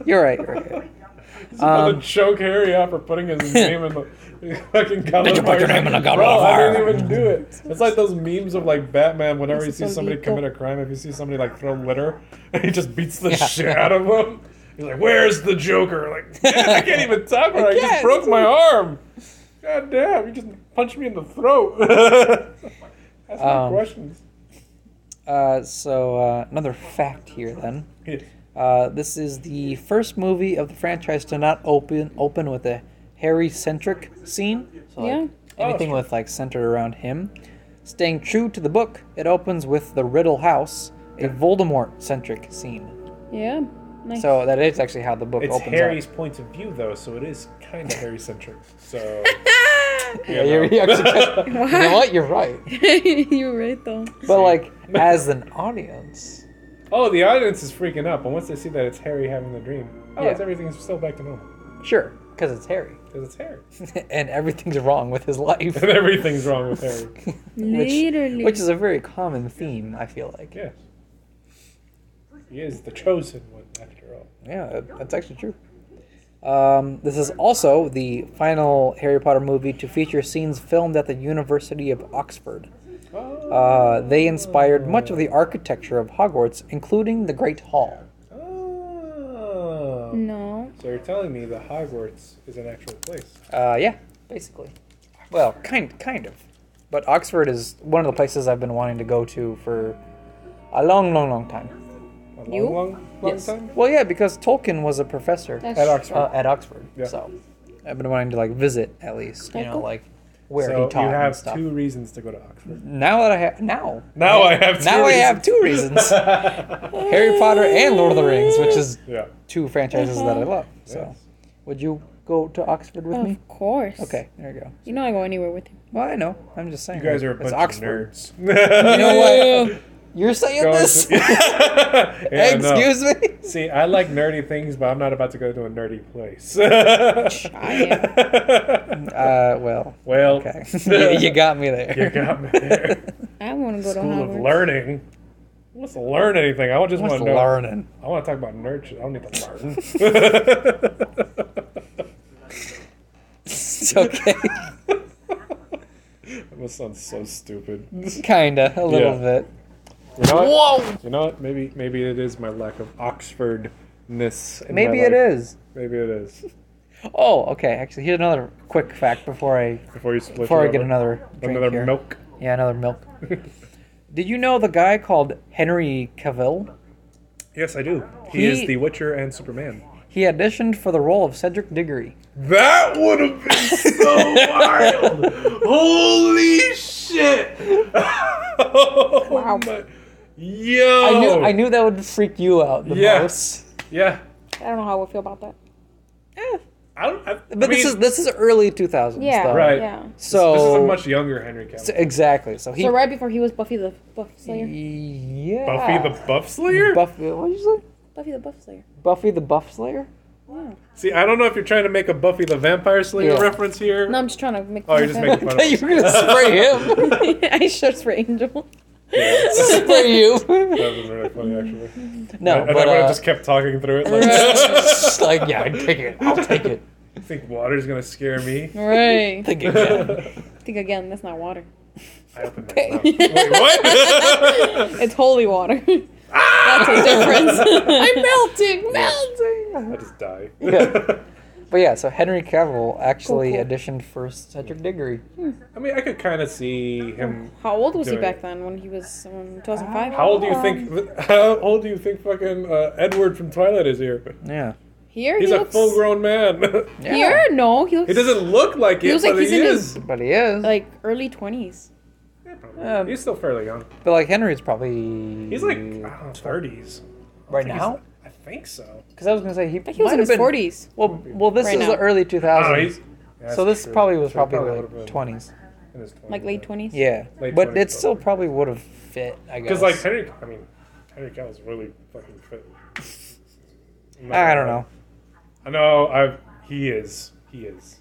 S1: You're right. You're right.
S2: *laughs* he's about
S1: Um,
S2: to choke Harry out for
S1: *laughs*
S2: putting his name in the fucking
S1: Did
S2: goblet.
S1: you
S2: of
S1: put your
S2: fire.
S1: name in a goblet
S2: Bro,
S1: of
S2: I
S1: fire?
S2: didn't even do it. It's like those memes of like Batman. Whenever you see
S6: so
S2: somebody
S6: lethal.
S2: *laughs* commit a crime, if you see somebody like throw litter, he just beats the shit out of them. He's like, "Where's the Joker?" Like, *laughs* "Man, I can't even talk right. I, just
S6: can't.
S2: broke my arm. God damn! You just punched me in the throat. *laughs* Ask me
S1: Um,
S2: questions.
S1: Uh, so uh, another fact here then. Uh, this is the first movie of the franchise to not open open with a Harry centric scene. So like,
S2: Oh,
S1: anything with like centered around him. Staying true to the book, it opens with the Riddle House, a Voldemort centric scene.
S6: Yeah. Nice. *laughs*
S1: So that is actually how the book
S2: It's
S1: opens.
S2: Harry's point of view, though, so it is kind of Harry centric. So,
S1: Up. *laughs* Yeah,
S2: *laughs*
S1: you're, you actually,
S6: *laughs*
S1: you know what? You're right.
S6: You're right though.
S1: But
S2: *laughs*
S1: like as an audience,
S2: oh, the audience is freaking out, but once they see that it's Harry having the dream, oh, it's
S1: Yeah.
S2: everything's still back to normal
S1: sure, because it's Harry, *laughs*
S2: because it's Harry, *laughs*
S1: and everything's wrong with his life,
S2: and everything's wrong with Harry.
S1: *laughs*
S6: *laughs*
S1: which,
S6: Literally.
S1: which is a very common theme. I feel like.
S2: Yes, he is the chosen one after all.
S1: Yeah, that- that's actually true. Um, this is also the final Harry Potter movie to feature scenes filmed at the University of Oxford. Uh, they inspired much of the architecture of Hogwarts, including the Great Hall.
S2: Oh.
S6: no.
S2: So you're telling me that Hogwarts is an actual place?
S1: Uh, yeah, basically. Well, kind kind of, but Oxford is one of the places I've been wanting to go to for a long, long, long time.
S2: A long,
S6: You?
S2: long, long
S1: Yes.
S2: time?
S1: Well, yeah, because Tolkien was a professor.
S2: At Oxford.
S1: uh, at Oxford.
S2: Yeah.
S1: So I've been wanting to like visit at least, you know,
S6: cool.
S1: like where
S2: so
S1: he taught
S2: you
S1: and
S2: have
S1: stuff.
S2: two reasons to go to Oxford.
S1: Now that I have now,
S2: Now I have two
S1: now I have two reasons:
S2: *laughs*
S1: Harry Potter and Lord of the Rings, which is
S2: yeah.
S1: two franchises that I love. So,
S2: Yes.
S1: would you go to Oxford with me?
S6: Uh-huh. Of course.
S1: Okay, there you go.
S6: You know I go anywhere with you.
S1: Well, I know. I'm just saying.
S2: You guys are a
S1: it's
S2: bunch
S1: Oxford.
S2: of nerds.
S1: You
S2: *laughs*
S1: *laughs* know what? You're saying
S2: Going
S1: this?
S2: to- *laughs* Yeah, no.
S1: Excuse me.
S2: See, I like nerdy things, but I'm not about to go to a nerdy place. *laughs*
S1: Uh, well,
S2: well, *laughs*
S1: okay. *laughs* you, you got me there.
S2: you got me
S1: *laughs*
S2: there.
S6: I want to go to
S2: School of
S6: Hogwarts.
S2: learning. Who wants to learn anything? I just
S1: What's
S2: want to know.
S1: learning?
S2: I want to talk about nerd shit. I don't need to
S1: *laughs*
S2: *laughs*
S1: It's okay. *laughs*
S2: learn. this sounds so stupid. You
S1: Kinda, a little bit.
S2: know what?
S1: Whoa!
S2: You know what? Maybe maybe it is my lack of Oxfordness. in my
S1: Maybe it
S2: life.
S1: is.
S2: Maybe it is.
S1: Oh, okay. Actually, here's another quick fact before I
S2: Before you split
S1: before
S2: it
S1: I get
S2: over.
S1: another drink
S2: another
S1: here.
S2: milk.
S1: Yeah, another
S2: *laughs*
S1: milk. Did you know the guy called Henry Cavill?
S2: Yes, I do. He,
S1: He-
S2: is the Witcher and Superman.
S1: He auditioned for the role of Cedric Diggory.
S2: That would have been
S1: *laughs*
S2: so wild. Holy shit! *laughs* wow. Yo.
S1: I knew I knew that would freak you out the
S2: Yeah.
S1: most.
S2: Yeah.
S6: I don't know how I would feel about that.
S2: I don't. I,
S1: But this is this is early 2000s
S6: Yeah.
S1: though.
S2: Right.
S6: Yeah.
S1: So
S2: this is a much younger Henry Cavill.
S1: so- exactly. So he
S6: So right before he was Buffy the Buff Slayer.
S1: yeah.
S2: Buffy the Buff Slayer.
S1: Buffy what did you say?
S6: Buffy the Buff Slayer.
S1: Buffy the Buff
S2: *laughs*
S1: Slayer?
S2: See, I don't know if you're trying to make a Buffy the Vampire Slayer
S1: Yeah.
S2: reference here.
S6: No, I'm just trying to make.
S2: Oh, you're just making fun
S1: *laughs*
S2: of
S1: you were gonna spray him.
S6: *laughs* I shirts for Angel. *laughs*
S1: spray *laughs* you.
S2: *laughs* That was really funny, actually.
S1: No,
S2: And I
S1: but
S2: would have
S1: uh, *laughs*
S2: just kept talking through it. Like, *laughs*
S1: like yeah, I'd take it. I'll take it.
S2: I think water's gonna scare me.
S6: Right.
S1: Think again.
S2: *laughs*
S6: Think again. That's not water.
S2: I opened my
S1: *laughs*
S2: mouth. *laughs* Wait,
S6: *laughs*
S2: what? *laughs*
S6: It's holy water.
S2: Ah!
S6: That's a difference. *laughs* I'm melting, melting.
S2: I just die.
S1: *laughs* Yeah. But yeah, so Henry Cavill actually
S6: Cool, cool.
S1: auditioned for Cedric Diggory.
S2: *laughs* I mean, I could kind of see him.
S6: How old was he
S2: Doing
S6: back
S2: it.
S6: then? When he was um, 2005?
S2: How old do you think?
S6: Um,
S2: *laughs* How old do you think fucking uh, Edward from Twilight is here?
S1: Yeah.
S6: Here
S2: He's
S6: he
S2: a
S6: looks.
S2: full-grown
S1: *laughs*
S2: man.
S1: Yeah.
S6: Here? No, he looks.
S2: he doesn't look like it,
S6: looks
S2: but
S6: like he's
S2: he
S6: in
S2: is.
S6: his-
S1: But he is.
S6: like early 20s.
S2: Yeah, probably.
S6: uh,
S1: Um,
S2: he's still fairly young.
S1: but like Henry's probably
S2: He's like I
S1: Mm.
S2: don't know, 30s.
S1: right
S2: He's-
S1: now.
S2: I think so.
S1: Because I was gonna say he,
S6: I think he was
S1: might
S6: in
S1: have
S6: his
S1: been,
S6: 40s.
S1: Well, well, this
S6: Right
S1: is
S6: now.
S1: the early
S2: I don't know,
S1: 2000s.
S2: he's- yeah,
S1: so
S2: that's
S1: this
S2: true.
S1: probably was
S2: So
S1: probably,
S2: would've been
S1: like 20s,
S2: in his 20s.
S6: Like late 20s?
S1: yeah.
S2: Late
S1: but
S2: 20s,
S1: it still probably
S2: probably.
S1: would have fit, I guess.
S2: Because like Henry, I mean, Henry Cavill's really fucking fit. I'm
S1: *laughs*
S2: not
S1: I
S2: gonna
S1: don't
S2: lie.
S1: know,
S2: I know. I he is. He is.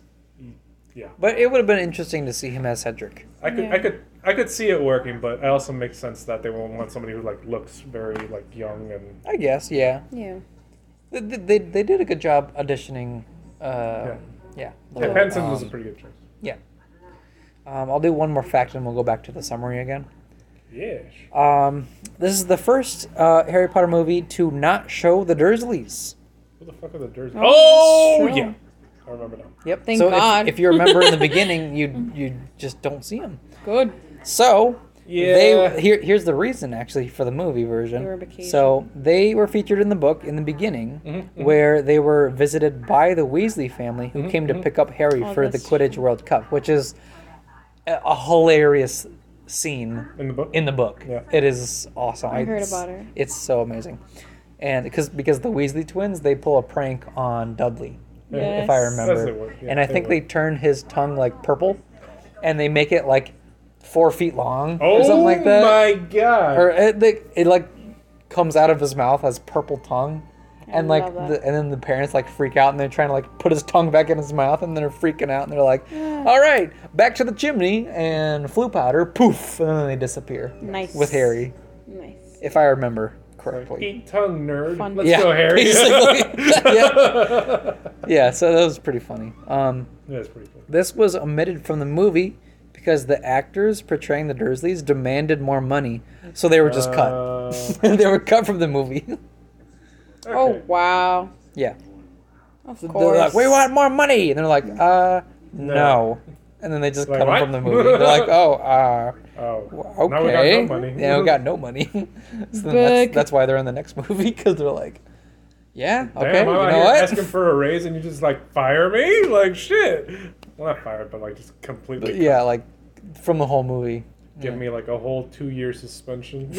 S1: but it would have been interesting to see him as Cedric.
S2: I could, I could, I could see it working, but it also makes sense that they won't want somebody who like looks very like young and
S1: I guess, yeah.
S6: Yeah.
S1: They they, they, they did a good job auditioning. Uh, yeah.
S2: yeah,
S1: The- um,
S2: Benson was a pretty good choice.
S1: yeah. Um, I'll do one more fact and we'll go back to the summary again.
S2: Yeah, sure.
S1: Um, this is the first uh, Harry Potter movie to not show the Dursleys.
S2: What the fuck are the dirty?
S6: Oh,
S2: Oh,
S6: that's true.
S2: yeah. I remember now.
S1: Yep.
S6: Thank
S1: so if-
S6: God.
S1: If, you
S6: *laughs*
S1: remember in the beginning, you you just don't see them.
S6: Good.
S1: So
S2: Yeah.
S1: they here here's the reason actually for the movie version.
S6: They were vacation.
S1: So they were featured in the book in the beginning, where they were visited by the Weasley family who came to pick up Harry
S6: Oh,
S1: for the
S6: that's
S1: Quidditch World Cup, which is a, a hilarious scene
S2: In the book.
S1: in the book.
S2: Yeah.
S1: It is awesome. I
S6: heard
S1: it's-
S6: about her.
S1: It's so amazing. And because because the Weasley twins, they pull a prank on Dudley,
S6: Yes.
S1: if I remember.
S2: That's the word, yeah,
S1: and I
S2: they
S1: think
S2: would.
S1: they turn his tongue like purple, and they make it like four feet long or
S2: oh
S1: something like that.
S2: my god.
S1: Or it, they, it like comes out of his mouth as purple tongue. And like,
S6: love
S1: the, and then the parents like freak out, and they're trying to like put his tongue back in his mouth, and they're freaking out, and they're like, "All right, back to the chimney and flu powder, poof!" And then they disappear
S6: Nice.
S1: with Harry,
S6: Nice.
S1: if I remember correctly.
S2: Eat tongue, nerd.
S6: Fun.
S2: Let's
S1: Yeah,
S2: go, Harry. *laughs*
S1: basically. *laughs*
S2: yeah.
S1: Yeah, so that was pretty funny. Um,
S2: That's pretty cool.
S1: this was omitted from the movie because the actors portraying the Dursleys demanded more money, so they were just
S2: Uh,
S1: cut. *laughs* they were cut from the movie. *laughs*
S6: Oh wow.
S1: yeah,
S6: Of
S1: they're like,
S6: course.
S1: "We want more money," and they're like, "Uh, no." And then they just
S2: Like,
S1: cut 'em
S2: what?
S1: cut them from the movie. They're like, "Oh, uh,
S2: Oh.
S1: okay."
S2: Now we got no money.
S1: *laughs* Yeah, we got no money. so then
S6: Book.
S1: that's, that's why they're in the next *laughs* movie because they're like, "Yeah, okay,
S2: Damn, I'm
S1: you
S2: out
S1: know
S2: here
S1: what?"
S2: asking for a raise and you just like fire me? Like shit. Well, not fired, but like just completely cut.
S1: yeah, like from the whole movie.
S2: give me like a whole two year suspension.
S1: *laughs*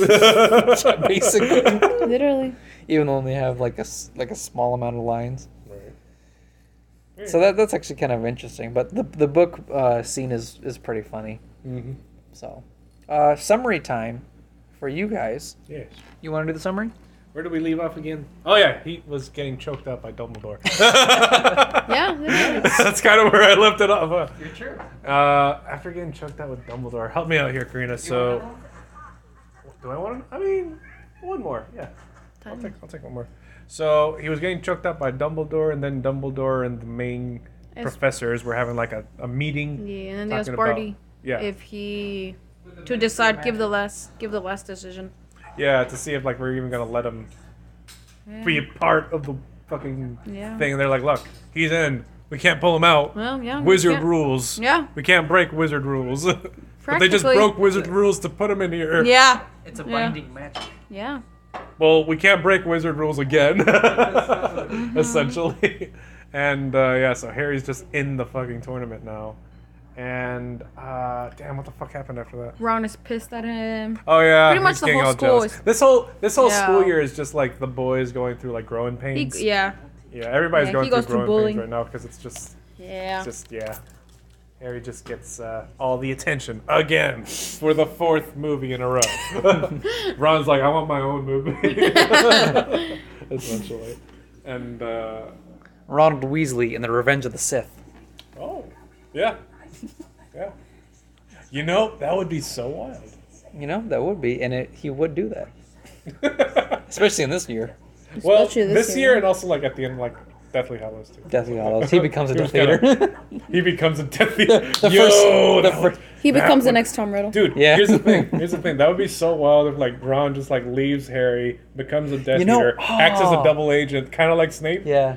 S1: Basically.
S6: Literally.
S1: even though they have like a s- like a small amount of lines.
S2: Right.
S1: So that that's actually kind of interesting. But the the book uh, scene is is pretty funny.
S2: Mm-hmm.
S1: So uh, summary time for you guys.
S2: Yes.
S1: You want to do the summary?
S2: Where do we leave off again? Oh yeah, he was getting choked up by *laughs* Dumbledore.
S6: Yeah, that
S2: *laughs* that's kind of where I left it off.
S1: You're true.
S2: Uh, after getting choked out with Dumbledore, help me out here, Karina. So, do I want? to? I mean, one more. Yeah, I'll take. I'll take one more. So he was getting choked up by Dumbledore, and then Dumbledore and the main
S3: As-
S2: professors were having like a, a meeting.
S3: Yeah, and then they asked
S2: Talking about-
S3: Barty
S2: Yeah,
S3: if he to decide give the last give the last decision.
S2: yeah, to see if like we're even gonna let him be a part of the fucking
S3: Yeah.
S2: thing. And they're like, look, he's in. We can't pull him out.
S3: Well, yeah. you
S2: Wizard
S3: can't-
S2: rules.
S3: Yeah.
S2: We can't break wizard rules. *laughs* but they just
S3: Practically-
S2: broke wizard rules to put him in here.
S3: Yeah.
S1: It's a
S3: Yeah.
S1: binding match.
S3: Yeah.
S2: Well, we can't break wizard rules again, *laughs* essentially. And uh, yeah, so Harry's just in the fucking tournament now. And uh, damn, what the fuck happened after that?
S3: Ron is pissed at him.
S2: Oh yeah,
S3: Pretty much
S2: he's
S3: the
S2: getting
S3: whole
S2: all
S3: school
S2: jealous.
S3: is-
S2: This whole this whole
S3: Yeah.
S2: school year is just like the boys going through like growing
S3: He,
S2: pains.
S3: yeah.
S2: Yeah, everybody's
S3: Yeah,
S2: going
S3: he
S2: through
S3: goes through
S2: growing
S3: bullying.
S2: pains right now because it's just
S3: Yeah.
S2: just yeah. Harry just gets uh, all the attention again for the fourth movie in a row. *laughs* Ron's like, I want my own movie, *laughs* essentially. And uh,
S1: Ronald Weasley in the Revenge of the Sith.
S2: oh, yeah, yeah. You know that would be so wild. *laughs*
S1: You know that would be, and it, he would do that, especially in this year.
S2: well,
S6: Especially
S2: this,
S6: this
S2: year.
S6: year.
S2: and also like at the end, like Deathly Hallows too.
S1: Deathly Hallows. He becomes a
S2: *laughs* He was
S1: Death Eater.
S2: He becomes a Death Eater.
S1: *laughs* The
S2: *laughs* Yo,
S1: first- the
S2: that
S1: first-
S6: He
S2: That
S6: becomes the
S2: would-
S6: next Tom Riddle.
S2: Dude,
S1: Yeah.
S2: here's
S1: *laughs*
S2: the thing. Here's the thing. That would be so wild if like Ron just like leaves Harry, becomes a Death
S1: You know-
S2: Eater, acts as a
S1: Oh.
S2: double agent, kind of like Snape.
S1: yeah.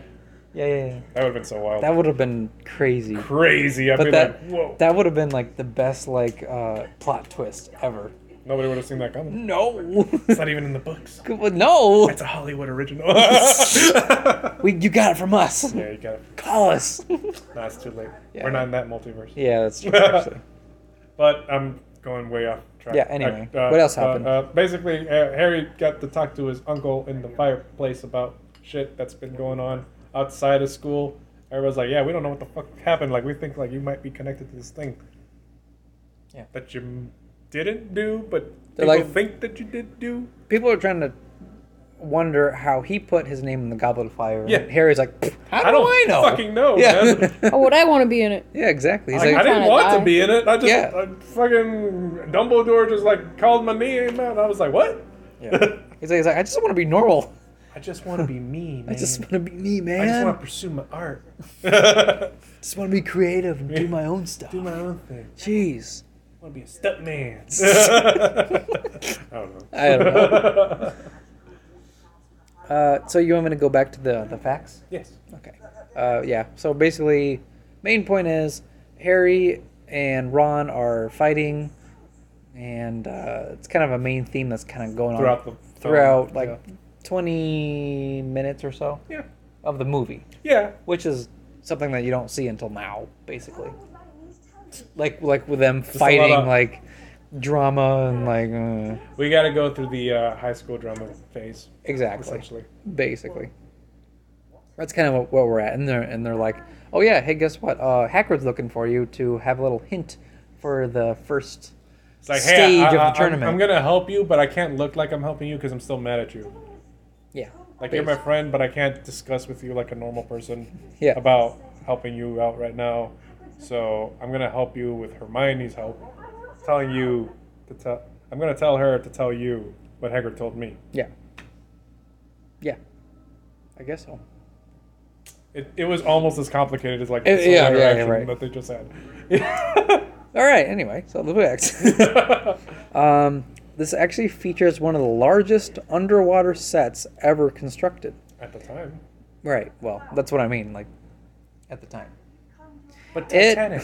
S1: Yeah, yeah, yeah.
S2: That would have been so wild.
S1: That would have been crazy.
S2: *laughs* Crazy. I'd
S1: But
S2: be
S1: that
S2: like, whoa.
S1: that would have been like the best like uh, plot twist ever.
S2: Nobody would have seen that coming.
S1: Mm. *laughs* No,
S2: It's not even in the books.
S1: no.
S2: It's a Hollywood original.
S1: *laughs*
S2: *laughs* yeah,
S1: We you got it from us.
S2: you got it.
S1: Call us.
S2: Nah, it's too late.
S1: Yeah.
S2: We're not in that multiverse.
S1: *laughs* yeah, that's
S2: *laughs*
S1: true. Actually.
S2: But I'm going way off track.
S1: Yeah, anyway. What else happened?
S2: Uh, basically, uh, Harry got to talk to his uncle in the fireplace about shit that's been going on outside of school. Everybody's like, "Yeah, we don't know what the fuck happened. Like, we think like you might be connected to this thing."
S1: Yeah.
S2: That you didn't do, but
S1: They're
S2: people
S1: like-
S2: think that you did do.
S1: People are trying to wonder how he put his name in the Goblet of Fire.
S2: Yeah.
S1: And Harry's like, "Pff, how do I, know?
S2: fucking
S1: *laughs*
S2: know,
S1: yeah.
S2: man.
S6: Oh, would I want to be in it?
S1: yeah, exactly. He's
S2: Like, I
S1: like,
S2: didn't
S6: kinda
S2: want to
S6: die.
S2: be in it. I just
S1: Yeah.
S2: I fucking Dumbledore just like called my name out. I was like, "What?"
S1: Yeah. he's like, he's like, I just want to be normal.
S2: I just want to be me, man.
S1: *laughs* I just want to be me, man.
S2: Mm. I just want to pursue my art. *laughs* do
S1: to be creative and do my own stuff.
S2: my own thing.
S1: Jeez.
S2: I want to be a step *laughs* man. I don't know.
S1: I don't know. Uh, so you want me to go back to the the facts?
S2: *laughs* Yes.
S1: Okay. Uh, yeah. So basically, main point is Harry and Ron are fighting, and uh, it's kind of a main theme that's kind of going
S2: Throughout
S1: on
S2: the film,
S1: throughout like
S2: yeah.
S1: 20 minutes or so
S2: yeah,
S1: of the movie,
S2: yeah,
S1: which is something that you don't see until now, basically. Like like with them
S2: a lot
S1: fighting,
S2: of-
S1: like drama and like uh,
S2: we got to go through the uh, high school drama phase
S1: exactly.
S2: essentially.
S1: basically. That's kind of what, what we're at, and they're and they're like, oh yeah, hey, guess what? Uh, Hagrid's looking for you to have a little hint for the first.
S2: It's like,
S1: Stage
S2: hey, I,
S1: of the
S2: I, I'm-
S1: tournament.
S2: I'm, gonna help you, but I can't look like I'm helping you because I'm still mad at you.
S1: Yeah,
S2: Like you're my friend, but I can't discuss with you like a normal person
S1: Yeah.
S2: about helping you out right now. So I'm gonna help you with Hermione's help, telling you to tell. I'm gonna tell her to tell you what Hagrid told me.
S1: yeah, yeah. I guess so.
S2: It, it was almost as complicated as like
S1: It-
S2: this whole
S1: Uh, yeah, yeah, yeah, right.
S2: interaction that they just
S1: *laughs*
S2: had. *laughs*
S1: All right. Anyway, so the facts. um, this actually features one of the largest underwater sets ever constructed.
S2: At the time,
S1: Right. Well, that's what I mean. Like, at the time.
S2: but
S1: It- *laughs*
S2: Titanic.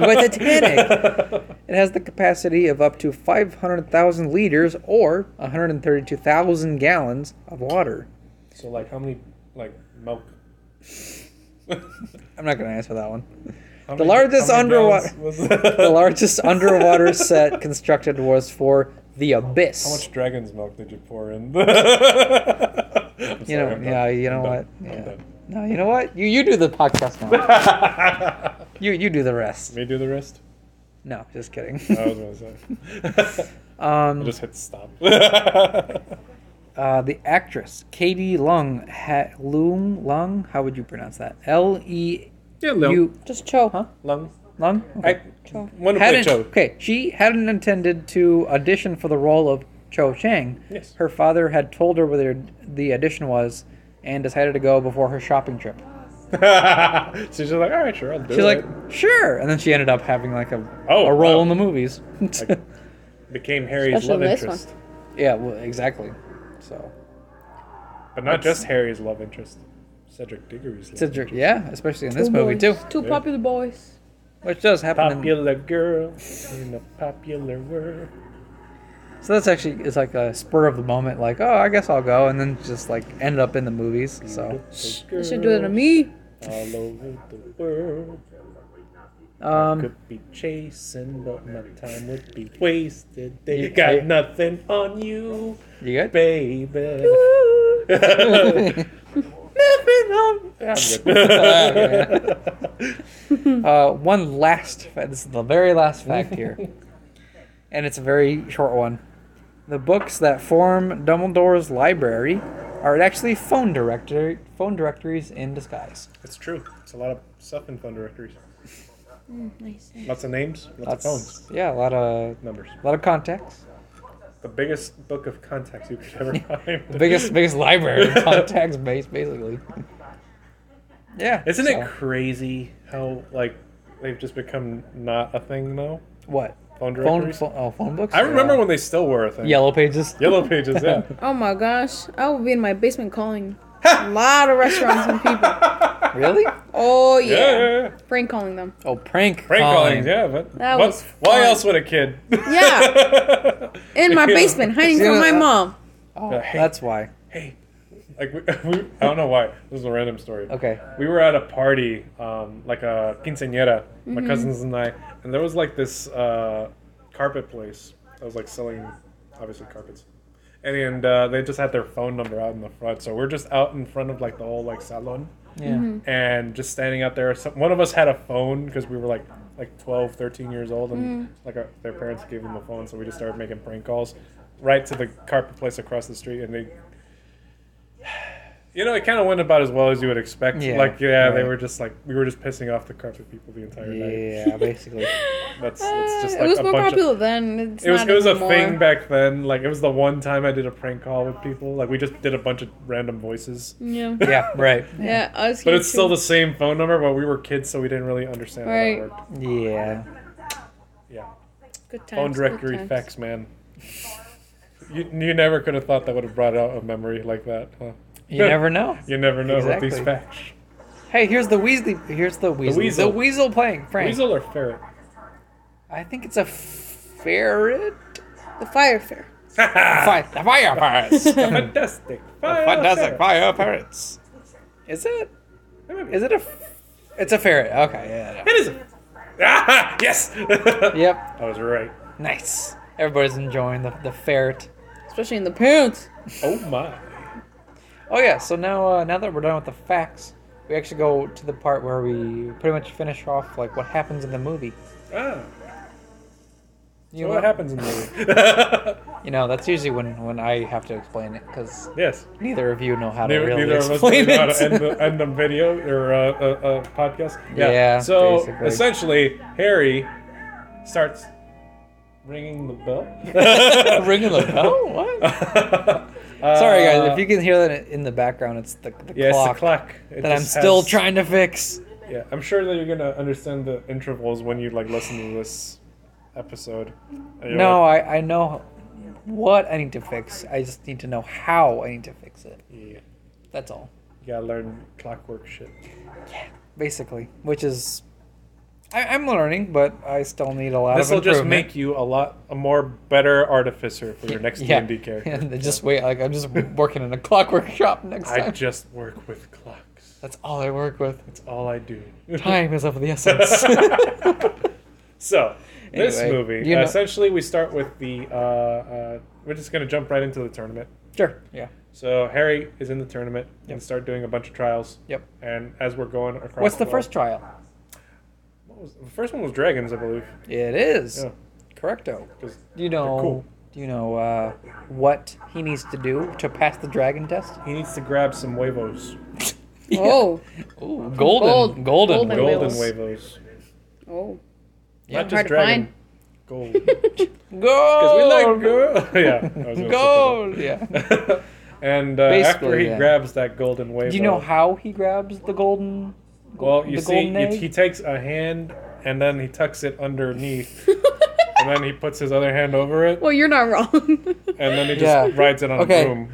S1: But Titanic. It has the capacity of up to 500,000 liters or 132,000 gallons of water.
S2: *laughs* so like how many like
S1: *laughs*
S2: milk?
S1: I'm not going to answer that one.
S2: How
S1: The
S2: many-
S1: largest
S2: how many
S1: underwater-
S2: gallons
S1: *laughs*
S2: was- *laughs*
S1: The largest underwater set constructed was for the Abyss.
S2: How much dragon's milk did you pour in? *laughs* I'm
S1: you
S2: sorry,
S1: know,
S2: I'm
S1: yeah,
S2: done.
S1: you know
S2: I'm
S1: what?
S2: done. I'm
S1: Yeah.
S2: done.
S1: No, you know what? You you do the podcast
S2: *laughs*
S1: now. you you do the rest.
S2: Me do the rest.
S1: No, just kidding.
S2: I was
S1: *laughs*
S2: gonna say. *laughs* I
S1: Um,
S2: just hit stop.
S1: *laughs*
S2: *laughs*
S1: uh, the actress Katie Lung, ha- Lung, Lung. How would you pronounce that? L E U
S6: Just Cho.
S1: Huh?
S2: Lung.
S1: Lung. Okay.
S2: I
S6: Oh.
S2: want to play
S1: hadn't,
S2: *laughs* Cho.
S1: okay, she hadn't intended to audition for the role of Cho Chang.
S2: Yes.
S1: Her father had told her whether the audition was and decided to go before her shopping trip.
S2: She's just like, all right, sure, I'll do
S1: She's
S2: it.
S1: like, sure. And then she ended up having like a,
S2: Oh,
S1: a role
S2: wow.
S1: in the
S2: *laughs*
S1: movies.
S2: became Harry's
S6: Especially
S2: love
S6: this one.
S2: interest,
S1: *laughs* yeah, well, exactly. So,
S2: but not just Harry's love interest. Cedric Diggory's.
S1: it's a,
S2: love
S1: dr- yeah, especially in this movie too,
S6: Two
S2: Oh, Yeah.
S6: popular boys.
S1: which does happen. In,
S2: Popular girl in a popular world.
S1: so that's actually it's like a spur of the moment, like, oh, I guess I'll go, and then just like end up in the movies. So,
S6: They should do it to me.
S2: All over the world.
S1: um,
S2: Could be chasing, but my time would be wasted. They
S1: You-
S2: got
S1: I-
S2: nothing on you,
S1: you *laughs*
S2: *laughs*
S6: *laughs*
S1: good?
S2: baby.
S1: Uh, one last fact. This is the very last fact here. and it's a very short one. The books that form Dumbledore's library are actually phone directory phone directories in disguise.
S2: It's true. It's a lot of stuff in phone directories.
S6: Nice.
S2: Lots of names,
S1: That's
S2: lots of phones,
S1: yeah, a lot of
S2: numbers.
S1: a lot of
S2: *laughs*
S1: contacts.
S2: The biggest book of contacts you could
S1: *laughs*
S2: ever find.
S1: The biggest biggest library of contacts base
S2: *laughs*
S1: basically. Yeah.
S2: Isn't
S1: so-
S2: it crazy how like they've just become not a thing now?
S1: what?
S2: Phone
S1: Phone,
S2: directories.
S1: phone oh phone books?
S2: I remember
S1: Yeah.
S2: when they still were a thing.
S1: Yellow Pages.
S2: Yellow
S6: *laughs*
S2: pages. Yeah.
S6: Oh my gosh. I would be in my basement calling a lot of restaurants and people.
S1: *laughs*
S2: *laughs*
S1: Really?
S6: Oh
S2: yeah.
S6: yeah.
S2: yeah, yeah.
S6: Prank calling them.
S1: Oh prank.
S2: Prank
S1: calling.
S2: callings, yeah, but
S6: That
S2: what-
S6: was
S2: why
S6: fun.
S2: else would a kid? *laughs*
S6: Yeah. In my
S2: Yeah.
S6: basement, hiding
S1: See,
S6: from my
S1: uh,
S6: mom.
S1: Oh,
S2: Yeah, hey.
S1: that's why.
S2: hey, like we, *laughs* we, I don't know why. This is a random story.
S1: Okay.
S2: We were at a party, um, like a quinceañera,
S6: Mm-hmm.
S2: my cousins and I, and there was like this uh, carpet place that was like selling, obviously carpets, and, and uh, they just had their phone number out in the front. So we're just out in front of like the whole like salon.
S1: Yeah.
S2: and just standing out there some, one of us had a phone because we were like like 12 13 years old and
S6: Mm.
S2: like our, their parents gave them a phone so we just started making prank calls right to the carpet place across the street and they *sighs* you know it kind of went about as well as you would expect
S1: Yeah,
S2: like yeah they
S1: right.
S2: were just like we were just pissing off the carpet people the entire night
S1: Yeah, basically.
S2: that's, that's just
S6: Uh,
S2: like
S6: it was
S2: a
S6: more
S2: bunch of
S6: popular then. It's
S2: *laughs* it was
S6: not
S2: it was a
S6: anymore.
S2: thing back then. Like it was the one time I did a prank call with people. Like we just did a bunch of random voices.
S6: Yeah.
S2: *laughs*
S1: yeah, right.
S6: *laughs* Yeah. I was
S2: But
S6: here
S2: it's still
S6: too.
S2: the same phone number, but we were kids, so we didn't really understand
S6: Right.
S2: how that worked.
S1: Yeah.
S2: Yeah.
S6: good times,
S2: Phone
S6: good
S2: directory
S6: times.
S2: fax man. You, you never could have thought that would have brought out a memory like that, huh?
S1: You never know.
S2: You never know with these
S1: Exactly.
S2: facts.
S1: Hey, here's the Weasley. Here's the Weasley. The Weasel,
S2: weasel.
S1: playing Frank.
S2: Weasel or
S1: *laughs*
S2: ferret?
S1: I think it's a ferret.
S6: The fire fair. *laughs*
S1: Fire, fire parrots.
S3: *laughs*
S2: Fantastic.
S1: Fantastic fire parrots. Is it? Is it a? f- It's a ferret. Okay. Yeah. yeah.
S2: It is. a- *laughs* Ah, yes. *laughs* I
S1: Yep.
S2: was right.
S1: Nice. Everybody's enjoying the the ferret.
S6: Especially in the parents.
S2: Oh my.
S1: Oh yeah. So now uh, now that we're done with the facts, we actually go to the part where we pretty much finish off like what happens in the movie.
S2: Ah.
S1: You
S2: So
S1: know
S2: what happens in the
S1: *laughs*
S2: movie?
S1: You know that's usually when when I have to explain it because
S2: yes.
S1: neither of you know how to
S2: Neither,
S1: really
S2: neither of us
S1: explain
S2: know
S1: it.
S2: how to end the, end the video or uh, uh, uh, podcast.
S1: Yeah,
S2: so
S1: basically.
S2: essentially, Harry starts ringing the bell.
S1: *laughs* Ringing the
S2: *laughs*
S1: bell? What? Sorry, guys. If you can hear that in the background, it's the, the
S2: Uh, yeah,
S1: clock
S2: it's the clock It
S1: that I'm
S2: just
S1: still
S2: has-
S1: trying to fix.
S2: Yeah, I'm sure that you're gonna understand the intervals when you like listen to this episode. And you're
S1: No,
S2: like,
S1: I, I know what I need to fix. I just need to know how I need to fix it.
S2: yeah,
S1: That's all,
S2: you gotta learn clockwork shit.
S1: basically. Which is, I, I'm learning, but I still need a lot
S2: This will
S1: of
S2: just
S1: improvement.
S2: make you a lot a more better artificer for your next
S1: *laughs*
S2: D
S1: yeah.
S2: and D character.
S1: And just wait. Like I'm just working in a clockwork shop next
S2: I
S1: time.
S2: just work with clocks.
S1: That's all I work with.
S2: That's all I do. *laughs*
S1: Time is of the essence. *laughs*
S2: so this
S1: Anyway,
S2: movie,
S1: you know-
S2: essentially, we start with the. Uh, uh, we're just gonna jump right into the tournament.
S1: sure. Yeah.
S2: So Harry is in the tournament
S1: Yep.
S2: and start doing a bunch of trials.
S1: Yep.
S2: And as we're going across,
S1: What's the
S2: world-
S1: first trial?
S2: What was, the first one was dragons, I believe.
S1: It is.
S2: Yeah.
S1: Correcto.
S2: 'cause-
S1: Do you know?
S2: cool.
S1: Do you know uh, what he needs to do to pass the dragon *laughs* test?
S2: He needs to grab some huevos. *laughs*
S6: Oh.
S1: Ooh, golden,
S3: Gold. golden Golden huevos.
S2: Golden huevos.
S3: Huevos. Oh.
S1: Yeah,
S2: Not
S3: hard
S2: just
S3: to
S2: dragon.
S1: *laughs*
S2: Gold. Because we like
S1: Gold,
S2: gold. *laughs* yeah. I was gonna say
S1: gold. Yeah. *laughs*
S2: gold. *laughs* and uh, after
S1: Basically,
S2: he
S1: yeah.
S2: grabs that golden huevo.
S1: Do you know how he grabs the golden?
S2: Well, you
S1: the
S2: see,
S1: golden
S2: you-
S1: egg?
S2: he takes a hand and then he tucks it underneath. *laughs* and then he puts his other hand over
S6: *laughs*
S2: it.
S6: Well, you're not wrong.
S2: And then he just
S1: Yeah.
S2: rides it on
S1: Okay. *laughs*
S2: a broom.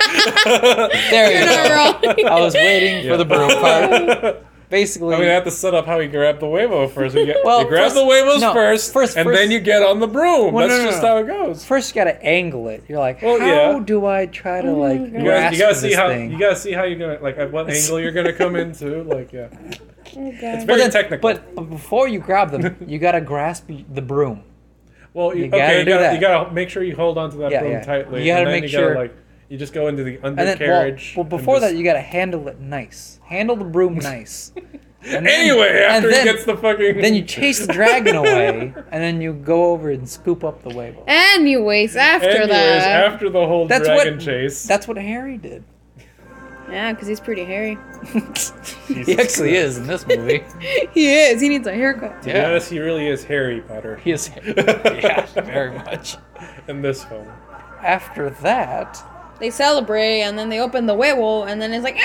S2: I
S1: There you
S6: *laughs*
S2: *laughs*
S6: you're
S1: go.
S6: not wrong.
S1: *laughs* I was waiting for the broom part. *laughs* Basically,
S2: I mean, I have to set up how he grabbed the huevo first. You, get,
S1: Well,
S2: you grab
S1: first-
S2: the huevos
S1: no,
S2: first,
S1: first-
S2: and
S1: first-
S2: then you get on the broom.
S1: Well, no,
S2: That's
S1: no,
S2: just
S1: no.
S2: how it goes.
S1: first you gotta angle it. You're like,
S2: Well,
S1: how
S2: yeah.
S1: do I try to like
S2: You gotta,
S1: grasp
S2: you gotta
S1: this
S2: see how
S1: thing?
S2: you gotta see how you're gonna like at what angle you're gonna come into. Like, yeah,
S6: *laughs* Oh, God.
S2: it's very
S1: But then-
S2: technical.
S1: But, but before you grab them, you gotta grasp the broom.
S2: well, you,
S1: you gotta
S2: okay, you
S1: do
S2: gotta,
S1: that.
S2: you gotta make sure you hold onto that
S1: Yeah,
S2: broom
S1: yeah.
S2: tightly.
S1: You gotta
S2: and then
S1: make
S2: you gotta,
S1: sure-
S2: like you just go into the
S1: And then, well,
S2: undercarriage.
S1: well,
S2: and
S1: before
S2: just-
S1: that, you gotta handle it nice. Handle the
S2: *laughs*
S1: broom nice. And then-
S2: anyway,
S1: and
S2: after
S1: then,
S2: he gets the fucking,
S1: then you chase the
S2: *laughs*
S1: dragon away, and then you go over and scoop up the wave.
S6: Anyways, after
S2: Anyways,
S6: that.
S2: after the whole
S1: That's
S2: dragon
S1: what-
S2: chase,
S1: That's what Harry
S2: *laughs*
S1: did.
S6: Yeah, because he's pretty
S1: *laughs*
S6: hairy.
S1: he actually is in this movie. *laughs*
S6: he is. He needs a haircut.
S2: to be honest, he really is Harry Potter
S1: he is. Yeah,
S2: *laughs*
S1: very much.
S2: in this film.
S1: After that, *laughs*
S6: They celebrate and then they open the huevo and then it's like. *laughs* "Ah!"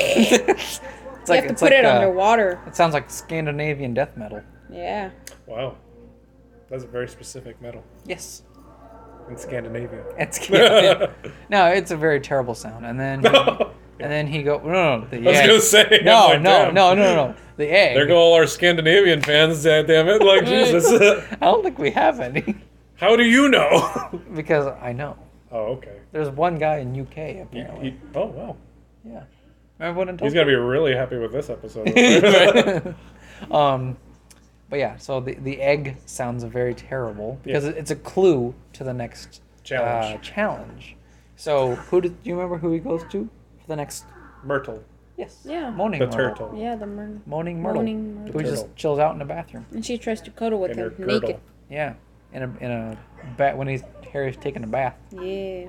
S1: it's like
S6: you have to
S1: it's
S6: put
S1: like,
S6: it
S1: uh,
S6: underwater.
S1: It sounds like Scandinavian death metal. *laughs*
S6: Yeah.
S2: Wow, that's a very specific metal
S1: Yes,
S2: in Scandinavia. *laughs*
S1: it's Scandinavian. no, it's a very terrible sound. And then, he- and then he go no no, no the
S2: I was
S1: egg.
S2: gonna say,
S1: no
S2: I'm like,
S1: no
S2: damn.
S1: no no no the egg.
S2: There go all our Scandinavian fans, *laughs* damn it!
S6: *laughs*
S2: Like Jesus,
S1: *laughs* I don't think we have any *laughs*
S2: how do you know?
S1: because I know
S2: Oh, okay.
S1: there's one guy in UK
S2: He-
S1: apparently.
S2: he- oh wow,
S1: yeah, remember when I told
S2: he's
S1: you?
S2: gonna be really happy with this episode.
S1: *laughs*
S2: *laughs*
S1: um, but yeah, so the the egg sounds very terrible because it it's a clue to the next
S2: Challenge.
S1: Uh, challenge. So who did do you remember who he goes to for the next?
S2: Myrtle,
S1: Yes.
S6: Yeah.
S1: Moaning
S2: the
S1: Myrtle.
S2: turtle,
S6: Yeah, the murder.
S1: Moaning Myrtle.
S6: Moaning Myrtle.
S1: Who just
S2: Turtle.
S1: chills out in the bathroom.
S6: And she tries to cuddle with
S2: and her
S6: him
S2: girdle.
S6: naked.
S1: Yeah, in a in a bat when he's Harry's taking a bath.
S6: Yeah.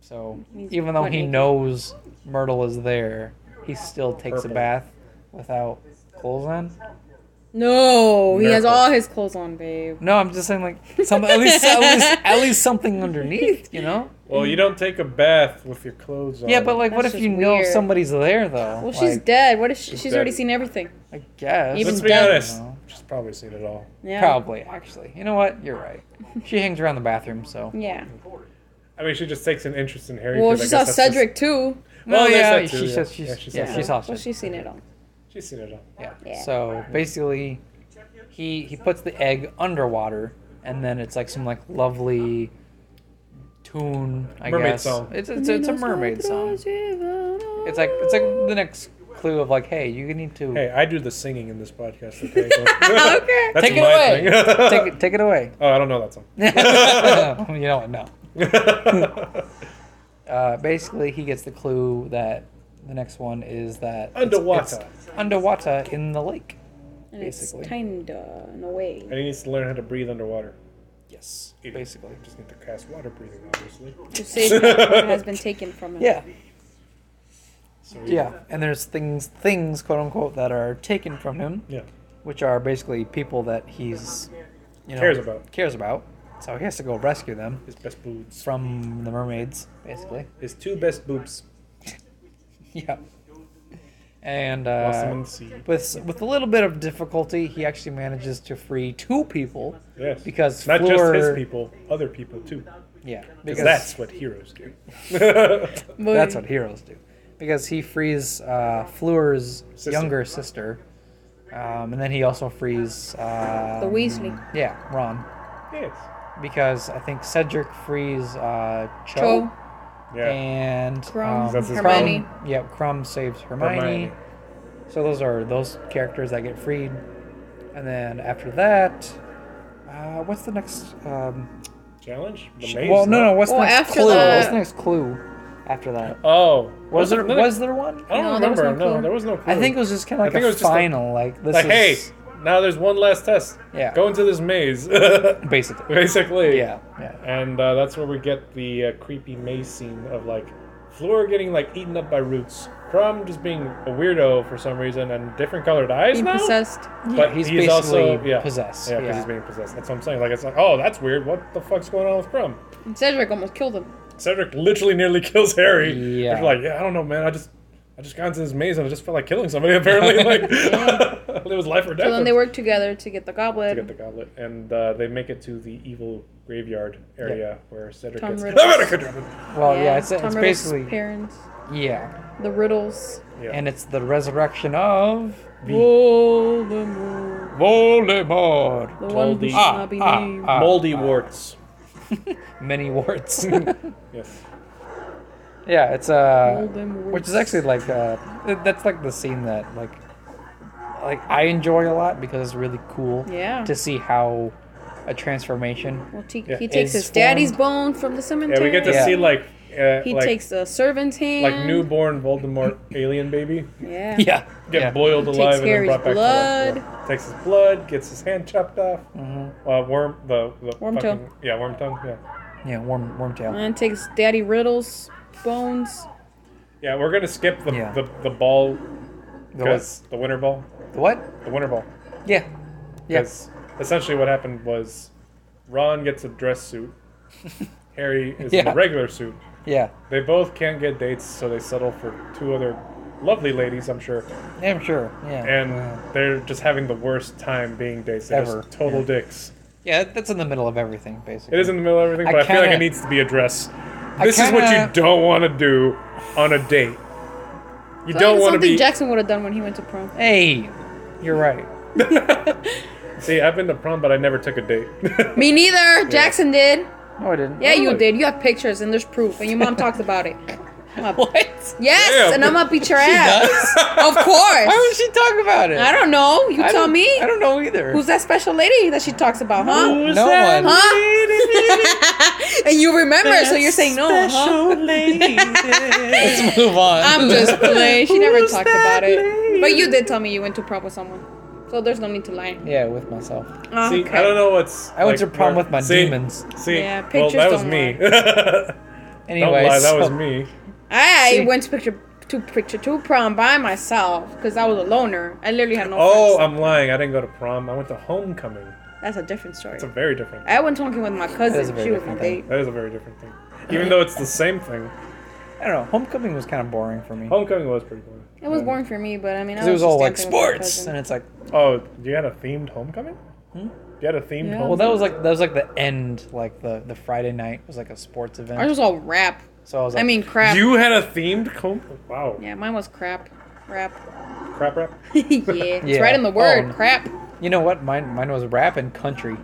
S1: So
S6: He's
S1: even though
S6: butt
S1: he
S6: naked.
S1: knows Myrtle is there, he still takes a
S2: Purple.
S1: bath without clothes on.
S6: No, he has
S2: Miracle.
S6: all his clothes on, babe.
S1: No, I'm just saying like some at least at least at least something underneath, you know.
S2: Well, you don't take a bath with your clothes on.
S1: Yeah, but like, what if
S6: That's
S1: you
S6: just
S1: know
S6: weird.
S1: somebody's there though?
S6: Well, she's
S1: Like,
S6: dead. What is she? She's
S2: dead.
S6: already seen everything.
S1: I guess.
S6: Even
S2: let's be
S6: dead.
S2: honest.
S1: No.
S2: She's probably seen it all.
S3: Yeah.
S1: Probably, actually. You know what? You're right. She hangs around the bathroom, so.
S3: Yeah.
S2: I mean, she just takes an interest in Harry.
S3: Well,
S2: 'cause
S3: she
S2: I
S3: saw
S2: guess that's
S3: Cedric too.
S2: Just, well, there's
S1: yeah,
S2: that too,
S1: she
S2: yeah.
S1: says she's-
S2: Yeah, she's
S1: yeah,
S2: seen
S1: she
S2: it.
S1: saw
S3: Well,
S1: shit.
S3: she's seen it all.
S2: She's seen it all.
S1: Yeah.
S3: Yeah.
S1: So basically, he he puts the egg underwater, and then it's like some like lovely tune. I
S2: Mermaid
S1: guess.
S2: song.
S1: It's it's, it's a mermaid song. It's like it's like the next clue of like, hey, you need to
S2: Hey, I do the singing in this podcast. Okay. okay. That's
S1: Take it
S2: my
S1: away.
S2: thing.
S1: take it take it away.
S2: *laughs*
S1: *laughs*
S2: Oh, I don't know that song. *laughs*
S1: you know what? No. Uh, basically, he gets the clue that the next one is that it's-
S2: Underwater.
S1: it's underwater in the lake.
S3: And it's
S1: Basically.
S3: kinda in
S2: *laughs*
S3: a way.
S2: and he needs to learn how to breathe underwater.
S1: Yes,
S2: Idiot.
S1: basically.
S2: Just need to cast water breathing, obviously.
S3: To say that has been taken from him.
S1: Yeah.
S2: So he-
S1: Yeah, and there's things, things, quote unquote, that are taken from him,
S2: Yeah.
S1: which are basically people that he's, you know,
S2: Cares about.
S1: Cares about. So he has to go rescue them
S2: His best boobs.
S1: from the mermaids, basically. *laughs*
S2: His two best boobs.
S1: Yeah. And
S2: Lost them in
S1: uh,
S2: the sea.
S1: with with a little bit of difficulty, he actually manages to free two people.
S2: Yes.
S1: because
S2: not
S1: Fleur-
S2: just his people, other people too.
S1: Yeah,
S2: Because that's what heroes
S1: *laughs*
S2: do. Sister.
S1: That's what heroes do. Because he frees uh, Fleur's younger sister. Um, and then he also frees. Uh,
S3: The Weasley.
S1: Yeah, Ron.
S2: Yes.
S1: Because I think Cedric frees uh, Cho.
S3: Cho.
S2: Yeah.
S1: And
S3: Crumb.
S1: um,
S2: Oh, That's his
S3: Hermione.
S1: Crumb- yeah, Crumb saves Hermione.
S2: Hermione.
S1: So those are those characters that get freed. And then after that. Uh, what's the next. Um,
S2: Challenge? The
S1: sh-
S2: maze?
S1: well, no, no, what's the
S3: Well,
S1: next
S3: after
S1: clue?
S3: that-
S1: What's the next clue after that?
S2: Oh.
S1: Was there,
S2: another-
S1: was there one?
S2: I don't
S3: No, there was
S2: remember.
S3: no
S2: no,
S3: clue.
S2: there was no clue.
S1: I think it was just kind of
S2: Oh, I
S1: like
S2: think
S1: a
S2: it was just
S1: final, like, this
S2: like, hey,
S1: is
S2: now there's one last test.
S1: Yeah.
S2: Go into this
S1: *laughs*
S2: maze. *laughs*
S1: basically,
S2: Basically.
S1: yeah, yeah,
S2: And uh, that's where we get the uh, creepy maze scene of like Fleur getting like eaten up by roots, Crumb just being a weirdo for some reason, and different colored eyes
S3: Being
S2: now.
S3: possessed.
S1: Yeah, he's basically possessed,
S2: Yeah, because
S1: yeah.
S2: he's being possessed. That's what I'm saying. Like it's like, oh, that's weird. What the fuck's going on with Crumb?
S3: And Cedric almost killed him.
S2: Cedric literally nearly *laughs* kills Harry.
S1: Yeah.
S2: They're like, yeah, I don't know, man. I just, I just got into this maze and I just felt like killing somebody. *laughs* Apparently,
S1: *laughs*
S2: like *laughs* it was life or death.
S3: So then they work together to get the goblet.
S2: to get the goblet, and uh, they make it to the evil graveyard area where Cedric
S3: Tom
S2: gets.
S3: Riddle.
S1: Well, Oh, yeah, it's,
S3: Tom
S1: it's
S3: Riddle's
S1: basically
S3: parents.
S1: yeah,
S3: The riddles.
S2: Yeah.
S1: and it's the resurrection of
S3: Voldemort.
S1: Voldemort.
S3: The one who
S2: Voldy.
S3: shall not be
S1: Ah,
S3: named.
S1: ah,
S2: Moldy warts.
S1: *laughs* Many warts.
S2: Yes.
S1: yeah, it's uh,
S3: Voldemort.
S1: which is actually like uh, th- that's like the scene that like, like I enjoy a lot because it's really cool.
S3: Yeah.
S1: To see how a transformation.
S3: Well, t-
S2: Yeah.
S3: he takes
S1: Is
S3: his daddy's
S1: formed-
S3: bone from the cemetery.
S2: Yeah, we get to
S1: Yeah.
S2: see like, uh,
S3: He
S2: like,
S3: takes the servant's hand.
S2: like newborn
S3: *laughs*
S2: Voldemort alien baby
S3: *laughs* Yeah.
S1: Yeah.
S2: get
S1: yeah.
S2: boiled
S3: He
S2: alive
S3: takes
S2: and then
S3: Harry's
S2: brought back
S3: blood.
S2: to life. Yeah. Takes his blood, gets his hand chopped off.
S1: Mm-hmm.
S2: Uh, worm the, the
S3: Worm
S2: fucking,
S3: tongue.
S2: Yeah, worm tongue. Yeah.
S1: Yeah. Warm. Warm tail.
S3: And takes Daddy Riddle's bones.
S2: Yeah, we're gonna skip the
S1: Yeah.
S2: the, the ball
S1: The
S2: because the winter ball,
S1: what? The what?
S2: the winter ball.
S1: Yeah. Yes.
S2: Because essentially what happened was, Ron gets a
S1: *laughs*
S2: dress suit. Harry is in
S1: Yeah.
S2: a regular suit.
S1: Yeah.
S2: They both can't get dates, so they settle for two other lovely ladies, I'm sure.
S1: yeah. I'm sure. Yeah.
S2: And they're just having the worst time being dates. They're
S1: Ever.
S2: just total
S1: Yeah.
S2: dicks.
S1: Yeah, that- that's in the middle of everything, basically.
S2: It is in the middle of everything,
S1: I
S2: but I, feel like
S1: kinda-
S2: it needs to be addressed. This is what you
S1: kinda-
S2: don't want to do on a date. You
S3: Like
S2: don't want to
S3: something
S2: be.
S3: Jackson would have done when he went to prom.
S1: Hey, you're right.
S2: *laughs* See, I've been to prom, but I never took a date. *laughs*
S3: Me neither. Jackson did.
S1: No, I didn't.
S3: Yeah, you
S2: Really?
S3: did. You have pictures and there's proof, and your mom talks
S2: *laughs*
S3: about it. I'm up-
S1: *laughs* What?
S3: Yes,
S2: Yeah,
S3: and
S2: but-
S3: I'm gonna beat your ass. *laughs* Of course.
S1: Why would she talk about it?
S3: I don't know. You
S1: I
S3: tell
S1: don't-
S3: me.
S1: I don't know either.
S3: Who's that special lady that she talks about, huh?
S1: no one.
S3: Huh? *laughs* and you remember, so you're saying no,
S1: *laughs*
S3: huh?
S1: Let's move on.
S3: *laughs* I'm just playing. She never talked about it. But you did tell me you went to prom with someone. So there's no need to lie. Ah,
S1: yeah, with myself.
S2: See, I don't know what's.
S1: I went to prom with my
S2: see,
S1: demons.
S2: See,
S3: Yeah,
S2: well,
S3: pictures
S2: that was
S3: don't
S2: me.
S3: lie.
S1: Anyway,
S2: *laughs* don't lie, that
S1: so-
S2: was me.
S3: I
S1: See.
S3: went to picture to picture two prom by myself because I was a loner. I literally had no
S2: Oh,
S3: friends.
S2: I'm lying. I didn't go to prom. I went to homecoming.
S1: um,
S3: That's a different story.
S2: It's a very different.
S3: I went talking with my
S1: That's a
S3: cousin.
S1: very
S3: She was my
S1: different thing.
S3: date.
S2: That is a very different thing. Even though it's the same thing,
S1: I don't know. Homecoming was kind of boring for me.
S2: homecoming was pretty cool.
S6: It was boring for me, but I mean, I
S1: Because it was
S6: just
S1: all like
S6: dancing with my
S1: sports,
S6: cousin.
S1: and it's like,
S2: Oh, you had a themed homecoming? You had a themed
S6: Yeah.
S1: Hmm? well,
S2: homecoming?
S1: that was like that was like the end, like the the Friday night was like a sports
S6: Ours
S1: event.
S6: was all rap.
S1: So I was like,
S6: I mean, crap.
S2: You had a themed home? Wow.
S6: yeah, mine was crap.
S1: *laughs*
S6: Rap. *laughs*
S2: Crap rap?
S6: yeah. It's right in the word.
S1: Oh.
S6: Crap.
S1: you know what? Mine mine was rap and country.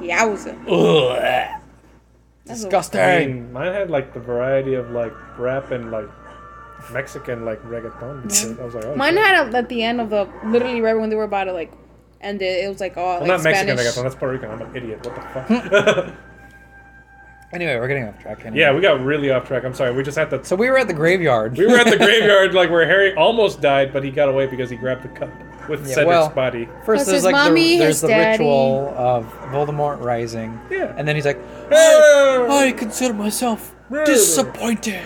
S6: Yowza.
S1: Ugh,
S6: That's a-
S2: I
S1: disgusting.
S2: mean, mine had like the variety of like rap and like Mexican like reggaeton. and shit. I was like, oh,
S6: Mine
S2: shit.
S6: had a, at the end of the literally right when they were about to like end it. It was like all
S2: Well,
S6: like
S2: not Mexican
S6: Spanish.
S2: reggaeton. That's Puerto Rican. I'm an idiot. What
S1: *laughs*
S2: the fuck?
S1: Anyway, we're getting off track. Anyway.
S2: yeah, we got really off track. I'm sorry. We just had to.
S1: So we were at the graveyard.
S2: we
S1: *laughs*
S2: were at the graveyard, like where Harry almost died, but he got away because he grabbed the cup with
S1: Yeah,
S2: Cedric's
S1: well-
S2: body.
S1: First,
S6: Plus
S1: there's
S6: his
S1: like
S6: mommy,
S1: the, there's
S6: his
S1: the
S6: daddy.
S1: ritual of Voldemort rising.
S2: Yeah.
S1: And then he's like,
S2: Hey!
S1: I, I consider myself
S2: Hey!
S1: disappointed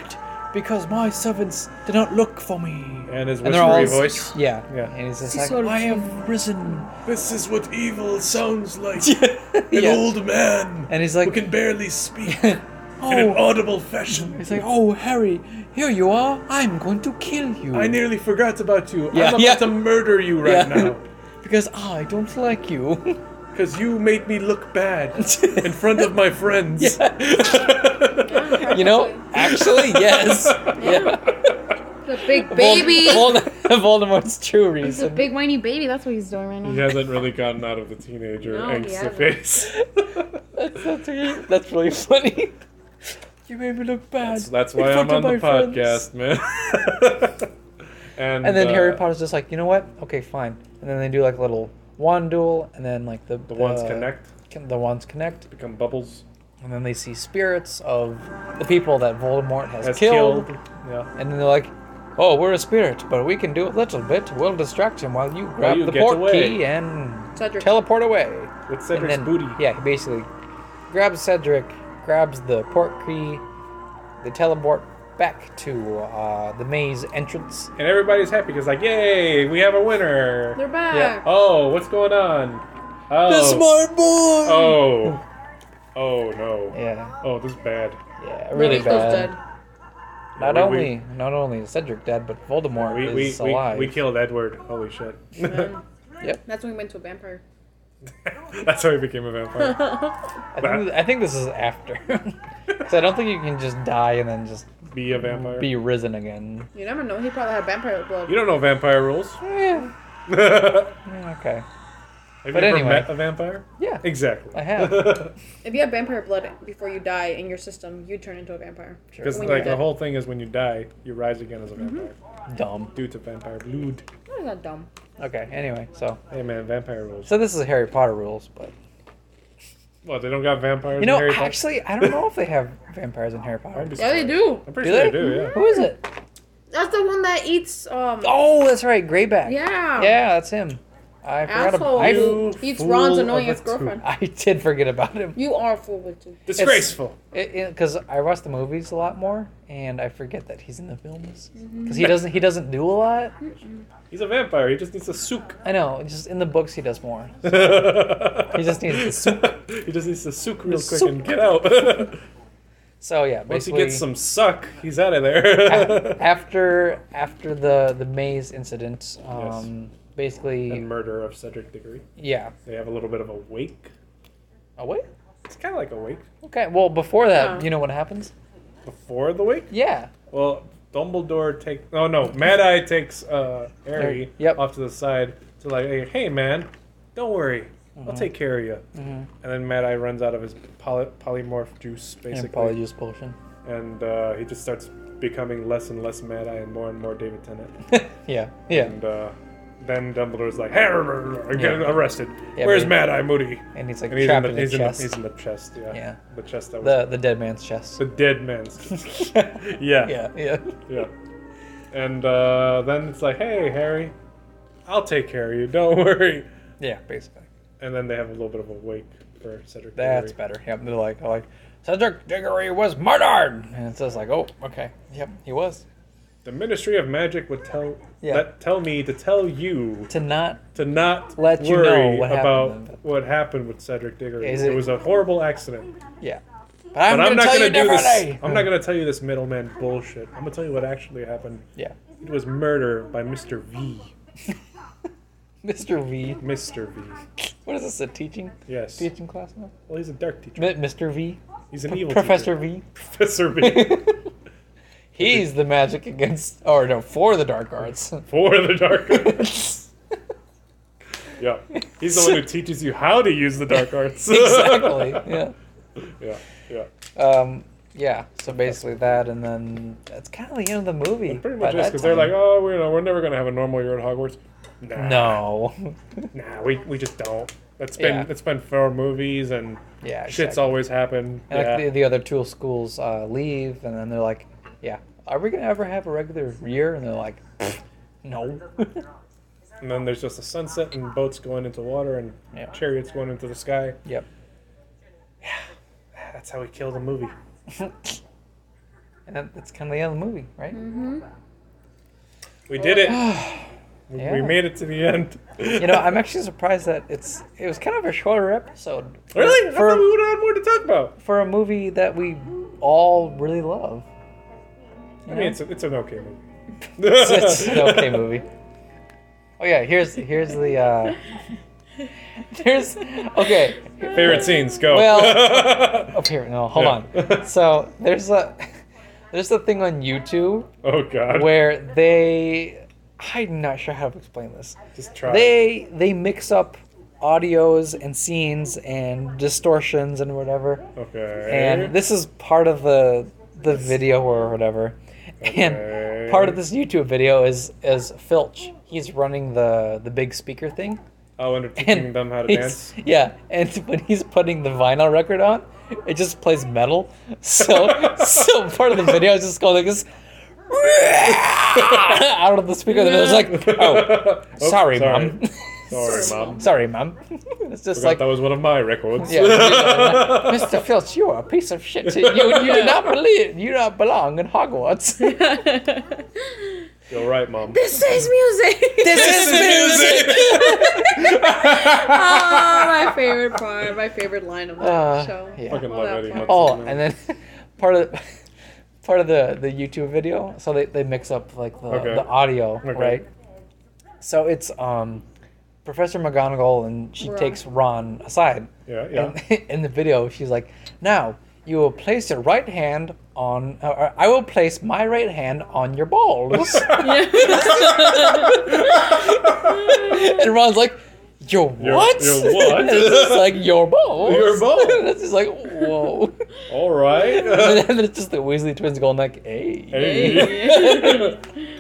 S1: because my servants did not look for me.
S2: And his
S1: And they're all
S2: whispery voice.
S1: Yeah.
S2: Yeah.
S1: And he's just
S6: This
S1: like,
S6: is *laughs* sort of
S1: I have risen.
S2: This is what evil sounds like.
S1: *laughs* Yeah.
S2: man
S1: And he's like,
S2: barely speak
S1: *laughs* oh.
S2: audible fashion.
S1: He's like, oh, Harry, here you are. I'm going to kill you.
S2: nearly forgot about you.
S1: Yeah, yeah.
S2: murder you
S1: Yeah. Because "Ah, I don't like you. *laughs*
S2: because you made me look bad front of my friends.
S6: *laughs*
S1: you know, actually, yes. Yeah.
S3: The big
S1: Vold-
S3: baby.
S1: Vold- *laughs* Voldemort's true
S6: He's a *laughs*
S1: reason.
S6: big whiny baby. That's what he's doing right now.
S2: He hasn't really gotten out of the teenager
S3: No, he
S2: angst
S3: hasn't.
S2: phase.
S1: That's, that's, really, that's really funny. You made me look bad.
S2: So that's
S1: in
S2: why I'm
S1: front
S2: on
S1: of
S2: the
S1: my friends.
S2: podcast, man. *laughs* and,
S1: And then
S2: uh,
S1: Harry Potter's just like, you know what? Okay, fine. And then they do like a little wand duel, and then like the uh,
S2: The ones connect,
S1: The wands connect,
S2: become bubbles.
S1: and then they see spirits of the people that Voldemort has,
S2: Has
S1: killed.
S2: killed. Yeah.
S1: And then they're like, oh, we're a spirit, but we can do a little bit. We'll distract him while you grab
S2: you
S1: the
S2: get
S1: port
S2: away."
S1: key and
S6: Cedric.
S1: teleport away.
S2: With Cedric's
S1: and then,
S2: booty.
S1: Yeah, he basically grabs Cedric, grabs the port key, they teleport back to uh, the maze entrance.
S2: And everybody's happy because, like, yay, we have a winner.
S3: They're back.
S1: Yeah.
S2: Oh, what's going on? Oh.
S1: my boy!
S2: Oh. Oh, no.
S1: Yeah,
S2: Oh, this is bad.
S1: yeah, really bad. Not
S2: We-
S1: only, not only is Cedric dead, but Voldemort
S2: We, we,
S1: is
S2: we,
S1: alive.
S2: we killed Edward. Holy shit. *laughs*
S3: *laughs* That's when we went to a vampire.
S2: That's how he became
S1: *laughs*
S2: a vampire.
S1: I, think, I think this is after, *laughs* because I don't think you can just die and then just
S2: Be a vampire.
S1: be risen again. Oh,
S3: You never know. He probably had vampire blood.
S2: You don't know vampire rules. *laughs*
S1: Yeah.
S2: have
S1: Okay.
S2: you
S1: But
S2: ever
S1: anyway.
S2: met a vampire?
S1: Yeah.
S2: Exactly.
S1: I
S2: *laughs*
S1: have.
S3: If you have vampire blood before you die in your system, you turn into a vampire.
S2: Because
S3: When
S2: like
S3: you're
S2: the
S3: dead.
S2: whole thing is when you die, you rise again as a vampire
S1: Dumb.
S2: due to vampire blood.
S3: That's not dumb.
S1: Okay. Anyway, so
S2: Hey man, vampire rules.
S1: so this is Harry Potter rules, but
S2: Well, they don't got vampires.
S1: you know,
S2: in Harry Potter?
S1: actually, I don't know if they have vampires in Harry Potter.
S2: I'm just-
S3: Yeah, they do.
S2: I'm pretty
S1: Do
S2: sure
S1: they? Mm-hmm.
S2: they do. Yeah.
S1: Who is it?
S3: That's the one that eats. Um.
S1: Oh, that's right, Greyback.
S3: Yeah.
S1: Yeah, that's him. I forgot
S3: Asshole.
S1: about.
S2: You
S3: eats
S2: fool
S3: Ron's
S2: of
S3: annoying
S2: a
S3: ass girlfriend.
S2: two.
S1: I, I did forget about him.
S3: You are a fool with two. *laughs*
S2: Disgraceful.
S1: because I watch the movies a lot more, and I forget that he's in the films
S3: Mm-hmm.
S1: because he doesn't he doesn't do a lot.
S2: He's a vampire. He just needs
S1: *laughs*
S2: a souk.
S1: I know, just in the books he does more.
S2: he
S1: just needs the
S2: souk. *laughs* he just needs to souk real quick
S1: souk.
S2: and get out. *laughs*
S1: So yeah,
S2: Once he
S1: basically,
S2: gets some suck, he's out
S1: *laughs*
S2: of there. *laughs*
S1: after after the the maze incident, um, basically,
S2: and murder of Cedric Diggory.
S1: yeah.
S2: They have a little bit of a wake.
S1: Oh wait,
S2: It's kind of like a wake
S1: okay. Well, before that,
S3: Oh.
S1: you know what happens?
S2: before the wake.
S1: Yeah,
S2: Well, Dumbledore takes. Oh no, Mad Eye takes uh, Harry
S1: Yep.
S2: off to the side to like, hey, hey, man, don't worry, I'll
S1: Mm-hmm.
S2: take care of you. And then Mad Eye runs out of his poly- polymorph juice,
S1: and
S2: basically,
S1: polyjuice potion.
S2: and uh, he just starts becoming less and less Mad Eye and more and more David
S1: *laughs*
S2: Tennant.
S1: *laughs* yeah, yeah.
S2: And uh, then Dumbledore's like, hey, get
S1: Yeah.
S2: arrested.
S1: Yeah,
S2: Where's
S1: but-
S2: Mad Eye Moody?
S1: And he's like
S2: And he's in
S1: trapped
S2: the,
S1: in the,
S2: he's, in the,
S1: chest,
S2: he's in the chest, yeah.
S1: Yeah.
S2: The chest that was
S1: the, the dead man's chest. *laughs*
S2: the dead man's *laughs* chest.
S1: yeah,
S2: Yeah.
S1: yeah.
S2: Yeah. And uh, then it's like, hey, Harry, I'll take care of you. *laughs* Don't worry.
S1: Yeah, basically.
S2: And then they have a little bit of a wake for Cedric.
S1: That's
S2: Diggory.
S1: better. Yep, they're like, like Cedric Diggory was murdered, and it's just like, oh, okay, yep, he was.
S2: The Ministry of Magic would tell
S1: Yeah.
S2: let- tell me to tell you
S1: To not,
S2: to not
S1: Let you
S2: worry
S1: know what
S2: about
S1: happened.
S2: what happened with Cedric Diggory.
S1: Is
S2: it,
S1: it-
S2: was a horrible accident.
S1: yeah. But I'm,
S2: But
S1: gonna
S2: I'm not
S1: tell
S2: going to
S1: you
S2: do this.
S1: differently.
S2: I'm not going to tell you this middleman bullshit. I'm going to tell you what actually happened
S1: Yeah,
S2: It was murder by Mr. V.
S1: Mr. V.
S2: Mr. V.
S1: What is this? A teaching
S2: Yes.
S1: teaching class now?
S2: Well, he's a dark teacher.
S1: Mi- Mr. V.
S2: He's an
S1: P-
S2: evil
S1: Professor
S2: teacher. *laughs*
S1: V.
S2: Professor
S1: *laughs*
S2: V.
S1: He's the magic against, or no, for the dark arts. *laughs*
S2: For the dark arts. Yeah. He's the one who teaches you how to use the dark
S1: *laughs*
S2: arts. *laughs*
S1: exactly. Yeah.
S2: yeah. Yeah.
S1: Um, yeah. So basically that, and then that's kind of the end of the movie.
S2: Pretty
S1: by
S2: much is
S1: that
S2: because they're
S1: time.
S2: like, oh, we're, we're never going to have a normal year at Hogwarts. Nah,
S1: no.
S2: Nah, we, we just don't. It's been,
S1: Yeah.
S2: it's been four movies and
S1: yeah.
S2: shit's
S1: exactly.
S2: always happened.
S1: And
S2: yeah.
S1: like the, the other two schools uh, leave, and then they're like, yeah, are we gonna ever have a regular year? And they're like,
S2: *laughs*
S1: no.
S2: And then there's just a sunset and boats going into water and
S1: Yeah.
S2: chariots going into the sky.
S1: yep.
S2: That's how we kill the movie.
S1: And that- that's kind of the end of the movie, right? *sighs*
S2: We did it. we, we
S1: Yeah.
S2: made it to the end.
S1: You know, I'm actually surprised that it's it was kind of a shorter episode. For-
S2: *laughs* really? I
S1: For
S2: thought we would have had more to talk about.
S1: for a movie that we all really
S2: *laughs*
S1: love.
S2: I mean, it's, a, it's an okay movie.
S1: It's, it's
S2: *laughs*
S1: an okay movie. Oh yeah, here's here's the uh *laughs* here's okay.
S2: Favorite scenes, go.
S1: Well- Up here, no, hold on. So there's a *laughs* there's a thing on YouTube
S2: *laughs* oh, God.
S1: where they I'm not sure how to explain this.
S2: just try.
S1: They they mix up audios and scenes and distortions and whatever.
S2: okay.
S1: and this is part of the the video or whatever.
S2: Okay.
S1: And part of this YouTube video is is Filch. He's running the the big speaker thing.
S2: Oh, and they're teaching
S1: And
S2: them how to
S1: he's-
S2: dance.
S1: Yeah, and when he's putting the vinyl record on, it just plays metal. So *laughs* so part of the video is just going like this *laughs* out of the speaker. And it was like, *laughs* oh,
S2: Oops,
S1: sorry, mom.
S2: *laughs* Sorry,
S1: *laughs*
S2: mom.
S1: sorry, mom. *laughs* It's just
S2: Forgot
S1: like
S2: that was one of my records.
S1: Yeah, Mr. Filch, you are a piece of shit. You, you do not believe, you do not belong in Hogwarts.
S2: *laughs* You're right, mom.
S3: This is music.
S1: *laughs* *laughs*
S3: *laughs*
S1: this is music.
S3: oh, *laughs* my favorite part, my favorite line of that
S1: Uh,
S3: show.
S1: yeah.
S3: *laughs*
S2: Fucking
S3: All
S2: love
S3: that
S2: Eddie
S1: *laughs*
S2: Munson.
S3: part.
S1: Oh, and then part of *laughs* part of the the YouTube video. So they, they mix up like the,
S2: Okay.
S1: the audio,
S2: Okay.
S1: right? So it's um Professor McGonagall and she
S3: Ron.
S1: takes Ron aside. *laughs*
S2: Yeah, yeah.
S1: And in the video, she's like, "Now you will place your right hand on. uh, Or, or I will place my right hand on your
S2: *laughs*
S1: balls."
S3: *laughs*
S1: and Ron's like, "Your
S2: Your-
S1: what?
S2: your what?"
S1: And *laughs* it's just like your balls.
S2: Your balls.
S1: *laughs* and it's just like
S2: *laughs*
S1: whoa.
S2: All
S1: *laughs*
S2: right. *laughs*
S1: and then it's just the Weasley twins going like, "Hey."
S2: Hey.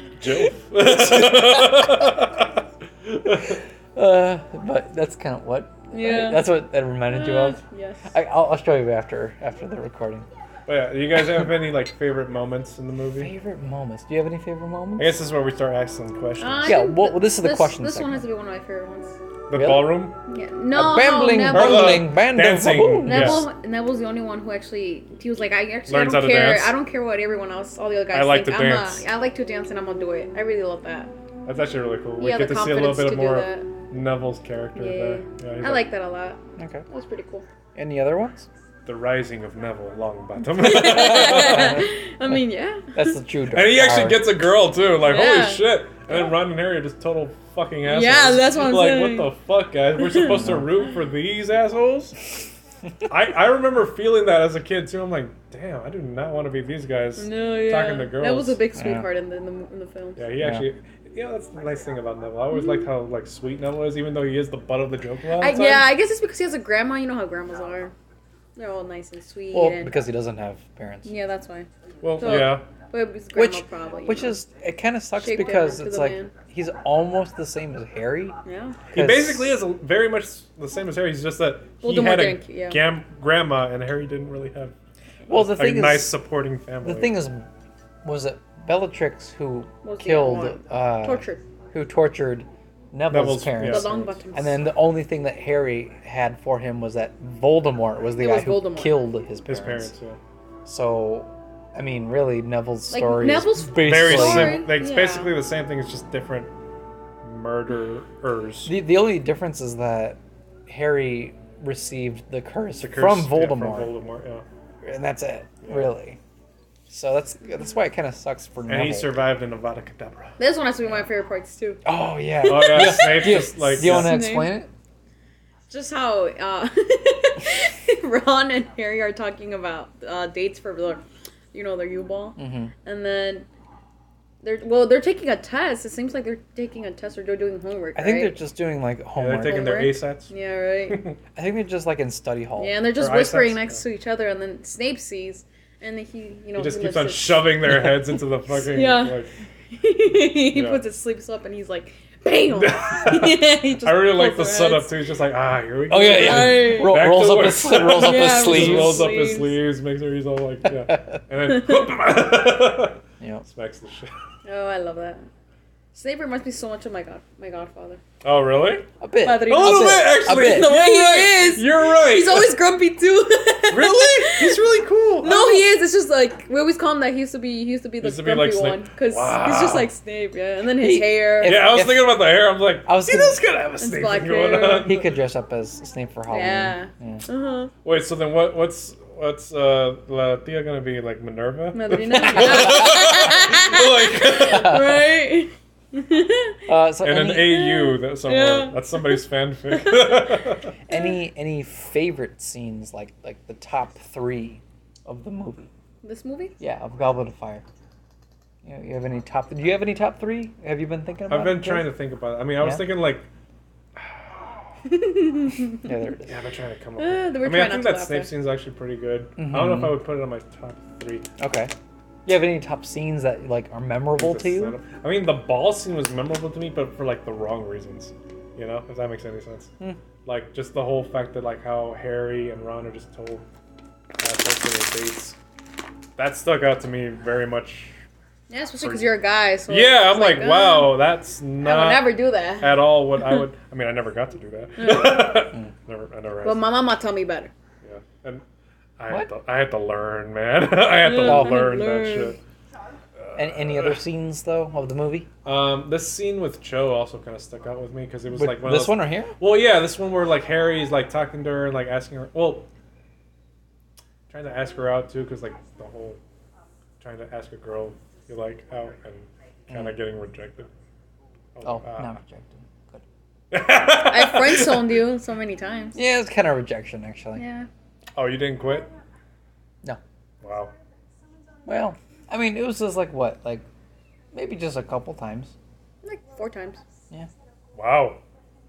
S1: *laughs*
S2: Jill. *laughs*
S1: Uh, but that's kind of what.
S3: *laughs* Yeah.
S1: That's what that reminded you of.
S3: Yes.
S1: I, I'll, I'll show you after after the recording.
S2: But yeah, do you guys have any like favorite moments in the movie?
S1: Favorite moments? Do you have any favorite
S2: I
S1: moments?
S2: guess this is where we start asking questions.
S3: I
S1: Yeah,
S3: think
S1: well, this is the
S3: this,
S1: question
S3: This
S1: segment.
S3: one has to be one of my favorite ones.
S2: the
S1: really?
S2: ballroom.
S3: Yeah. Oh, No,
S1: Bambling,
S3: no,
S2: Or
S3: Neville.
S2: the
S1: bungling, band
S2: dancing.
S3: Neville,
S2: Yes.
S3: Neville's the only one who actually he was like, I actually
S2: Learns
S3: I
S2: how
S3: don't
S2: to
S3: care.
S2: dance.
S3: I don't care what everyone else, all the other guys
S2: I like
S3: think.
S2: to
S3: I'm
S2: dance.
S3: A, I like to dance and I'm gonna do it. I really love that.
S2: That's actually really cool. We
S3: Yeah,
S2: get
S3: the
S2: to see a little
S3: confidence
S2: bit
S3: to do
S2: more
S3: that.
S2: of Neville's character
S3: Yeah,
S2: there. he's
S3: I like that a lot.
S1: Okay.
S3: That was pretty
S2: *laughs*
S3: cool.
S1: Any other ones?
S2: the rising of Neville
S3: *laughs*
S2: Longbottom.
S3: I mean, yeah.
S1: That's the true. dark
S2: *laughs* and he actually
S1: hour.
S2: gets a girl too. Like
S3: Yeah.
S2: holy shit! And then Ron and Harry are just total fucking assholes.
S3: Yeah, that's what I'm
S2: like,
S3: saying.
S2: what the fuck, guys? We're supposed
S3: *laughs*
S2: to root for these assholes. I I remember feeling that as a kid too. I'm like, damn, I do not want to be these guys.
S3: No, yeah.
S2: Talking to
S3: That
S2: girls.
S3: was a big sweet
S1: Yeah.
S3: part in the, in the in the film.
S2: Yeah, he actually. You know, that's the nice thing about Neville. I always liked how like sweet Neville is, even though he is the butt of the joke a lot of
S3: I,
S2: the time.
S3: yeah, I guess it's because he has a grandma. You know how grandmas are. They're all nice and sweet.
S1: Well,
S3: and,
S1: because he doesn't have parents.
S3: yeah, that's why.
S2: Well,
S3: So-
S2: yeah.
S3: But it was grandma
S1: Which,
S3: probably. you
S1: which
S3: know.
S1: is it kind of sucks
S3: Shaped
S1: because
S3: down to
S1: it's
S3: the
S1: like
S3: man.
S1: he's almost the same as Harry.
S3: yeah.
S2: He
S1: 'Cause-
S2: basically is a, very much the same as Harry. He's just that he
S3: Voldemort
S2: had a
S3: didn't- yeah.
S2: gam- grandma, and Harry didn't really have
S1: Well, the
S2: a
S1: thing is,
S2: nice supporting family.
S1: the thing is, was it Bellatrix who
S3: Was the other
S1: killed,
S3: one.
S1: uh,
S3: Tortured.
S1: who tortured Neville's,
S2: Neville's-
S1: parents?
S2: yeah.
S3: The long buttons.
S1: And then the only thing that Harry had for him was that Voldemort was the
S3: It
S1: guy
S3: was
S1: who
S3: Voldemort.
S1: killed his parents.
S2: his parents. Yeah.
S1: So, I mean, really, Neville's
S3: Like,
S1: story
S3: Neville's
S1: is basically
S2: Very
S3: Sorry.
S2: simple. Like it's
S3: Yeah.
S2: basically the same thing. It's just different murderers.
S1: the the only difference is that Harry received the curse,
S2: The curse-
S1: from
S2: yeah,
S1: Voldemort,
S2: from Voldemort. Yeah.
S1: and that's it, really. So that's that's why it kind of sucks for
S2: And he
S1: Neville.
S2: survived in Avada Kedavra.
S3: This one has to be one of my favorite parts too.
S1: *laughs* oh yeah.
S2: Oh yeah, Snape
S1: Do you,
S2: just like
S1: do you want to
S6: Snape.
S1: explain it?
S3: Just how uh, *laughs* Ron and Harry are talking about uh, dates for their, you know, their U-ball,
S1: Mhm.
S3: and then they're well, they're taking a test. It seems like they're taking a test or they're doing homework.
S1: I think
S3: right?
S1: they're just doing like
S2: yeah, they're
S1: homework.
S2: taking their
S3: Homework.
S2: ASATs. *laughs*
S3: Yeah, right.
S1: I think they're just like in study hall.
S3: Yeah, and they're just
S2: Or eyesight,
S3: whispering
S2: yeah.
S3: next to each other, and then Snape sees, and then he, you know,
S2: He just keeps
S3: lifts
S2: on
S3: his-
S2: shoving their heads into the fucking.
S3: Yeah.
S2: like-
S3: *laughs* he
S2: Yeah.
S3: puts his sleeves up, and he's like,
S2: *laughs*
S3: "Bam!" *laughs* yeah, he just
S2: I really like the
S3: pulls their
S2: setup
S3: heads.
S2: too. He's just like, ah, here we go.
S1: Oh yeah, yeah.
S2: Back
S1: Roll,
S2: to
S1: rolls up
S2: work.
S1: his *laughs* rolls up
S6: Yeah,
S1: his
S6: rolls
S2: Just rolls
S1: sleeves.
S2: up his
S6: Sleeves.
S2: sleeves, makes sure he's all like, *laughs* yeah, and then
S1: Yeah.
S2: smacks the shit.
S3: Oh, I love that. Snape reminds me so much of my god, my godfather.
S2: Oh really?
S1: A bit.
S3: Padrino.
S2: A little
S1: bit,
S2: bit,
S1: a
S2: actually.
S1: bit.
S3: The way
S2: You're
S3: he
S2: right.
S3: is.
S2: You're right.
S3: He's always grumpy
S1: *laughs*
S3: too.
S2: really. *laughs* He's really cool.
S3: No, he is. It's just like we always call him that. He used to be. He used to be the
S2: Used to be
S3: grumpy
S2: like Snape.
S3: one because he's
S2: Wow.
S3: just like Snape. Yeah, and then his
S1: He-
S3: hair.
S1: if-
S2: *laughs* Yeah, I was
S1: If-
S2: thinking about the hair. I'm like,
S1: I was
S2: he
S1: gonna-
S2: does gotta have a snake
S3: black
S2: thing going
S3: hair.
S2: on.
S1: He
S3: *laughs*
S1: could dress up as Snape for Halloween.
S3: Yeah.
S1: Yeah. *laughs*
S3: uh-huh.
S2: Wait, so then what? What's what's uh, La Tia gonna be like Minerva?
S3: Madrina.
S2: *laughs*
S1: *laughs*
S2: like,
S3: right.
S1: Uh, so
S2: and an
S1: any,
S2: AU that somewhere.
S3: Yeah.
S2: That's somebody's fanfic.
S3: *laughs*
S1: any any favorite scenes like like the top three of the movie?
S3: *laughs* this movie.
S1: Yeah, of Goblet of Fire. You, you have any top? Do you have any top three? Have you been thinking about?
S2: I've been trying to think about it. I mean, I was
S1: Yeah.
S2: thinking like,
S1: to. Yeah, there it is.
S2: yeah, I've been trying to come up.
S3: Uh,
S2: with
S3: they were
S2: I mean, I think
S3: trying not to
S2: that
S3: laugh,
S2: Snape
S3: though.
S2: scene's actually pretty good. I don't know if I would put it on my top three.
S1: Okay. You have any top scenes that like are memorable
S2: It's
S1: to
S2: a
S1: you?
S2: setup. I mean, the ball scene was memorable to me, but for like the wrong reasons. You know, if that makes any sense. Like just the whole fact that like how Harry and Ron are just told assholes to their dates. That stuck out to me very much.
S3: Yeah, especially because you're a guy. So
S2: yeah,
S3: it's
S2: I'm like,
S3: uh,
S2: wow, that's
S3: I would
S2: not
S3: never do that.
S2: at all what I
S3: *laughs*
S2: would. I mean, I never got to do *laughs* that. never, I never.
S3: But
S2: Had,
S3: my mama taught me better.
S2: yeah, and I
S1: What?
S2: had, to, I had to learn, man. *laughs* I had to
S1: Yeah,
S2: learn that
S3: learn.
S2: shit.
S1: Any, any other scenes though of the movie?
S2: Um, this scene with Cho also kind of stuck out with me because it was
S1: With
S2: like one of
S1: this
S2: those-
S1: one right here?
S2: Well, yeah, this one where like Harry's like talking to her and like asking her. Well, trying to ask her out too, because like the whole trying to ask a girl you like out and kind of getting rejected. I was
S1: Mm. Oh,
S2: like, ah.
S1: not rejected. Good.
S2: *laughs*
S3: I friend zoned you so many times.
S1: Yeah, it's kind of rejection actually.
S3: Yeah.
S2: Oh, you didn't quit?
S1: No.
S2: Wow.
S1: Well, I mean, it was just like what, like maybe just a couple times.
S3: Like four times.
S2: Wow.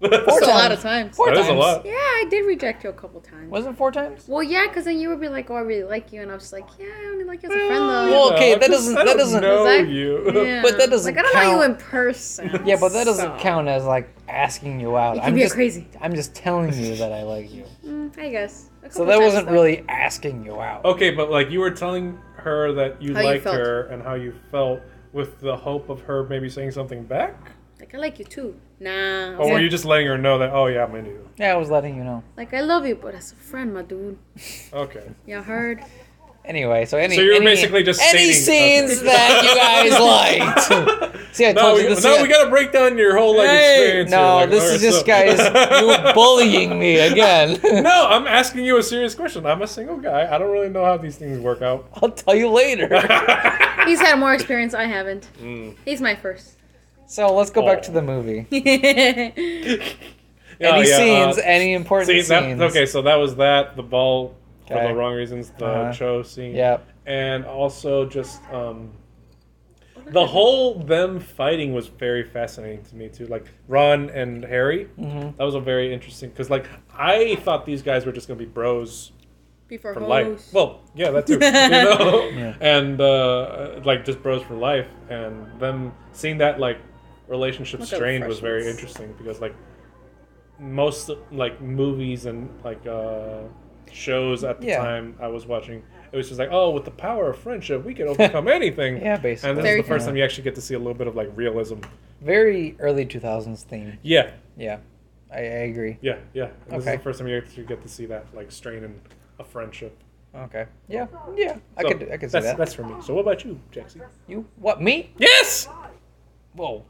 S2: *laughs*
S1: Four
S3: That's a lot
S1: times.
S3: of times.
S1: Four
S2: That is
S1: times.
S2: a lot.
S3: Yeah, I did reject you a couple times.
S1: Wasn't four times?
S3: Well, yeah, because then you would be like, "Oh, I really like you," and I was like, "Yeah, I only like you as a
S2: Well,
S3: friend,
S2: you
S3: though."
S1: Well, okay,
S2: I'm
S1: that doesn't-
S2: I
S1: that
S2: don't
S1: doesn't-
S2: know
S3: Like,
S2: you.
S1: *laughs*
S3: Yeah.
S1: But that doesn't
S3: like I don't know you
S1: count.
S3: in person.
S1: *laughs* Yeah, but that doesn't
S3: so-
S1: count as like asking you out.
S3: You
S1: I'm
S3: can be
S1: just
S3: crazy.
S1: I'm just telling you that I like
S3: *laughs*
S1: you.
S3: Mm, I guess. A
S1: So
S3: couple
S1: that
S3: times,
S1: wasn't
S3: though.
S1: really asking you out.
S2: Okay, but like you were telling her that you
S3: How you
S2: liked
S3: felt.
S2: her and how you felt with the hope of her maybe saying something back?
S3: like I like you too. Nah. I
S2: Or
S3: was
S2: were
S3: like,
S2: you just letting her know that, oh yeah, I'm into you?
S1: Yeah, I was letting Oh, you know.
S3: like, I love you, but as a friend, my dude.
S2: Okay.
S3: You heard?
S1: Anyway, so any
S2: So you were
S1: any-
S2: basically just
S1: any
S2: stating-
S1: scenes
S2: *laughs* okay.
S1: that you guys
S2: *laughs*
S1: liked. See, I
S2: No,
S1: told
S2: we,
S1: you this.
S2: no,
S1: is-
S2: we gotta break down your whole like
S1: *laughs* Hey,
S2: experience.
S1: no,
S2: here. Like,
S1: this
S2: all
S1: is
S2: right,
S1: just
S2: *laughs* so-
S1: guys. You bullying me again.
S2: *laughs* no, I'm asking you a serious question. I'm a single guy. I don't really know how these things work out.
S1: *laughs* I'll tell you later.
S3: He's had more experience. I haven't.
S1: Mm.
S3: He's my
S1: *laughs*
S3: first. *laughs*
S1: So let's go back to
S2: Oh.
S1: the movie.
S3: yeah.
S2: Yeah,
S1: *laughs* any
S2: *laughs* yeah,
S1: scenes?
S2: uh,
S1: any important
S2: see,
S1: scenes?
S2: That, okay, so that was that. The ball for
S1: Okay.
S2: the wrong reasons. The
S1: Uh-huh.
S2: Cho scene.
S1: Yep.
S2: and also just um, the whole them fighting was very fascinating to me too. Like Ron and Harry,
S1: Mm-hmm.
S2: that was a very interesting because like I thought these guys were just gonna be bros
S3: Before
S2: for
S3: hoes.
S2: life. Well, yeah, that too. you
S1: *laughs*
S2: know, and uh, like just bros for life, and them seeing that like relationship
S3: Look at
S2: strained was very
S3: freshness.
S2: interesting because like most like movies and like uh, shows at the
S1: Yeah.
S2: time I was watching, it was just like, oh, with the power of friendship, we can
S1: *laughs*
S2: overcome anything.
S1: Yeah, basically.
S2: And this
S3: Very
S2: is the first
S1: true.
S2: time you actually get to see a little bit of like realism.
S1: Very early 2000s theme.
S2: Yeah,
S1: Yeah, I, I agree.
S2: yeah, yeah. And This is
S1: Okay.
S2: the first time you actually get to see that like strain in a friendship.
S1: Okay. Yeah, yeah. I
S2: So
S1: could, I could see
S2: that's,
S1: that.
S2: That's for me. So what about you, Jaxie?
S1: You what? Me?
S2: Yes.
S1: Whoa.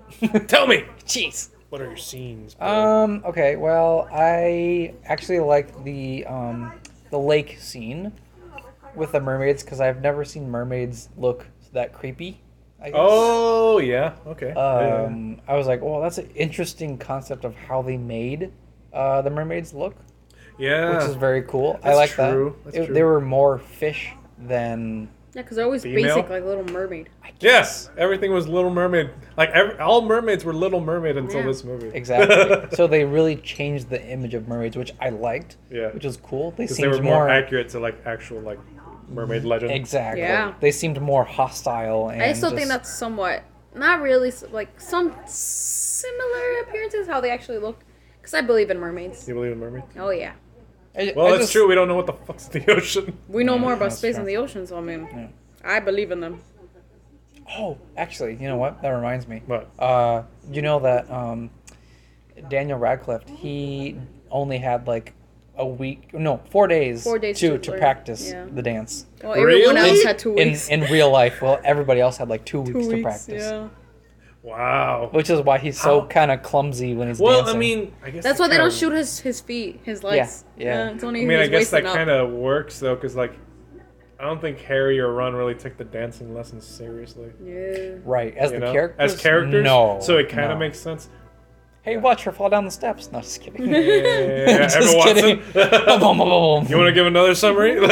S2: Tell me.
S1: Jeez.
S2: What are your scenes? bro?
S1: Um. Okay. Well, I actually like the um the lake scene. with the mermaids because I've never seen mermaids look that creepy. I guess.
S2: Oh yeah. Okay. Yeah.
S1: Um, I was like, well, that's an interesting concept of how they made uh, the mermaids look,
S2: yeah.
S1: which is very cool. I
S2: That's
S1: like
S2: true.
S1: that.
S2: That's
S1: It-
S2: true.
S1: There were more fish than
S3: Yeah, because they're always
S2: Female?
S3: basic, like Little Mermaid.
S2: yes, everything was Little Mermaid. Like every, all mermaids were Little Mermaid until
S3: Yeah.
S2: this movie.
S1: exactly. so they really changed the image of mermaids, which I liked.
S2: *laughs* Yeah.
S1: which was cool. They
S2: Because
S1: seemed
S2: they were more,
S1: more,
S2: accurate to like actual like mermaid legend.
S1: exactly.
S3: Yeah.
S1: They seemed more hostile. And
S3: I still think
S1: just-
S3: that's somewhat not really s- like some similar appearances how they actually look. Because I believe in mermaids.
S2: You believe in mermaids?
S3: Oh yeah,
S1: I-
S2: Well,
S1: I
S2: that's
S1: just-
S2: true. We don't know what the fuck's in the *laughs* ocean.
S3: we know
S1: Yeah,
S3: more about
S1: that's
S3: space
S1: true.
S3: and the ocean, so I mean,
S1: Yeah.
S3: I believe in them.
S1: Oh, actually, you know what? That reminds me.
S2: What?
S1: Uh, you know that um, Daniel Radcliffe, he only had like a week, no, four days,
S3: Four days
S1: to,
S3: to
S1: to
S3: learn,
S1: practice
S3: yeah.
S1: the dance.
S3: Well,
S2: Really?
S3: everyone else had two
S1: In,
S3: weeks.
S1: in real life, well, everybody else had like two weeks
S3: two
S1: to
S3: weeks,
S1: practice,
S3: yeah.
S2: Wow.
S1: which is why he's so
S2: How-
S1: kind of clumsy when he's
S2: Well,
S1: dancing.
S2: I mean, I guess
S3: That's
S2: that
S3: why they don't
S2: kinda-
S3: shoot his his feet, his legs.
S1: Yeah, yeah.
S3: it's only
S2: I mean,
S3: his
S2: I guess
S3: waist
S2: that
S3: and up.
S2: kind of works though, because like, I don't think Harry or Ron really took the dancing lessons seriously.
S3: Yeah.
S1: right as
S2: you
S1: the
S2: know?
S1: characters,
S2: as characters,
S1: no.
S2: So it kind
S1: no.
S2: of makes sense. *laughs*
S1: Hey, watch her fall down the steps. No, just kidding. *laughs*
S2: Yeah,
S1: Just
S2: Emma
S1: kidding.
S2: Watson. *laughs*
S1: *laughs* Boom, boom, boom, boom.
S2: you want to give
S1: *laughs*
S2: another summary? *laughs* no,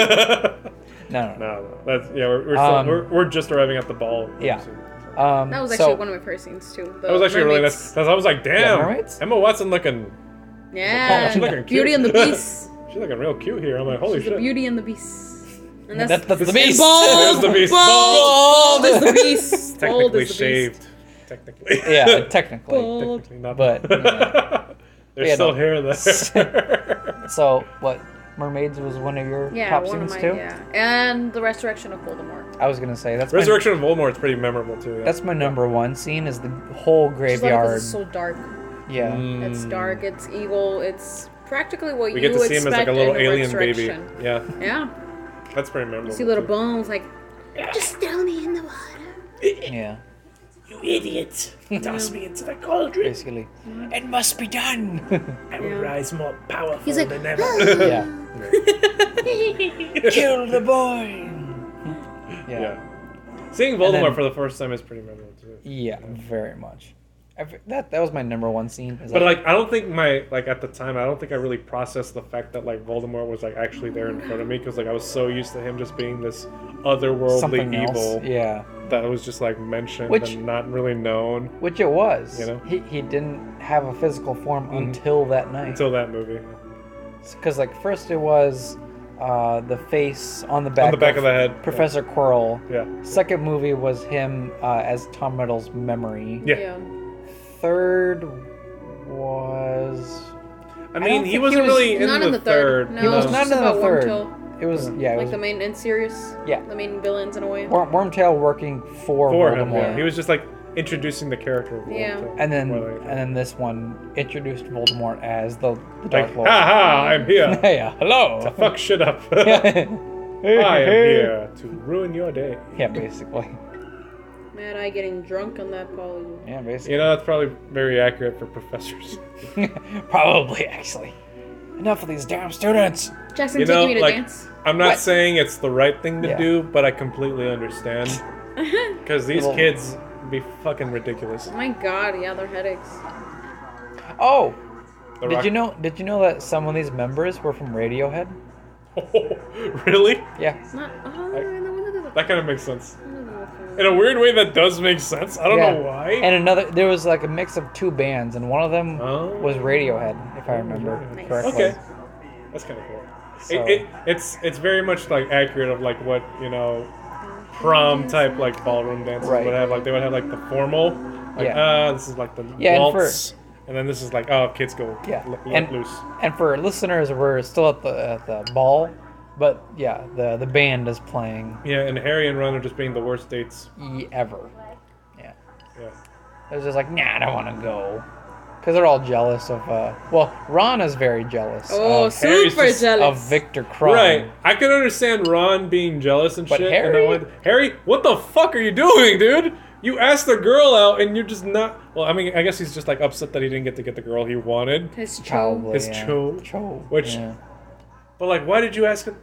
S1: no, no,
S2: no, that's yeah. We're we're, still,
S1: Um,
S2: we're we're just arriving at the ball.
S1: Yeah. no. Um,
S3: That was
S1: so-
S3: actually one of my first scenes too.
S2: That was actually really nice. Cause I was like, damn,
S1: mermaids?
S2: Emma Watson looking,
S3: really
S1: Oh,
S2: *laughs*
S3: nice.
S1: she
S3: Yeah,
S2: looking
S3: Beauty
S2: cute. *laughs*
S3: and the Beast.
S2: she's looking real cute here. I'm like, holy
S3: the
S2: shit.
S3: Beauty and the Beast. And
S1: That's,
S3: *laughs*
S1: that's the beast.
S2: That's the beast.
S1: Bald.
S3: Bald *laughs* is the Beast. Bald
S2: Technically
S3: is the Beast.
S2: shaved. Technically.
S1: *laughs*
S2: *laughs*
S1: yeah, technically.
S3: Bald.
S2: Technically not.
S1: But,
S2: *laughs* there's
S1: yeah,
S2: still
S1: no.
S2: hair there.
S1: *laughs*
S2: *laughs*
S1: So, what? Mermaids was one of your
S3: Yeah,
S1: top
S3: one of
S1: scenes
S3: my
S1: too.
S3: yeah. And the Resurrection of Voldemort.
S1: I was gonna say that's
S2: Resurrection of Voldemort is pretty memorable too. yeah.
S1: My, that's my number one scene is the whole
S3: Just like, 'cause
S1: graveyard. Hmm.
S3: It's so dark.
S1: yeah,
S2: Mm.
S3: It's dark. It's evil. It's practically
S2: we
S3: what you
S2: get to see him as like
S3: expect
S2: a little
S3: in a
S2: alien baby.
S3: resurrection.
S2: Yeah,
S3: Yeah,
S2: that's pretty memorable.
S3: you see little
S2: too.
S3: bones like *laughs*
S1: yeah,
S7: You idiot! Toss me into the cauldron.
S1: basically.
S2: *laughs*
S1: It must be *laughs* done.
S7: I will rise more powerful
S3: He's like,
S7: than ever.
S1: yeah, kill the boy. Yeah. yeah,
S2: Yeah. Seeing Voldemort
S1: then-
S2: for the first time is pretty memorable too.
S1: very much. I f that that was my number one scene. is
S2: But
S1: that-
S2: like, I don't think my like at the time, I don't think I really processed the fact that like Voldemort was like actually there in front of me because like I was so used to him just being this otherworldly
S1: something
S2: evil
S1: else. Yeah,
S2: that was just like mentioned
S1: Which-
S2: and not really known
S1: which it was.
S2: You know? Mm-hmm.
S1: he he didn't have a physical form until that night.
S2: until that movie.
S1: because like first it was uh, the face on the back
S2: the back of the head, yeah.
S1: Professor Quirrell.
S2: Yeah,
S1: Second movie was him uh, as Tom Riddle's memory.
S2: yeah.
S3: yeah.
S1: Third was
S2: I
S1: don't
S2: mean,
S1: think
S2: he
S1: he
S2: wasn't
S1: was-
S2: really in
S3: Not
S2: the, third.
S3: No,
S1: He was
S3: it's
S1: not
S3: just
S1: in the
S3: about
S1: third.
S3: Wormtail,
S1: it was yeah it
S3: like
S1: was
S3: the main and Sirius.
S1: Yeah.
S3: The main villains in a way.
S1: Wor- Wormtail working for,
S2: for him.
S1: Voldemort.
S2: Yeah. He was just like introducing the character. Of
S3: Yeah.
S2: Voldemort.
S1: and then
S2: More like-
S1: and then this one introduced Voldemort as the, the Dark
S2: like, ha
S1: Lord.
S2: ha, I'm
S1: *laughs*
S2: here.
S1: Hey, uh,
S2: *laughs*
S1: hello.
S2: Fuck shit
S1: *laughs*
S2: up.
S1: I
S2: *laughs* I am
S1: *laughs*
S2: here to ruin your day.
S1: Yeah, basically.
S3: Mad Eye getting drunk on that poly.
S1: Yeah,
S2: You
S1: basically.
S2: know, that's probably very accurate for professors. *laughs*
S1: Probably actually. Enough of these damn students.
S3: Jackson
S2: You know,
S3: taking me to
S2: like,
S3: dance.
S2: I'm not
S1: What?
S2: saying it's the right thing to
S1: Yeah.
S2: do, but I completely understand. Because these
S1: Little-
S2: kids be fucking ridiculous.
S3: Oh My God, yeah, they're headaches.
S1: Oh,
S2: The
S1: did
S2: Rock- *laughs*
S1: you know? Did you know that some of these members were from Radiohead?
S2: Oh, really?
S1: Yeah.
S3: Not. Oh, and then one of the-
S2: That kind of makes sense.
S3: one of the-
S2: In a weird way, that does make sense. I don't
S1: yeah.
S2: know why.
S1: And another, there was like a mix of two bands, and one of them
S2: Oh.
S1: was Radiohead, if I remember
S2: Nice.
S1: correctly.
S2: Okay, that's kind of cool.
S1: So-
S2: It, it, it's it's very much like accurate of like what you know, prom type like ballroom dances
S1: Right.
S2: would have. Like they would have like the formal, like
S1: Yeah.
S2: ah, this is like the
S1: Yeah, and for-
S2: waltz, and, then this is like oh, kids go
S1: Yeah.
S2: l- l-
S1: and
S2: loose.
S1: and for listeners, we're still at the at the ball, but yeah, the the band is playing
S2: Yeah, and Harry and Ron are just being the worst dates.
S1: e ever. Yeah.
S2: Yeah,
S1: It was just like, nah, I don't want to go, because they're all jealous of. Uh, well, Ron is very jealous
S3: Oh,
S1: of,
S2: uh, Harry's
S3: super
S2: just
S3: jealous.
S1: of Victor Crumb.
S2: right. I could understand Ron being jealous and
S1: But
S2: shit.
S1: Harry-
S2: and I would, Harry, what the fuck are you doing, dude? You asked the girl out, and you're just not. Well, I mean, I guess he's just like upset that he didn't get to get the girl he wanted.
S3: His chow.
S1: Probably.
S2: It's
S1: yeah.
S2: Cho.
S1: Cho,
S2: *laughs* Which-
S1: yeah.
S2: But like, why did you ask him?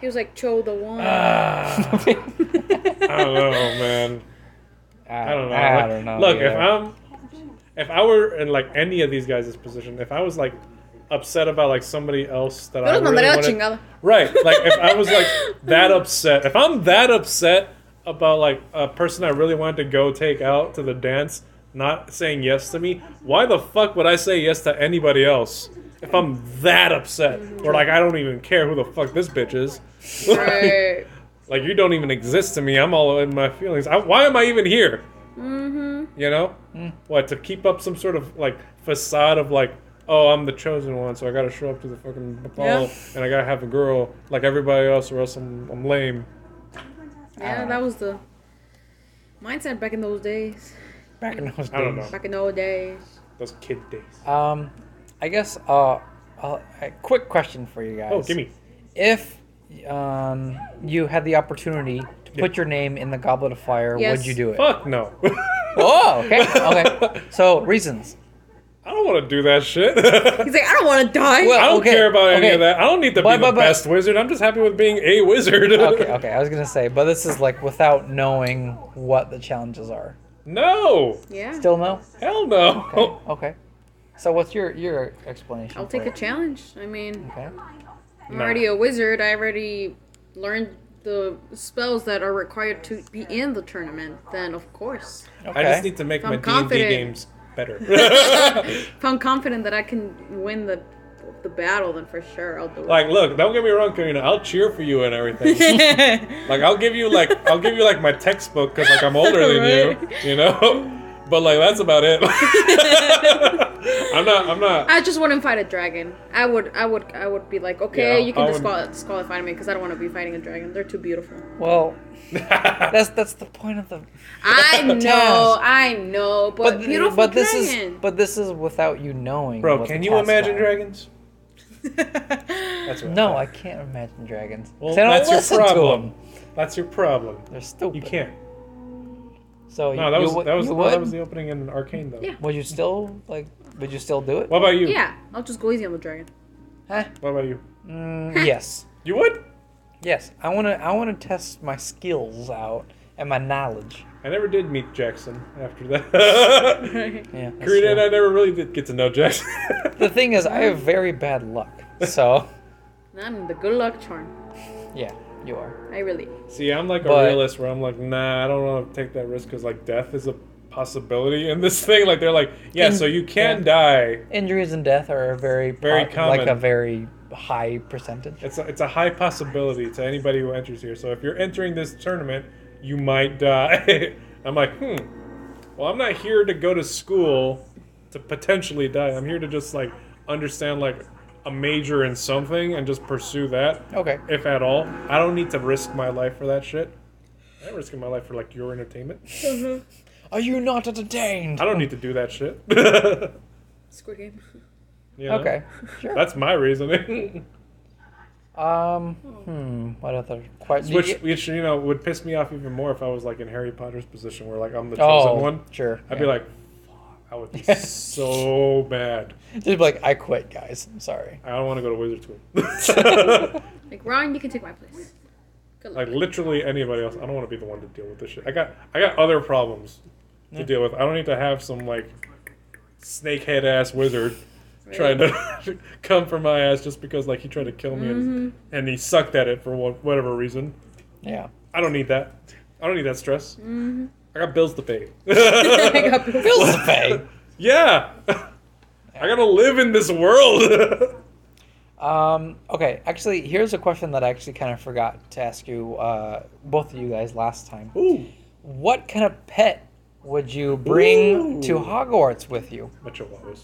S3: He was like Cho the one.
S2: Ah.
S3: *laughs*
S1: Uh. *laughs*
S2: I don't know, man. I don't know.
S1: *laughs* I
S2: Like,
S1: don't know.
S2: Look, if
S1: yeah.
S2: I'm, if I were in like any of these guys' position, if I was like upset about like somebody else that I
S8: Los
S2: really
S8: mandaré a la
S2: wanted,
S8: chingada.
S2: right? Like if I was like that upset, if I'm that upset about like a person I really wanted to go take out to the dance not saying yes to me, why the fuck would I say yes to anybody else? If I'm that upset, or like I don't even care who the fuck this bitch is, *laughs*
S8: Right.
S2: like you don't even exist to me. I'm all in my feelings. I, why am I even here? Mm-hmm. You know,
S1: Mm.
S2: what to keep up some sort of like facade of like, oh, I'm the chosen one, so I gotta show up to the fucking ball and I gotta have a girl like everybody else, or else I'm, I'm lame.
S3: yeah, that was the mindset back in those days.
S1: back in those days.
S2: I don't know
S3: Back in old days.
S2: those kid days.
S1: Um, I guess uh, uh, a quick question for you guys.
S2: Oh, give me.
S1: If um, you had the opportunity to put your name in the Goblet of Fire,
S3: Yes.
S1: would you do it?
S2: Fuck no.
S1: Oh, okay, okay. So reasons.
S2: *laughs* I don't want to do that shit. *laughs*
S3: He's like, I don't want to die.
S1: Well-
S2: I don't
S1: Okay,
S2: care about any
S1: okay.
S2: of that. I don't need to
S1: But-
S2: be the
S1: but- but-
S2: best wizard. I'm just happy with being a wizard.
S1: Okay, okay. I was gonna say, but this is like without knowing what the challenges are.
S2: *laughs* No.
S3: yeah,
S1: Still no.
S2: Hell *laughs* no.
S1: Okay. So what's your your explanation?
S3: I'll
S1: for
S3: take a
S1: it?
S3: challenge. I mean,
S1: Okay.
S3: I'm already a wizard. I already learned the spells that are required to be in the tournament. Then, of course,
S1: Okay.
S2: I just need to make
S3: I'm
S2: my D and D
S3: confident.
S2: games better. *laughs*
S3: if I'm confident that I can win the the battle, then for sure I'll do it.
S2: like, look, don't get me wrong, Karina. I'll cheer for you and
S3: *laughs*
S2: everything. like, I'll give you like, I'll give you like my textbook because like I'm older than you, you know. But like, that's about it. *laughs* I'm not. I'm not.
S3: I just wouldn't fight a dragon. I would, I would, I would be like, okay,
S2: Yeah,
S3: you can
S2: I would-
S3: disqual- disqualify me because I don't want to be fighting a dragon. They're
S1: *laughs*
S3: too beautiful.
S1: Well, that's that's the point of the.
S3: I know,
S1: Task.
S3: I know, but,
S1: th-
S3: beautiful
S1: but this
S3: dragon.
S1: *laughs* is but this is without you knowing.
S2: Bro,
S1: what the
S2: can you
S1: tasks
S2: imagine
S1: are.
S2: dragons? That's what I
S1: No,
S2: thought.
S1: I can't imagine dragons.
S2: Well,
S1: 'Cause I don't
S2: that's your
S1: listen to 'em.
S2: problem. That's your problem.
S1: They're stupid.
S2: You can't.
S1: So
S2: No, that
S1: you,
S2: was
S1: would-
S2: that was
S1: you
S2: no,
S1: would.
S2: that was the opening in Arcane though.
S3: Yeah.
S1: Would you still like? Would you still do it?
S2: What about you?
S3: yeah, I'll just go easy on the dragon.
S1: Huh?
S2: What about you?
S1: *laughs* Mm, yes.
S2: You would?
S1: Yes. I wanna I wanna test my skills out and my knowledge.
S2: I never did meet Jackson after
S3: *laughs*
S2: that.
S1: Yeah. that's
S2: Karina and
S1: true.
S2: I never really did get to know Jackson.
S1: The thing is, I have very bad luck.
S2: *laughs*
S1: So
S3: I'm the good luck charm.
S1: yeah, you are.
S3: I really.
S2: *laughs* See, I'm like a
S1: But-
S2: realist where I'm like, nah, I don't want to take that risk because like death is a possibility in this *laughs* thing. Like they're like, yeah,
S1: In-
S2: so you can
S1: yeah.
S2: die.
S1: Injuries and death are a very
S2: Very
S1: like
S2: common.
S1: a very high percentage.
S2: It's a, it's a high possibility to anybody who enters here. So if you're entering this tournament, you might die. *laughs* I'm like, hmm. Well, I'm not here to go to school to potentially die. I'm here to just like understand like a major in something and just pursue that.
S1: Okay.
S2: if at all. I don't need to risk my life for that shit. I'm risking my life for like your entertainment.
S1: Are you not entertained?
S2: I don't need to do that shit. *laughs* You
S3: Squid Game. *laughs*
S2: know?
S1: Okay. Sure.
S2: That's
S1: *laughs*
S2: my reasoning, *laughs*
S1: Um. Hmm. What other question?
S2: which which you know would piss me off even more if I was like in Harry Potter's position, where like I'm the chosen
S1: oh,
S2: one.
S1: sure.
S2: I'd
S1: yeah.
S2: be like, "Fuck, I
S1: *laughs*
S2: would be so bad.
S1: just be like, I quit, guys. I'm sorry.
S2: I don't want to go to wizard *laughs*
S1: *laughs*
S2: school.
S3: Like Ron, you can take my place. Good luck.
S2: like literally anybody else. I don't want to be the one to deal with this shit. I got I got other problems to deal with. I don't need to have some like snakehead ass wizard trying to *laughs* come for my ass just because like he tried to kill me and,
S1: Mm-hmm.
S2: and he sucked at it for wha- whatever reason.
S1: Yeah.
S2: I don't need that. I don't need that stress.
S1: Mm-hmm.
S2: I got bills
S1: *laughs*
S2: to pay. *laughs*
S3: *laughs*
S1: Bills to pay.
S2: yeah. I gotta live in this world. *laughs*
S1: Um, okay, actually, here's a question that I actually kind of forgot to ask you, uh, both of you guys last time.
S2: Ooh,
S1: What kind of pet would you bring
S2: Ooh.
S1: to Hogwarts with you?
S2: my chihuahuas.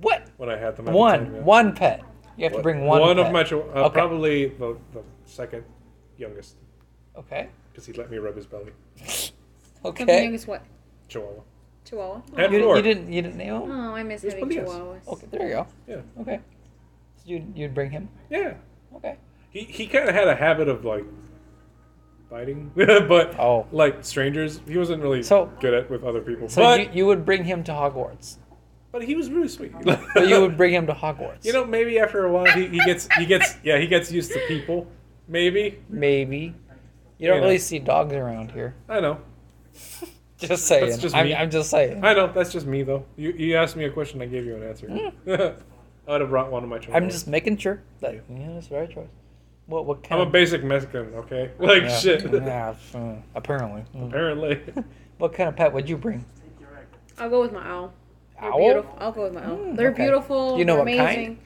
S1: What?
S2: When I had them, at the
S1: One.
S2: time, yeah.
S1: One pet. You have to bring one.
S2: One
S1: pet.
S2: of my chihuahuas. Uh,
S1: Okay.
S2: Probably the, the second youngest.
S1: Okay.
S2: because he let me rub his belly.
S3: Okay.
S1: Okay.
S3: name is what?
S2: Chihuahua.
S3: Chihuahua.
S2: I had
S1: Oh. You,
S2: four.
S1: you didn't. You didn't name him.
S3: Oh, I miss
S2: It's
S3: having
S2: Pelias.
S3: chihuahuas.
S1: Okay. There you go.
S2: Yeah.
S1: Okay. So you you'd bring him.
S2: Yeah.
S1: Okay.
S2: He he kind of had a habit of like biting, *laughs* but
S1: Oh.
S2: like strangers, he wasn't really
S1: So-
S2: good at with other people.
S1: So
S2: but
S1: you, you would bring him to Hogwarts.
S2: but he was really
S1: *laughs*
S2: sweet.
S1: But you would bring him to Hogwarts.
S2: You know, maybe after a while he, he gets he gets yeah he gets used to people. Maybe.
S1: Maybe. You don't
S2: You know.
S1: really see dogs around here.
S2: I know.
S1: Just saying.
S2: just
S1: I'm,
S2: me.
S1: I'm just saying.
S2: I know. That's just me, though. You, you asked me a question, I gave you an answer. *laughs* I would have brought one of my children.
S1: Mm. I'm just making sure that yeah, that's the right choice. What what
S2: I'm
S1: kind
S2: a basic Mexican, okay? *laughs* Like
S1: yeah.
S2: shit.
S1: *laughs* Yeah, mm, apparently. Mm.
S2: *laughs* Apparently.
S1: What kind of pet would you bring?
S3: I'll go with my owl. They're
S1: Owl? Hmm,
S3: beautiful. I'll go with my owl. They're
S1: okay.
S3: beautiful.
S1: You know
S3: They're
S1: what kind?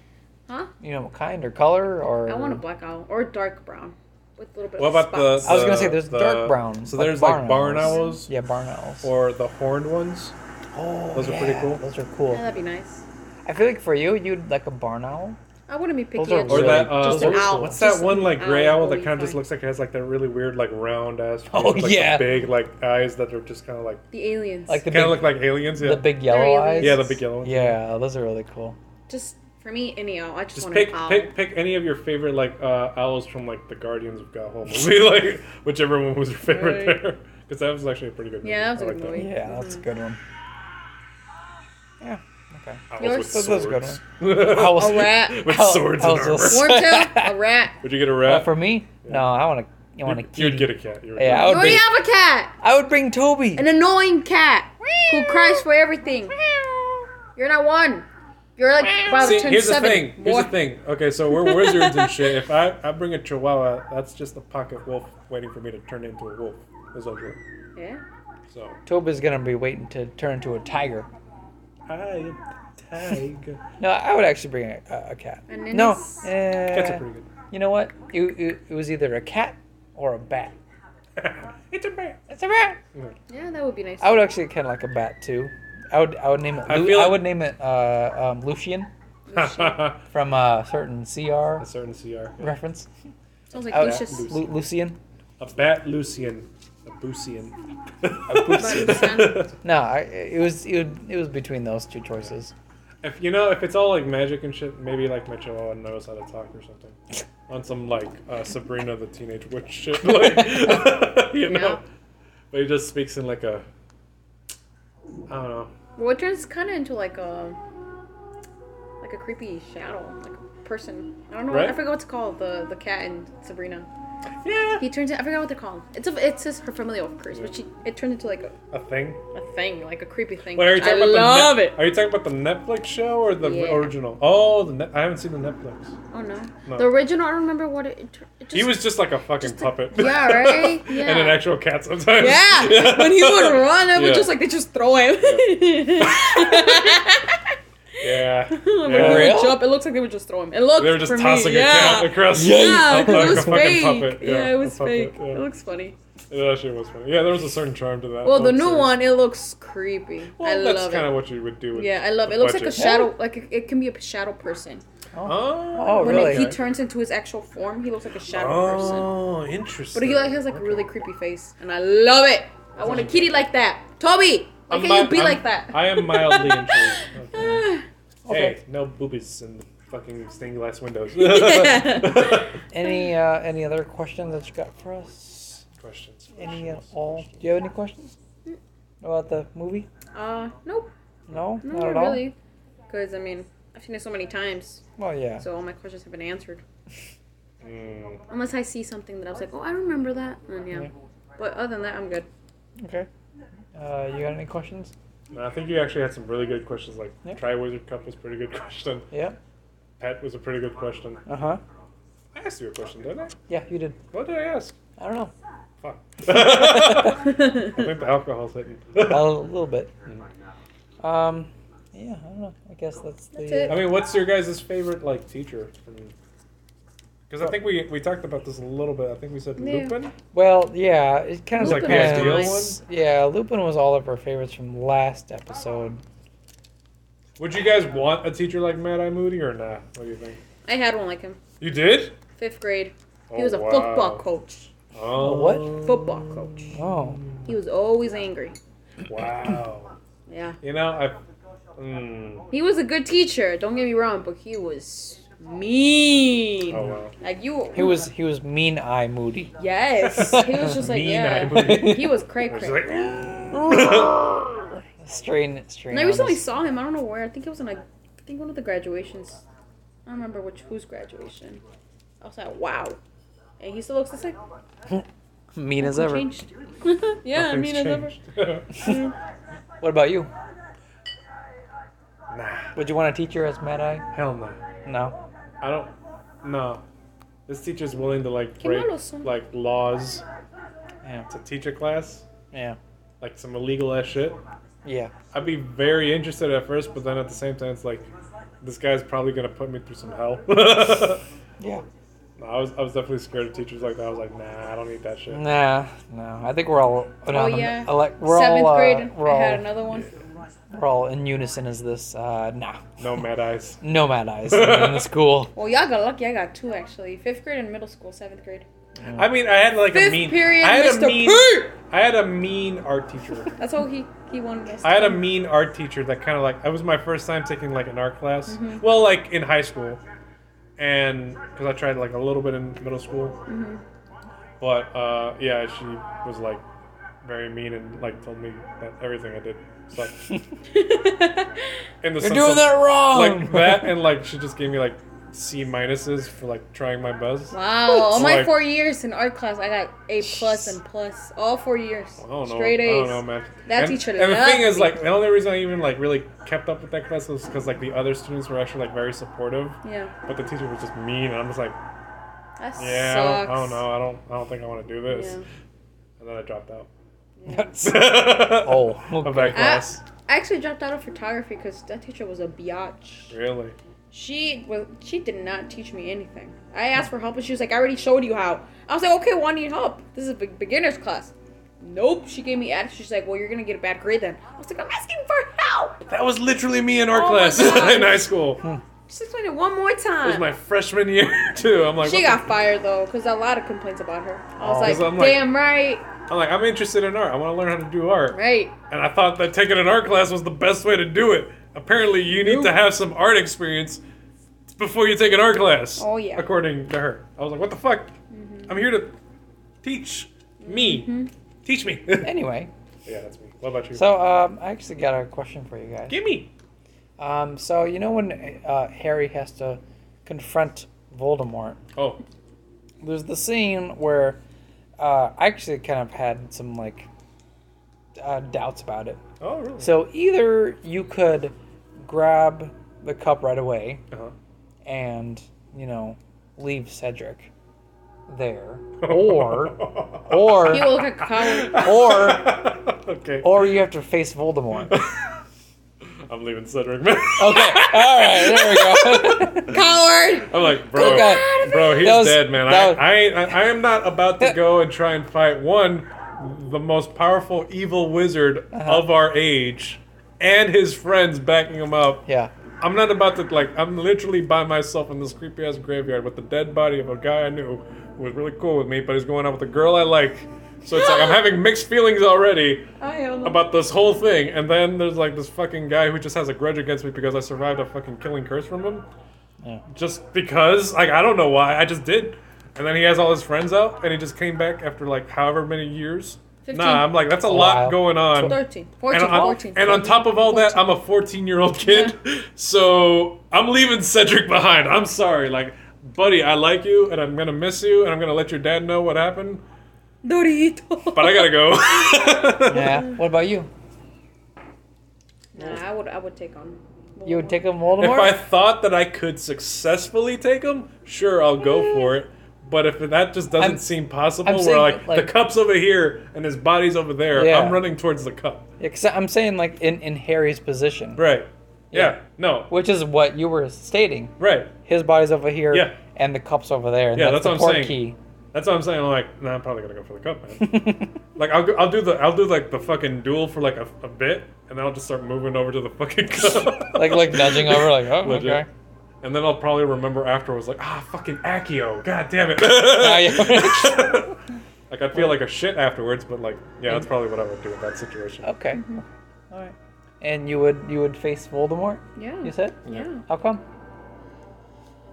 S3: amazing.
S1: You know, what kind or color or
S3: I want a black owl or a dark brown with a little bit
S2: What
S3: of
S2: about the,
S3: spots.
S1: I was gonna
S2: the-
S1: say there's
S2: the-
S1: dark brown,
S2: So
S1: like
S2: there's like
S1: barn
S2: barn
S1: owls.
S2: owls
S1: yeah, barn owls.
S2: or the horned ones.
S1: oh,
S2: those are pretty
S1: yeah,
S2: cool.
S1: Those are cool.
S3: Yeah, that'd be nice.
S1: I feel like for you, you'd like a barn owl.
S3: I wouldn't be picky.
S1: Those are
S3: at
S2: Or
S1: Really?
S2: that uh,
S3: Just an
S2: what's-
S3: owl.
S2: what's
S3: Just
S2: that one
S3: an
S2: like gray owl,
S3: owl
S2: that
S3: we
S2: kind of just
S3: find.
S2: looks like it has like that really weird like round ass,
S1: Oh,
S2: with, like, the
S1: yeah.
S2: big like eyes that are just kind of like
S3: the aliens.
S1: Like the
S2: kind
S1: big,
S2: of look like aliens. Yeah,
S1: the big yellow eyes.
S3: aliens.
S2: yeah, the big yellow. ones.
S1: Yeah, those are really cool.
S3: just for me, any owl. I just,
S2: Just
S3: want
S2: pick
S3: an owl.
S2: pick pick any of your favorite like uh, owls from like the Guardians of Gahol movie, *laughs* like whichever one was your favorite
S3: Right.
S2: there, because that was actually a pretty good movie.
S3: Yeah, that was a
S2: I
S3: good
S2: like
S3: movie.
S1: Yeah, that's a good one. Yeah. Okay.
S2: Owls
S3: Yours?
S2: with
S1: That was a good
S2: swords.
S1: Owls.
S3: A
S2: *laughs*
S3: rat.
S2: with
S1: Owl-
S2: swords
S1: owls
S2: and
S1: with
S2: armor.
S1: swords.
S2: *laughs*
S3: Warm tail, a rat.
S2: Would you get a
S1: Uh,
S2: rat?
S1: for me, no, I want to. I want a
S2: you'd,
S1: kitty.
S2: you'd get a cat. You would
S1: Yeah, I
S3: You
S1: would
S3: already
S1: bring.
S3: have a cat.
S1: I would bring Toby.
S3: An annoying cat who cries for everything. You're not one. You're like about
S2: See,
S3: ten
S2: here's
S3: seven.
S2: the thing. Here's
S3: boy.
S2: the thing. Okay, so we're wizards and shit. If I, I bring a chihuahua, that's just a pocket wolf waiting for me to turn into a wolf. Is that good?
S3: Yeah.
S2: So.
S1: Toby's gonna be waiting to turn into a tiger.
S2: Hi, tiger.
S1: No, I would actually bring a, a, a cat.
S3: And then
S1: No,
S3: it's-
S1: eh,
S2: Cats are pretty good. *laughs*
S1: You know what? It, it, it was either a cat or a bat.
S2: it's a bat. *laughs*
S1: It's a rat.
S3: Yeah, that would be nice.
S1: I would actually kind of like a bat too. I would I would name it.
S2: I
S1: Lu- I,
S2: feel like-
S1: would name it uh, um, Lucian
S2: a
S1: from a certain CR
S2: certain CR. yeah.
S1: reference.
S3: Sounds like
S1: I would-
S3: Lucius.
S1: Lu- Lucian.
S2: A bat Lucian. A Boosian.
S3: Boosian.
S1: No, I, it was it, would, it was between those two choices.
S2: if you know, if it's all like magic and shit, maybe like my chihuahua knows how to talk or something. On some like uh, Sabrina the Teenage Witch shit, *laughs* like you know.
S3: Yeah.
S2: But he just speaks in like a. I don't know.
S3: Well, it turns kind of into like a like a creepy shadow, like a person. I don't know.
S2: Right?
S3: I forgot what it's called. The the cat and Sabrina.
S2: Yeah.
S3: He turns. in- I forgot what they're called. It's a it's his her familial curse, but she it turned into like a,
S2: A thing.
S3: a thing, like a creepy thing.
S2: Wait, are you
S3: I
S2: talking about
S3: love
S2: the Net-
S3: it.
S2: Are you talking about the Netflix show or the
S3: Yeah.
S2: original? Oh, the net I haven't seen the Netflix.
S3: Oh no.
S2: No.
S3: the original. I don't remember what it. it, tur- it just,
S2: He
S3: *laughs*
S2: was just like a fucking
S3: just a-
S2: puppet.
S3: yeah,
S2: *laughs*
S3: right?
S2: and an
S3: Yeah.
S2: actual cat sometimes. *laughs*
S9: Yeah, when he would run, it would
S2: Yeah.
S9: just like they just throw him.
S3: *laughs*
S2: Yeah.
S9: He
S2: Yeah.
S9: would
S1: Really?
S9: jump. It looks like they would just throw him. It looked
S2: They were just
S9: for me,
S2: tossing a
S9: yeah.
S2: cat across
S9: Yeah,
S2: like
S9: because
S2: a
S9: it was
S2: fucking
S9: fake.
S2: puppet.
S9: Yeah, it
S2: a
S9: was
S2: puppet,
S9: fake.
S2: yeah.
S9: It looks funny.
S2: Yeah, that shit was funny. Yeah, there was a certain charm to that.
S9: Well, the
S2: That was
S9: new
S2: serious.
S9: one, it looks creepy.
S2: Well,
S9: I
S2: that's
S9: love
S2: kind
S9: it.
S2: of what you would do. With
S9: Yeah, I love
S2: the
S9: it. It looks like a
S2: budget.
S9: shadow. Like it, it can be a shadow person.
S2: Oh,
S1: Oh,
S9: When
S1: really?
S9: he turns into his actual form, he looks like a shadow person.
S2: Oh,
S9: But
S2: interesting.
S9: he like has like a really creepy face, and I love it.
S3: I want a kitty like that. Toby, why
S2: I'm
S3: can't
S2: mi-
S3: you be
S2: I'm-
S3: like that?
S2: I am
S9: *laughs*
S2: mildly intrigued. Okay. Hey, no boobies in the fucking stained glass
S9: *laughs*
S2: windows.
S1: Any uh, any other questions that you got for us?
S2: *laughs* Questions.
S1: Any at all? Do you have any questions about the movie?
S3: uh, nope,
S1: No,
S3: no,
S1: not at
S3: not
S1: all.
S3: really. Because I mean, I've seen it so many times,
S1: Well, yeah.
S3: so all my questions have been answered.
S2: Mm.
S3: Unless I see something that I was like, oh, I remember that. And yeah.
S1: Yeah.
S3: But other than that,
S2: *laughs*
S3: I'm good.
S1: Okay. Uh, you got any questions?
S2: No, I think you actually had some really good questions. Like,
S1: Yeah.
S2: Tri Wizard Cup was a pretty good *laughs* question.
S1: Yeah.
S2: Pet was a pretty good question.
S1: Uh huh.
S2: I asked you a question, didn't I?
S1: Yeah, you did.
S2: What did I ask?
S1: I don't know.
S2: Fuck.
S1: *laughs*
S2: I think the alcohol's hitting.
S1: a little bit. Um, yeah, I don't know. I guess that's the.
S2: I mean, what's your guys' favorite like teacher? Because I think we we talked about this a little bit. I think we said Lupin.
S1: Well, yeah, it kind of
S2: Like the
S1: depends.
S2: ideal
S1: Yeah, Lupin was all of our favorites from last episode.
S2: Would you guys want a teacher like Mad Eye Moody or nah? What do you think?
S3: I had one like him.
S2: You did?
S3: Fifth grade. He
S2: Oh,
S3: was a
S2: wow.
S3: football coach.
S2: Oh,
S1: what?
S3: Football coach.
S1: Oh,
S3: He was always angry.
S2: Wow.
S3: Yeah.
S2: You know, I. Mm.
S3: He was a good teacher, don't get me wrong, but he was mean.
S2: Oh wow.
S3: Like you
S1: he was he was mean eye moody.
S3: Yes. He was just like
S2: Mean Eye
S3: yeah.
S2: Moody.
S3: He was cray
S2: She's
S3: cray.
S6: *gasps*
S2: like, *laughs*
S1: Strain strain.
S3: And I
S1: on
S3: recently
S1: us.
S3: saw him, I don't know where. I think it was in like I think one of the graduations. I don't remember which whose graduation. I was like, wow. and he still looks the same.
S9: Mean as ever.
S3: Changed. *laughs*
S6: Yeah, I mean, I never.
S2: *laughs*
S1: What about you? Would you want a teacher as Mad Eye?
S2: Hell no.
S1: No.
S2: I don't. No. This teacher's willing to like
S6: Qué
S2: break
S6: malos son.
S2: like laws
S1: Yeah.
S2: to teach a class,
S1: Yeah.
S2: like some illegal ass shit.
S1: Yeah.
S2: I'd be very interested at first, but then at the same time, it's like this guy's probably gonna put me through some hell. *laughs* no,
S1: Yeah.
S2: I was I was definitely scared of teachers like that. I was like, nah, I don't need that shit.
S1: Nah, no. I think we're all.
S2: Oh,
S1: anom-
S3: Oh, yeah.
S1: ele- Um, we're
S3: Seventh
S1: all, uh,
S3: grade,
S1: we're,
S3: I
S1: all
S3: had another one.
S1: we're all in unison as this. Uh, nah.
S2: No mad eyes.
S1: No mad eyes
S3: *laughs*
S1: in the school.
S3: Well, y'all got lucky. I got two actually. Fifth grade and middle school, seventh grade.
S2: I mean, I had like a
S3: Fifth
S2: mean.
S3: period,
S2: I had
S3: Mr.
S2: a mean.
S3: P.
S2: I had a mean art teacher.
S3: That's all he he wanted us.
S2: I
S3: *laughs*
S2: had a mean art teacher that kind of like it was my first time taking like an art class.
S3: Mm-hmm.
S2: Well, like in high school, and because I tried like a little bit in middle school,
S3: Mm-hmm.
S2: but uh, yeah, she was like very mean and like told me that everything I did
S1: *laughs*
S2: sucked. in
S1: You're
S2: the sense
S1: doing
S2: of,
S1: that wrong.
S2: like that, and like she just gave me like C minuses for like trying my best.
S3: Wow, all my
S2: Like-
S3: four years in art class, I got A plus and plus all four years,
S2: I don't know.
S3: straight A's.
S2: I don't know, man.
S3: That
S2: and,
S3: teacher
S2: And the
S3: loved
S2: thing is,
S3: me.
S2: like, the only reason I even like really kept up with that class was because like the other students were actually like very supportive,
S3: Yeah,
S2: but the teacher was just mean, and I'm just like,
S3: that
S2: yeah, I
S3: sucks.
S2: don't, I don't know, I don't, I don't think I want to do this,
S3: Yeah.
S2: and then I dropped out.
S1: *laughs*
S2: *laughs*
S1: oh,
S2: of
S1: okay.
S2: that class.
S3: I actually dropped out of photography because that teacher was a biatch.
S2: Really?
S3: She was she did not teach me anything. I asked for help and she was like, I already showed you how. I was like, okay, well, I need help. This is a big beginner's class. Nope. She gave me attitude. She's like, well, you're gonna get a bad grade then. I was like, I'm asking for help.
S2: That was literally me in art
S3: Oh my
S2: class *laughs*
S3: God.
S2: in high *laughs* school. It
S3: Just explain it one more time.
S2: was my freshman year *laughs* too. I'm like,
S3: she
S2: what
S3: got fired though, cause a lot of complaints about her. I
S2: Oh.
S3: was like,
S2: 'Cause I'm like-
S3: damn right,
S2: the- I'm like, I'm interested in art. I want to learn how to do art,
S3: right.
S2: and I thought that taking an art class was the best way to do it. Apparently, you need to have some art experience before you take an art class.
S3: Oh, yeah. Mm-hmm.
S2: According to her, I was like, what the fuck? I'm here to teach me. Teach me. *laughs* yeah,
S1: Anyway,
S2: that's me. What about you?
S1: so um, I actually got a question for you guys.
S2: Give me.
S1: Um, so you know when uh, Harry has to confront Voldemort,
S2: Oh,
S1: there's the scene where uh, I actually kind of had some like uh, doubts about it.
S2: oh, really?
S1: So either you could grab the cup right away
S2: Uh-huh.
S1: and, you know, leave Cedric there.
S2: *laughs*
S1: Or or
S3: He looked like a coward.
S1: or
S2: okay.
S1: or you have to face Voldemort. *laughs*
S2: *laughs*
S1: Okay.
S2: I'm leaving
S1: *laughs*
S2: Cedric. Man.
S1: All right, there we go.
S3: coward.
S2: I'm like, bro,
S1: Get out
S2: bro, he's
S1: Oh, That was-
S2: dead, man. I,
S1: that was-
S2: I, ain't- I, I am not about to go and try and fight one, the most powerful evil wizard
S1: Uh-huh.
S2: of our age, and his friends backing him
S1: *laughs*
S2: up.
S1: yeah.
S2: I'm not about to like. I'm literally by myself in this creepy ass graveyard with the dead body of a guy I knew who was really cool with me, but he's going out with a girl I like. So it's like I'm having mixed feelings already
S3: I don't know.
S2: about this whole thing, and then there's like this fucking guy who just has a grudge against me because I survived a fucking killing curse from him.
S1: Yeah.
S2: Just because, like, I don't know why, I just did. And then he has all his friends out, and he just came back after like however many years.
S3: 15.
S2: Nah, I'm like, that's
S1: A
S2: a, lot
S1: while.
S2: going on.
S3: 13,
S2: And
S3: 14,
S2: on,
S3: 14.
S2: and on top of all that, I'm a 14 year old kid, so I'm leaving Cedric behind. I'm sorry, like, buddy, I like you, and I'm gonna miss you, and I'm gonna let your dad know what happened,
S3: Dorito.
S2: but I gotta go. *laughs*
S1: Yeah. What about you?
S3: Nah, I would, I would take on.
S1: You would take him
S2: If I
S1: Voldemort?
S2: thought that I could successfully take them, sure, I'll go for it. But if that just doesn't
S1: Mm. I'm-
S2: seem possible,
S1: I'm
S2: we're
S1: saying,
S2: like,
S1: like-
S2: the cup's over here and his body's over there.
S1: Yeah.
S2: I'm running towards the cup.
S1: Yeah, 'cause I'm saying like in, in Harry's position.
S2: Right. Yeah.
S1: Yeah.
S2: No.
S1: Which is what you were stating.
S2: Right.
S1: His body's over here
S2: Yeah.
S1: and the cup's over there. And
S2: Yeah,
S1: that's,
S2: that's
S1: the
S2: what
S1: port
S2: I'm
S1: key. *laughs*
S2: *laughs* saying. That's what I'm saying. I'm like, nah, I'm probably gonna go for the cup, man. like, I'll, go, I'll do the, I'll do like the fucking duel for like a, a bit, and then I'll just start moving over to the fucking *laughs* cup.
S1: like like nudging over like, oh
S2: *laughs* Legit.
S1: okay.
S2: And then I'll probably remember afterwards, like, ah, fucking Accio, god damn it.
S1: Ah, yeah.
S2: *laughs* like, I'd feel like a shit afterwards, but like, yeah, that's probably what I would do in that situation.
S1: Okay. Mm-hmm. All right. And you would you would face Voldemort?
S3: Yeah.
S1: You said?
S3: Yeah.
S1: How come?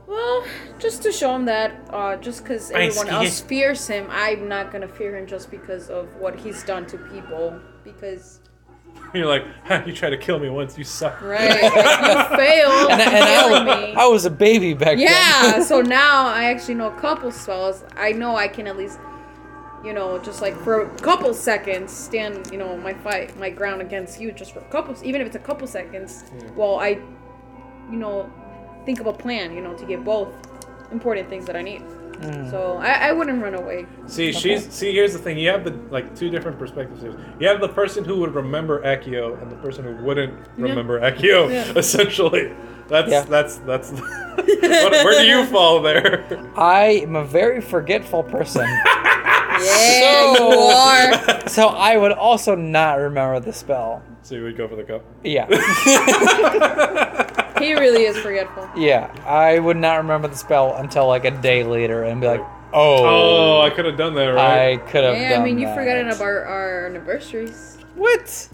S3: Well, just to show him that, uh, just because everyone else fears him, I'm not gonna fear him just because of what he's done to people. Because
S2: You're like, "Ha, you tried to kill me once, you suck.
S3: Right. like, you failed.
S1: And, I- and
S3: Killing
S1: I,
S3: me.
S1: I was a baby back
S3: Yeah,
S1: then.
S3: so now I actually know a couple spells. I know I can at least, you know, just like for a couple seconds stand, you know, my fight, my ground against you just for a couple, even if it's a couple seconds. Well, I, you know, think of a plan, you know, to get both important things that I need. So I, I wouldn't run away.
S2: See, she's see. Here's the thing: you have the like two different perspectives. Here. You have the person who would remember Akio and the person who wouldn't remember Akio. Essentially, that's
S1: Yeah.
S2: that's that's. *laughs* what, where do
S3: *laughs*
S2: you fall there? *laughs*
S1: I am a very forgetful person.
S3: Yeah,
S1: So-
S3: you are.
S1: so I would also not remember the spell.
S2: So you would go for the cup.
S1: Yeah.
S3: He really is forgetful.
S1: yeah. I would not remember the spell until like a day later and be like, oh,
S2: Oh, I could have done that, right?
S1: I could have
S3: Yeah,
S1: done
S3: I mean, you
S1: that.
S3: forgot about our, our anniversaries.
S1: What?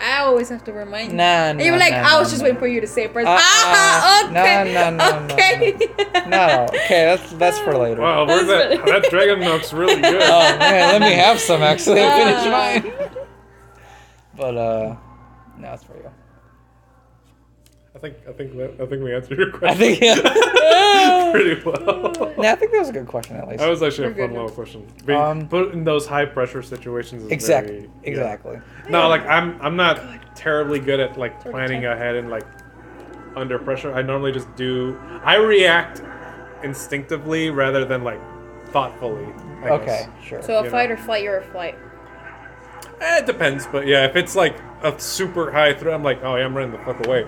S3: I always have to remind you.
S1: Nah,
S3: And you were like, I was just waiting for you to say it first.
S1: Uh-uh.
S3: ah,
S1: No,
S3: okay.
S1: no, no, no,
S3: okay.
S1: No, okay, that's that's for later.
S2: *laughs* Wow, where's that? that dragon milk's
S3: *laughs*
S2: really good.
S1: Oh man, let me have some actually.
S3: Uh,
S1: I finished mine. But uh, no, it's for you.
S2: I think I think I think we answered your
S1: I
S2: question
S1: think *laughs* yeah.
S2: *laughs* pretty
S3: *laughs*
S2: well.
S1: no, I think that was a good question at least.
S2: That was actually a
S3: We're
S2: fun
S3: good.
S2: little question. Being
S1: Um,
S2: put in those high pressure situations is
S1: Exactly.
S2: very- yeah.
S1: exactly.
S2: No, like I'm I'm not terribly good at like planning ahead and like under pressure. I normally just do I react instinctively rather than like thoughtfully. I
S1: Okay,
S2: guess.
S1: sure.
S3: So
S2: You
S3: a fight or flight, you're a flight.
S2: Eh, it depends, but yeah, if it's like a super high threat, I'm like, oh yeah, I'm running the fuck away.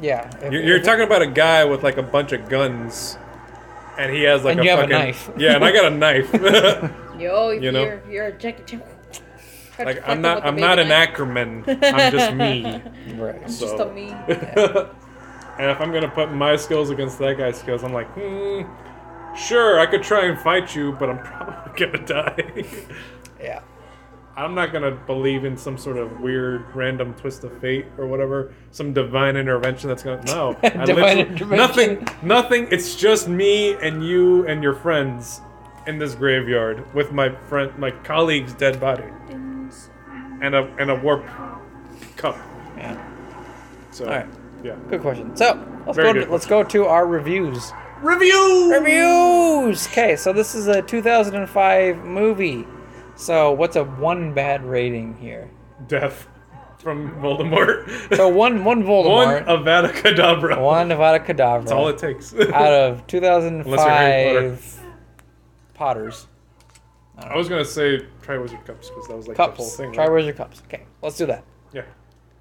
S1: yeah. if-
S2: You're, you're
S1: if-
S2: talking about a guy with like a bunch of guns, and he has like
S1: And
S2: a
S1: you have a
S2: fucking
S1: knife.
S2: yeah, and I got
S1: *laughs*
S2: a knife. *laughs*
S3: Yo, if
S2: You know?
S3: you're you're a Jackie Chan. Try to
S2: like
S3: fight
S2: I'm
S3: them
S2: not
S3: with a
S2: I'm
S3: baby
S2: not an
S3: knife.
S2: acroman. I'm just me.
S1: Right.
S2: So.
S3: Just a
S2: *laughs*
S3: me.
S2: and if I'm gonna put my skills against that guy's skills, I'm like, hmm, sure, I could try and fight you, but I'm *laughs* probably gonna die. *laughs*
S1: Yeah.
S2: I'm not gonna believe in some sort of weird random twist of fate or whatever, some divine intervention that's gonna
S1: *laughs*
S2: no. I
S1: Divine
S2: literally-
S1: intervention.
S2: Nothing. Nothing. It's just me and you and your friends in this graveyard with my friend, my colleague's dead body, and a and a warp cup.
S1: Yeah.
S2: So,
S1: Alright.
S2: yeah.
S1: Good question. So let's
S2: Very
S1: go.
S2: good
S1: To, let's go to our reviews.
S2: Review.
S1: Reviews. Okay, so this is a 2005 movie. So what's a one bad rating here?
S2: Death from Voldemort. *laughs*
S1: So one one
S2: One
S1: Voldemort,
S2: Avada Kedavra.
S1: one Nevada Cadaver.
S2: That's all it takes. *laughs*
S1: out of
S2: you're Harry
S1: 2005 Potters.
S2: I was gonna say Triwizard Cups because that was like the whole
S1: Cups.
S2: thing.
S1: Try
S2: right?
S1: where's your cups. Okay, let's do that.
S2: Yeah.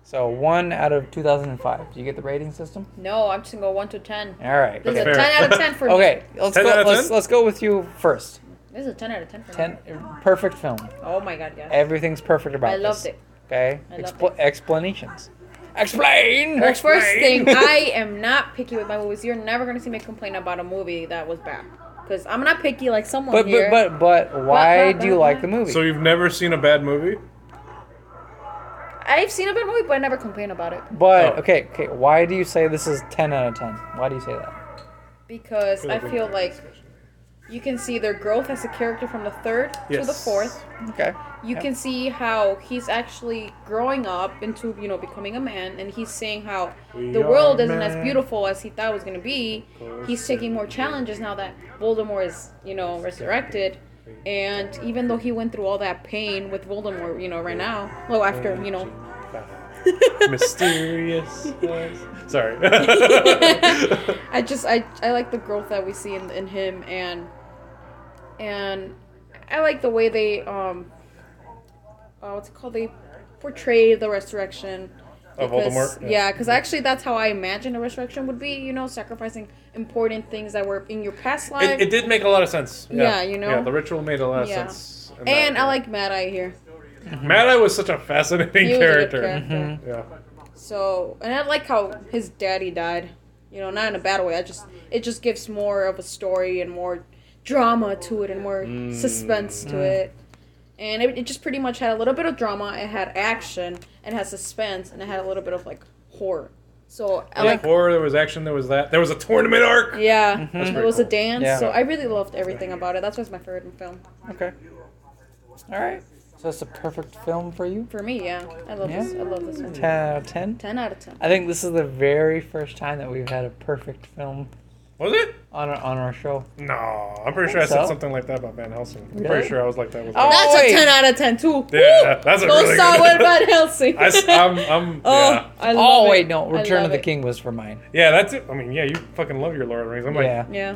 S1: So one out of 2005. Do you get the rating system?
S3: No, I'm just gonna go one to ten.
S1: All right.
S3: This is
S1: Okay.
S3: a
S2: Fair.
S3: ten out of ten for me.
S1: Okay, let's
S2: 10
S1: go.
S2: out of
S1: Let's,
S2: 10?
S1: let's go with you first.
S3: This is a ten out of ten for
S1: Ten,
S3: me.
S1: perfect film.
S3: Oh my god, yes.
S1: Everything's perfect about
S3: I
S1: this.
S3: loved it.
S1: Okay.
S3: I loved
S1: Expl- Explanations. Explain.
S3: Well,
S1: Explain.
S3: first
S1: *laughs*
S3: thing, I am not picky with my movies. You're never gonna see me complain about a movie that was bad, because I'm not picky like someone
S1: But
S3: here.
S1: but but but why
S3: but-
S1: do you
S3: but-
S1: like the movie?
S2: So you've never seen a bad movie?
S3: I've seen a bad movie, but I never complain about it
S1: but
S2: Oh.
S1: okay okay. Why do you say this is 10 out of 10? Why do you say that?
S3: because I
S2: Good.
S3: feel like you can see their growth as a character from the third to the
S2: Yes.
S3: fourth.
S1: Okay.
S3: you can see how he's actually growing up into you know becoming a man and he's seeing how
S2: We
S3: the world
S2: are
S3: isn't as
S2: men.
S3: beautiful as he thought it was going to be he's taking more challenges now that voldemort is you know resurrected and even though he went through all that pain with voldemort you know right now well after you know
S2: *laughs*
S3: *laughs*
S2: Mysterious. eyes. Sorry. *laughs*
S3: I just I I like the growth that we see in, in him and and I like the way they um uh, what's it called they portray the resurrection
S2: Of
S3: because-
S2: Voldemort? Yeah.
S3: Yeah, because actually that's how I imagine the resurrection would be. You know, sacrificing important things that were in your past life.
S2: it, it did make a lot of sense.
S3: Yeah, you know?
S2: Yeah, the ritual made a lot of
S3: Yeah.
S2: sense. in that
S3: and I
S2: way.
S3: like Mad Eye here.
S2: Mad Eye was such a fascinating
S3: He was a good
S2: character. Mm-hmm.
S3: character.
S2: Yeah.
S3: So, and I like how his daddy died. You know, not in a bad way. I just it just gives more of a story and more drama to it and more suspense to
S2: Mm.
S3: it. And it, it just pretty much had a little bit of drama. It had action. It had suspense, and it had a little bit of like horror. So
S2: There
S3: I
S2: was
S3: like
S2: horror, there was action, there was that. There was a tournament arc.
S3: yeah, it
S2: pretty
S3: was
S2: cool.
S3: a dance.
S1: Yeah.
S3: So I really loved everything about it. That's why it's my favorite film.
S1: Okay. All right. So that's a perfect film for you.
S3: For me, yeah. I love
S1: Yeah?
S3: this. I love this one.
S1: Ten out of ten.
S3: 10 out of 10.
S1: I think this is the very first time that we've had a perfect film
S2: Was it?
S1: on our, on our show.
S2: No, I'm pretty sure I said
S1: so.
S2: something like that about Van Helsing. I'm
S1: Really?
S2: pretty sure I was like that. With
S1: Oh,
S3: That's
S1: wait.
S3: a 10 out of 10, too.
S2: yeah, that's a
S3: Go
S2: really
S3: saw
S2: good.
S3: what about Helsing?
S2: I, um, am
S3: *laughs*
S2: I'm,
S3: oh,
S2: yeah,
S3: I love
S1: Oh
S3: it.
S1: wait, no,
S3: I
S1: Return of
S3: love
S1: the
S3: it.
S1: King was for mine.
S2: yeah, that's it. I mean, yeah, you fucking love your Lord of the Rings. I'm like,
S1: Yeah.
S3: Yeah.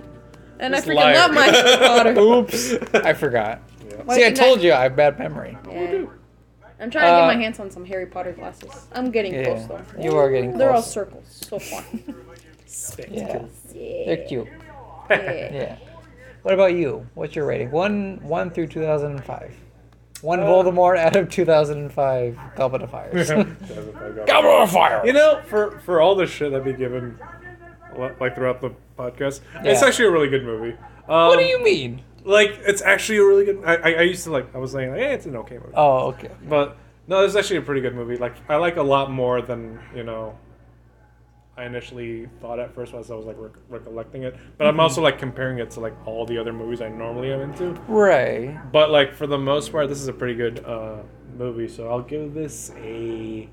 S3: And I
S2: This
S3: freaking
S2: liar.
S3: love
S1: *laughs*
S3: my
S2: *laughs*
S3: daughter.
S1: Oops, I forgot.
S3: Why
S1: See, I
S3: didn't
S1: told you I have bad memory.
S3: Yeah. I'm trying to
S1: Uh,
S3: get my hands on some Harry Potter glasses. I'm getting
S1: Yeah,
S3: close though.
S1: you are getting
S3: They're all
S1: close.
S3: circles
S1: *laughs*
S3: so far.
S1: Yeah,
S3: yeah.
S1: they're cute.
S3: yeah.
S1: *laughs* Yeah. What about you? What's your rating? One one through two thousand and five.
S3: Uh.
S1: One Voldemort out of two thousand and five. Goblet of Fires.
S3: *laughs*
S2: Gobble of fire. You know, for for all the shit I've been given, li- like throughout the podcast, it's
S1: Yeah.
S2: actually a really good movie. Um,
S1: what do you mean?
S2: like? It's actually a really good. I, I, I used to like. I was saying, like, hey, it's an okay movie,
S1: Oh, okay.
S2: but no, it's actually a pretty good movie. Like, I like a lot more than you know. I initially thought at first as I was like rec- recollecting it, but I'm also like comparing it to like all the other movies I normally am into.
S1: Right.
S2: But like for the most part, this is a pretty good uh, movie. So I'll give this a.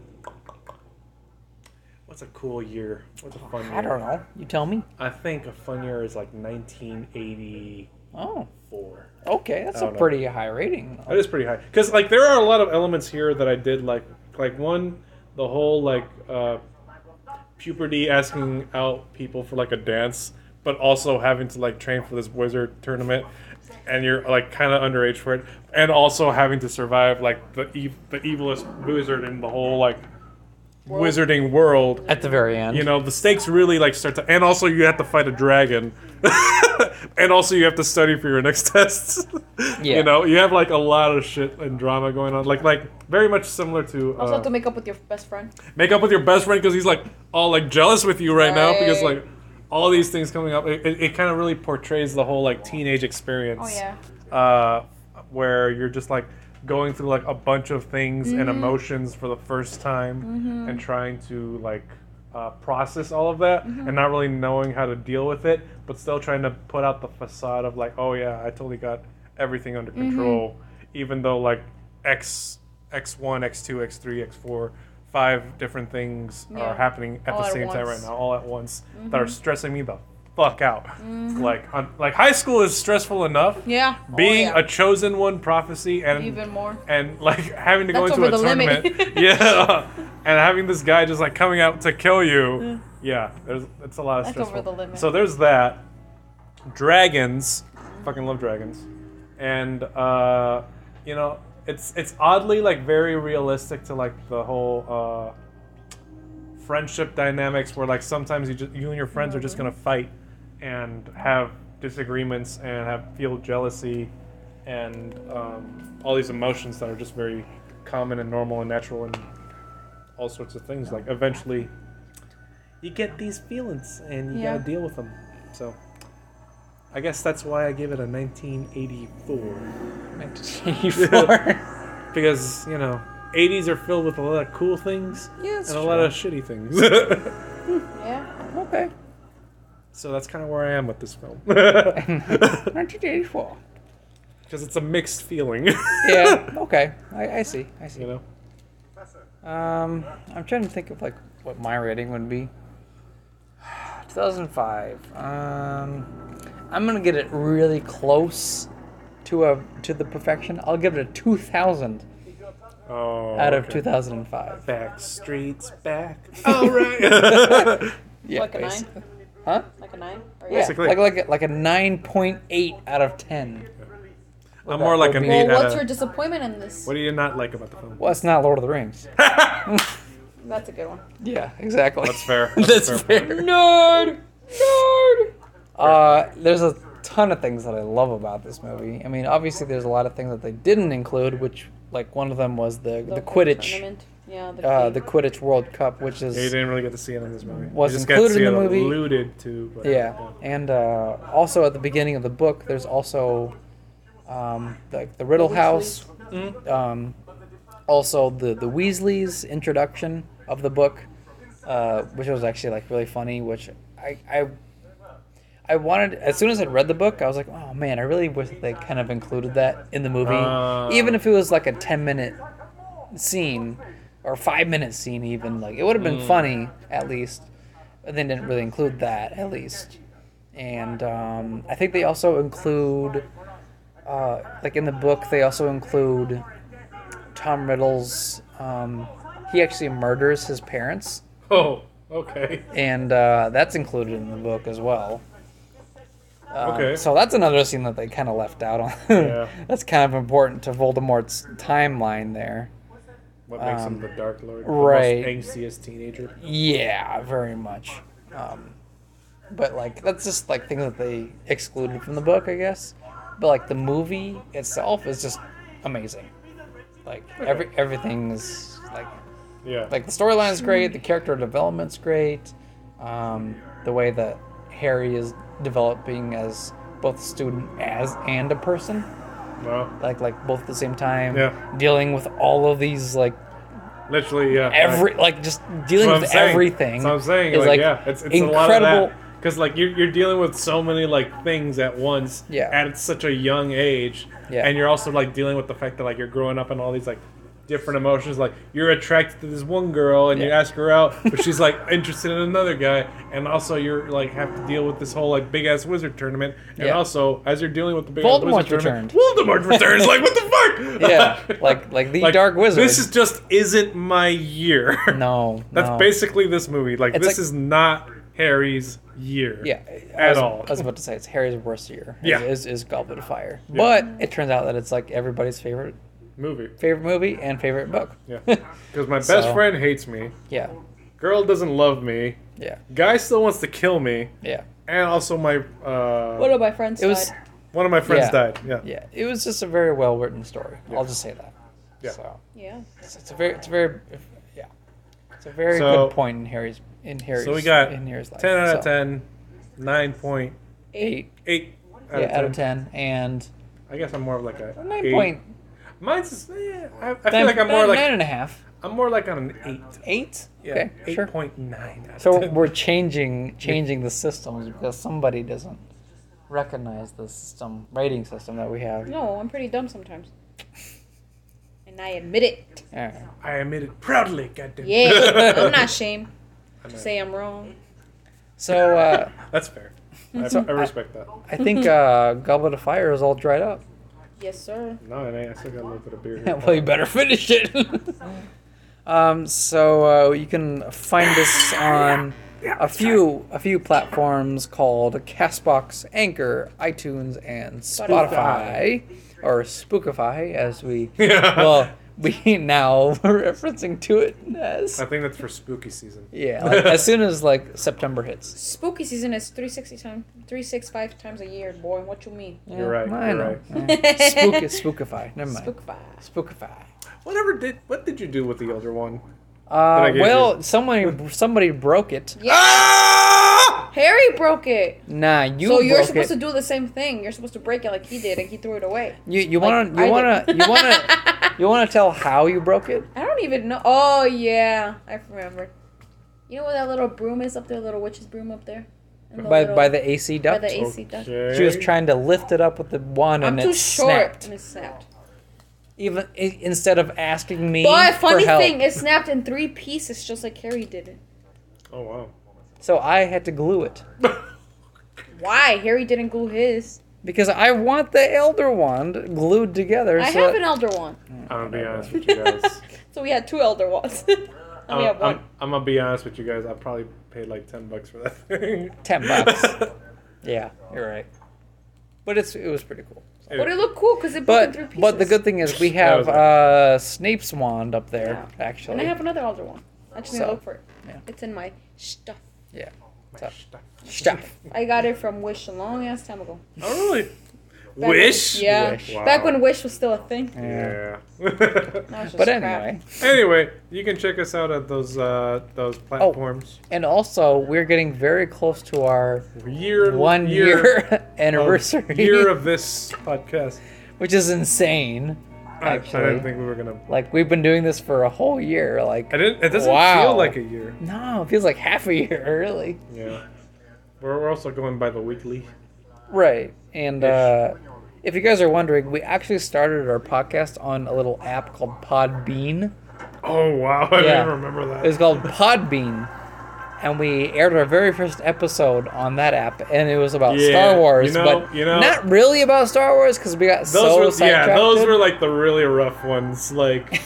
S2: What's a cool year? What's a fun year?
S1: I don't know. You tell me.
S2: I think a fun year is like 1984.
S1: Oh, okay. That's
S2: I
S1: a
S2: don't know.
S1: pretty high rating.
S2: That is pretty high. Cause like there are a lot of elements here that I did like. Like one, the whole like uh, puberty asking out people for like a dance, but also having to like train for this wizard tournament, and you're like kind of underage for it, and also having to survive like the ev- the evilest wizard in the whole like wizarding world
S1: At the very end.
S2: you know the stakes really like start to and also you have to fight a dragon *laughs* and also you have to study for your next *laughs* tests
S1: Yeah.
S2: you know you have like a lot of shit and drama going on like like very much similar to,
S3: Also
S2: uh,
S3: have to make up with your best friend.
S2: make up with your best friend because he's like all like jealous with you right, now because
S3: Right.
S2: like all these things coming up it, it, it kind of really portrays the whole like teenage experience
S3: Oh yeah.
S2: uh, where you're just like going through like a bunch of things
S3: Mm-hmm.
S2: and emotions for the first time and trying to like uh, process all of that
S3: Mm-hmm.
S2: and not really knowing how to deal with it, but still trying to put out the facade of like, oh yeah, I totally got everything under
S3: Mm-hmm.
S2: control, even though like X X one, X two, X three, X four. Five different things
S3: Yeah.
S2: are happening at
S3: All
S2: the
S3: at
S2: same time right
S3: once. Mm-hmm.
S2: now, all at once, that are stressing me the fuck out. Like, i like high school is stressful enough,
S3: Yeah.
S2: being
S3: oh, yeah.
S2: a chosen one prophecy and
S3: even more.
S2: and like *laughs* having to go
S3: That's
S2: into a
S3: over the limit.
S2: tournament
S3: *laughs*
S2: yeah and having this guy just like coming out to kill you yeah there's it's a lot of
S3: That's
S2: stressful.
S3: over the limit.
S2: so there's that dragons fucking love dragons and uh you know it's it's oddly like very realistic to like the whole uh friendship dynamics where like sometimes you just you and your friends are just gonna fight and have disagreements and have feel jealousy and um, all these emotions that are just very common and normal and natural and all sorts of things like eventually you get these feelings and you
S3: Yeah.
S2: gotta deal with them so i guess that's why i give it a 1984
S1: 84.
S2: because you know 80s are filled with a lot of cool things
S1: Yes.
S2: and a lot of shitty things
S3: Yeah.
S1: *laughs* Okay.
S2: So that's kind of where I am with this film. *laughs*
S1: 1984.
S2: Because it's a mixed feeling, *laughs*
S1: Yeah. *laughs* Okay. I, I see. I see.
S2: you know?
S1: Um, I'm trying to think of like what my rating would be. *sighs* 2005. Um, I'm gonna get it really close to a to the perfection. I'll give it a 2000
S2: Oh.
S1: out of 2005.
S2: Back streets back. All right.
S1: Yeah,
S3: Like a nine.
S1: basi- Huh?
S3: Like a nine. Or
S1: Yeah,
S2: Basically.
S1: like like a- like a 9.8 out of 10.
S2: *laughs* I'm more like
S1: would
S2: an
S1: be-
S2: eight
S3: Well,
S2: out
S3: what's
S2: of.
S3: your disappointment in this?
S2: What do you not like about the film?
S1: Well, it's not Lord of the Rings.
S3: That's a good one.
S1: Yeah, exactly. *laughs*
S2: That's fair.
S1: That's fair.
S2: fair.
S1: Nerd! Nerd! Uh, there's a ton of things that I love about this movie. I mean, obviously, there's a lot of things that they didn't include, which, like, one of them was the, the, Quidditch,
S3: Tournament. Yeah. The
S1: uh,
S3: key.
S1: the Quidditch World Cup, which
S2: Yeah, you
S1: is,
S2: didn't really get to see it in this movie.
S1: Was
S2: you just got
S1: included
S2: to see
S1: in the
S2: it
S1: movie.
S2: alluded to. But,
S1: yeah. And uh, also at the beginning of the book, there's also, um, like, the Riddle House,
S2: Mm-hmm.
S1: um, also the, the Weasleys' introduction of the book, uh, which was actually, like, really funny, which I, I I wanted as soon as I read the book, I was like, oh man, I really wish they kind of included that in the movie,
S2: Uh.
S1: even if it was like a ten minute scene or five minute scene, even like it would have been funny at least. But they didn't really include that at least, and um, I think they also include, uh, like in the book, they also include Tom Riddle's. Um, he actually murders his parents
S2: Oh, okay.
S1: and uh, that's included in the book as well. Um,
S2: Okay.
S1: So that's another scene that they kind of left out on. *laughs*
S2: Yeah.
S1: that's kind of important to Voldemort's timeline there.
S2: What makes
S1: Um,
S2: him the Dark Lord?
S1: right.
S2: The most angstiest teenager.
S1: Yeah, very much. Um, but like that's just like things that they excluded from the book, I guess. But like the movie itself is just amazing. Like every everything's like
S2: Yeah.
S1: like the storyline's
S2: Hmm.
S1: great, the character development's great, um, the way that Harry is developing as both a student as and a person,
S2: well,
S1: like like both at the same time,
S2: Yeah.
S1: dealing with all of these like
S2: literally, yeah.
S1: every like just dealing
S2: That's
S1: with
S2: what I'm saying.
S1: everything.
S2: That's what I'm saying.
S1: is,
S2: like, yeah, it's, it's a lot of that. Because like you're, you're dealing with so many like things at once
S1: Yeah.
S2: at such a young age,
S1: Yeah.
S2: and you're also like dealing with the fact that like you're growing up and all these like different emotions. Like you're attracted to this one girl and you
S1: Yeah.
S2: ask her out, but she's like *laughs* interested in another guy, and also you're like have to deal with this whole like big ass wizard tournament, and
S1: Yeah.
S2: also as you're dealing with the big
S1: Voldemort's
S2: ass wizard tournament, Voldemort returns. like what the fuck?
S1: *laughs*
S2: *laughs*
S1: Yeah, like- like the Dark Wizard.
S2: This is just isn't my year.
S1: *laughs* No,
S2: That's
S1: no.
S2: basically this movie. Like
S1: It's
S2: this
S1: like-
S2: is not Harry's year.
S1: Yeah, I
S2: At
S1: was,
S2: all.
S1: I was about to say it's Harry's worst year.
S2: Yeah.
S1: is, is Goblet of Fire, but it turns out that it's like everybody's favorite
S2: Movie.
S1: favorite movie and favorite book. *laughs*
S2: *laughs* Yeah. Because my best
S1: So-
S2: friend hates me.
S1: Yeah,
S2: Girl doesn't love me.
S1: yeah,
S2: Guy still wants to kill me.
S1: yeah.
S2: And also my uh
S10: One of my friends
S1: It was.
S10: died.
S2: one of my friends
S1: Yeah.
S2: died. Yeah.
S1: Yeah, it was just a very well written story. I'll just say that.
S2: Yeah.
S1: So
S10: Yeah.
S1: it's, it's a very, it's a very, yeah, it's a very
S2: So-
S1: good point in Harry's in Harry's
S2: So we got
S1: in Harry's life.
S2: ten out of
S1: So,
S2: ten. Nine point
S1: Eight
S2: eight out,
S1: yeah,
S2: of, 10.
S1: out of ten, and
S2: I guess I'm more of like a
S1: nine
S2: eight.
S1: point.
S2: Mine's just, eh, I, I feel
S1: Nine,
S2: like I'm more
S1: nine-
S2: like
S1: nine and a half.
S2: I'm more like on an eight.
S1: Eight.
S2: Yeah.
S1: Okay.
S2: Eight
S1: Sure.
S2: point nine. out of
S1: So
S2: 10.
S1: we're changing changing the systems because somebody doesn't recognize the system rating system that we have.
S3: No, I'm pretty dumb sometimes. And I admit it.
S1: Alright.
S2: I admit it proudly, goddamn.
S3: Yeah, I'm not ashamed to say I'm wrong.
S1: So uh, *laughs*
S2: That's fair. I, I respect that.
S1: I think uh, Goblet of Fire is all dried up.
S3: Yes, sir.
S2: No, I mean, I still got a little bit
S1: *laughs*
S2: of beer here.
S1: well, you better finish it. *laughs* um, so uh, you can find us on a few a few platforms called Castbox, Anchor, iTunes, and Spotify, or Spookify, as
S2: *laughs*
S1: we well we now *laughs* we're referencing to it as
S2: I think that's for spooky season.
S1: yeah. Like, as soon as like September hits,
S3: Spooky season is 360 time, 365 times a year, boy. What you mean?
S2: You're right.
S1: I
S2: You're
S1: know.
S2: right.
S1: Yeah. Spook Spookify. Never mind.
S3: Spookify.
S1: Spookify.
S2: Whatever did what did you do with the older one?
S1: Uh,
S2: I gave
S1: well, somebody somebody broke it.
S3: Harry broke it.
S1: Nah, you.
S3: so you're
S1: broke
S3: supposed
S1: it.
S3: to do the same thing. You're supposed to break it like he did, and he threw it away.
S1: You you want to
S3: I
S1: you want to
S3: did.
S1: you want
S3: *laughs*
S1: to you want to tell how you broke it?
S3: I don't even know. Oh yeah, I remember. You know where that little broom is up there, little witch's broom up there. And the
S1: By
S3: little-
S1: by the AC
S3: by
S1: duct.
S3: the AC
S2: Oh,
S3: duct.
S1: she was trying to lift it up with the wand
S3: I'm
S1: and
S3: too
S1: it
S3: short,
S1: snapped.
S3: and it snapped.
S1: Even i- instead of asking me
S3: But
S1: for
S3: funny
S1: help,
S3: thing, it snapped in three pieces, just like Harry did it.
S1: *laughs*
S2: Oh wow.
S1: so I had to glue it
S3: Why Harry didn't glue his?
S1: because I want the elder wand glued together.
S3: I
S1: so
S3: have
S1: that-
S3: an elder wand,
S2: I'm gonna be honest with you
S1: *laughs*
S2: guys.
S3: *laughs* so we had two elder wands.
S2: *laughs*
S3: *laughs* and we
S2: I'm,
S3: have one.
S2: Um, I'm, I'm gonna be honest with you guys. I probably paid like ten bucks for that
S1: *laughs*
S2: thing.
S1: 10
S2: *laughs*
S1: bucks. Yeah, you're right. But it's it was pretty cool.
S3: But it looked cool because it broke in three
S1: But
S3: pieces.
S1: but the good thing is we
S2: That was
S1: have uh, Snape's wand up there
S3: Yeah.
S1: actually.
S3: And I have another elder wand. I just need to
S1: So,
S3: look for it.
S1: yeah.
S3: It's in my stuff.
S1: yeah.
S2: stuff.
S1: Stuff.
S3: I got it from Wish a long ass time ago.
S2: oh really?
S3: Back when-
S2: Wish.
S3: yeah.
S1: Wish.
S3: Back
S2: Wow.
S3: when Wish was still a thing.
S2: Yeah. *laughs*
S3: Now it's just
S1: But
S3: crap.
S1: anyway,
S2: anyway, you can check us out at those uh
S1: Oh.
S2: those platforms.
S1: and also we're getting very close to our
S2: Year
S1: one year,
S2: of-
S1: *laughs* anniversary,
S2: year of this podcast.
S1: *laughs* which is insane.
S2: I, I
S1: Actually.
S2: didn't think we were gonna.
S1: Like we've been doing this for a whole year. Like
S2: I didn't. It doesn't
S1: Wow.
S2: feel like a year.
S1: no, it feels like half a year *laughs* really.
S2: Yeah. We're, we're also going by the weekly.
S1: Right. And uh, if you guys are wondering, we actually started our podcast on a little app called Podbean.
S2: Oh wow! *laughs* I
S1: Yeah.
S2: didn't remember that.
S1: It was
S2: *laughs*
S1: called Podbean. And we aired our very first episode on that app, and it was about
S2: Yeah,
S1: Star Wars,
S2: you know-
S1: but
S2: you know-
S1: not really about Star Wars because we got so
S2: those were yeah,
S1: sidetracked.
S2: those were like the really rough ones. Like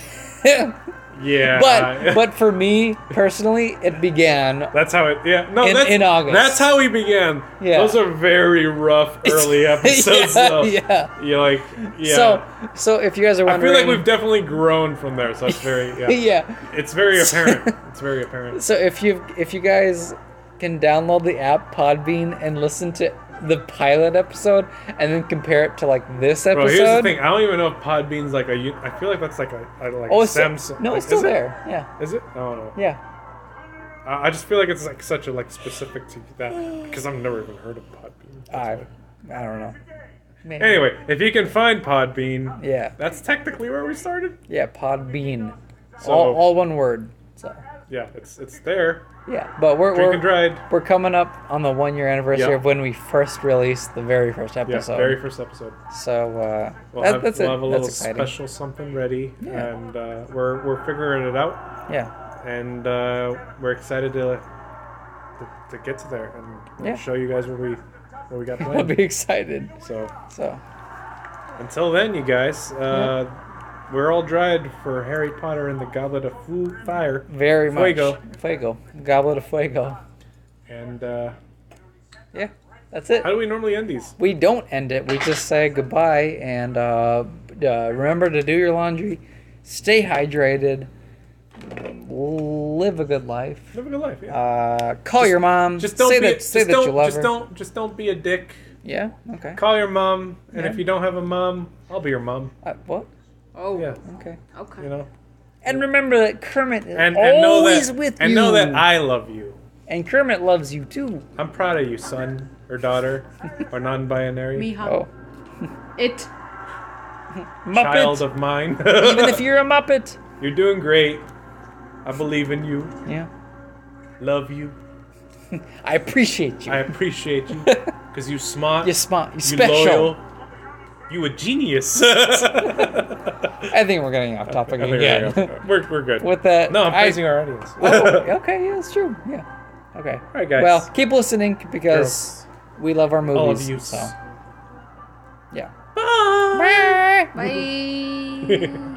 S2: yeah,
S1: *laughs*
S2: *laughs*
S1: but but for me personally, it began
S2: that's how it. Yeah, no,
S1: In-
S2: that's,
S1: in August.
S2: That's how we began.
S1: Yeah.
S2: those are very rough
S1: *laughs*
S2: early *laughs* episodes.
S1: yeah,
S2: though.
S1: yeah.
S2: You're like yeah.
S1: So, so if you guys are
S2: I feel
S1: wondering,
S2: like we've definitely grown from there. So
S1: *laughs*
S2: it's very yeah.
S1: yeah.
S2: It's very
S1: *laughs*
S2: apparent. it's very apparent.
S1: So if you if you guys can download the app Podbean and listen to the pilot episode, and then compare it to like this
S2: Bro,
S1: episode.
S2: here's the thing. I don't even know if Podbean's like a. u- I feel like that's like a, a like
S1: Oh, it's still-
S2: Samsung.
S1: no,
S2: like,
S1: it's still
S2: is it?
S1: there. Yeah,
S2: Is it? I don't know.
S1: yeah.
S2: I I just feel like it's like such a like specific to that because I've never even heard of Podbean.
S1: I, I don't know. Maybe.
S2: Anyway, if you can find Podbean,
S1: Yeah,
S2: that's technically where we started.
S1: yeah. Podbean,
S2: So
S1: all, all one word. So
S2: yeah, it's it's there.
S1: yeah, but we're
S2: Drink and
S1: we're,
S2: dried.
S1: we're coming up on the one year anniversary
S2: Yeah.
S1: of when we first released the very first
S2: Yeah,
S1: episode.
S2: very first episode.
S1: So uh,
S2: We'll,
S1: that,
S2: have,
S1: that's
S2: we'll
S1: it.
S2: have a little
S1: that's exciting.
S2: special something ready,
S1: Yeah.
S2: and uh, we're we're figuring it out,
S1: Yeah, *laughs*
S2: and uh, we're excited to, to to get to there and
S1: Yeah.
S2: show you guys what we
S1: *laughs*
S2: what we got
S1: I'll
S2: planned.
S1: be excited.
S2: so
S1: So
S2: Until then, you guys, uh, we're all dried for Harry Potter and the Goblet of Fu- Fire.
S1: very
S2: Fuego.
S1: much fuego, goblet of fuego.
S2: And uh,
S1: Yeah, that's it.
S2: how do we normally end these?
S1: We don't end it. We just say goodbye and uh, uh, remember to do your laundry, stay hydrated, live a good life.
S2: Live a good life. Yeah.
S1: Uh, call your mom.
S2: just don't
S1: say
S2: be.
S1: that. Say
S2: just
S1: that
S2: don't,
S1: you love
S2: just
S1: her.
S2: don't. Just don't be a dick.
S1: Yeah. Okay.
S2: Call your mom, and
S1: Yeah.
S2: if you don't have a mom, I'll be your mom.
S1: Uh, what?
S3: Oh,
S2: Yeah.
S1: Okay.
S3: okay.
S2: You know.
S1: And remember that Kermit is
S2: And, and know
S1: always
S2: that.
S1: with
S2: and
S1: you.
S2: know that I love you.
S1: and Kermit loves you too.
S2: I'm proud of you, son
S1: *laughs*
S2: or daughter or non-binary
S3: Me, huh?
S1: Oh,
S3: It.
S1: Muppet.
S2: child of mine.
S1: Even if you're a Muppet.
S2: *laughs* You're doing great. I believe in you.
S1: Yeah.
S2: Love you.
S1: I appreciate you.
S2: I appreciate you because you
S1: *laughs*
S2: smart,
S1: you're smart. You're
S2: you
S1: special.
S2: loyal, you
S1: *laughs*
S2: a genius.
S1: I think we're getting off topic
S2: There
S1: again.
S2: we go. We're, we're good.
S1: With that,
S2: no, I'm
S1: I-
S2: praising our audience. *laughs*
S1: Oh, okay, yeah, it's true. Yeah. Okay. All
S2: right, guys.
S1: Well, keep listening because we love our movies.
S2: All of you.
S1: So, yeah.
S2: *laughs*
S3: Bye.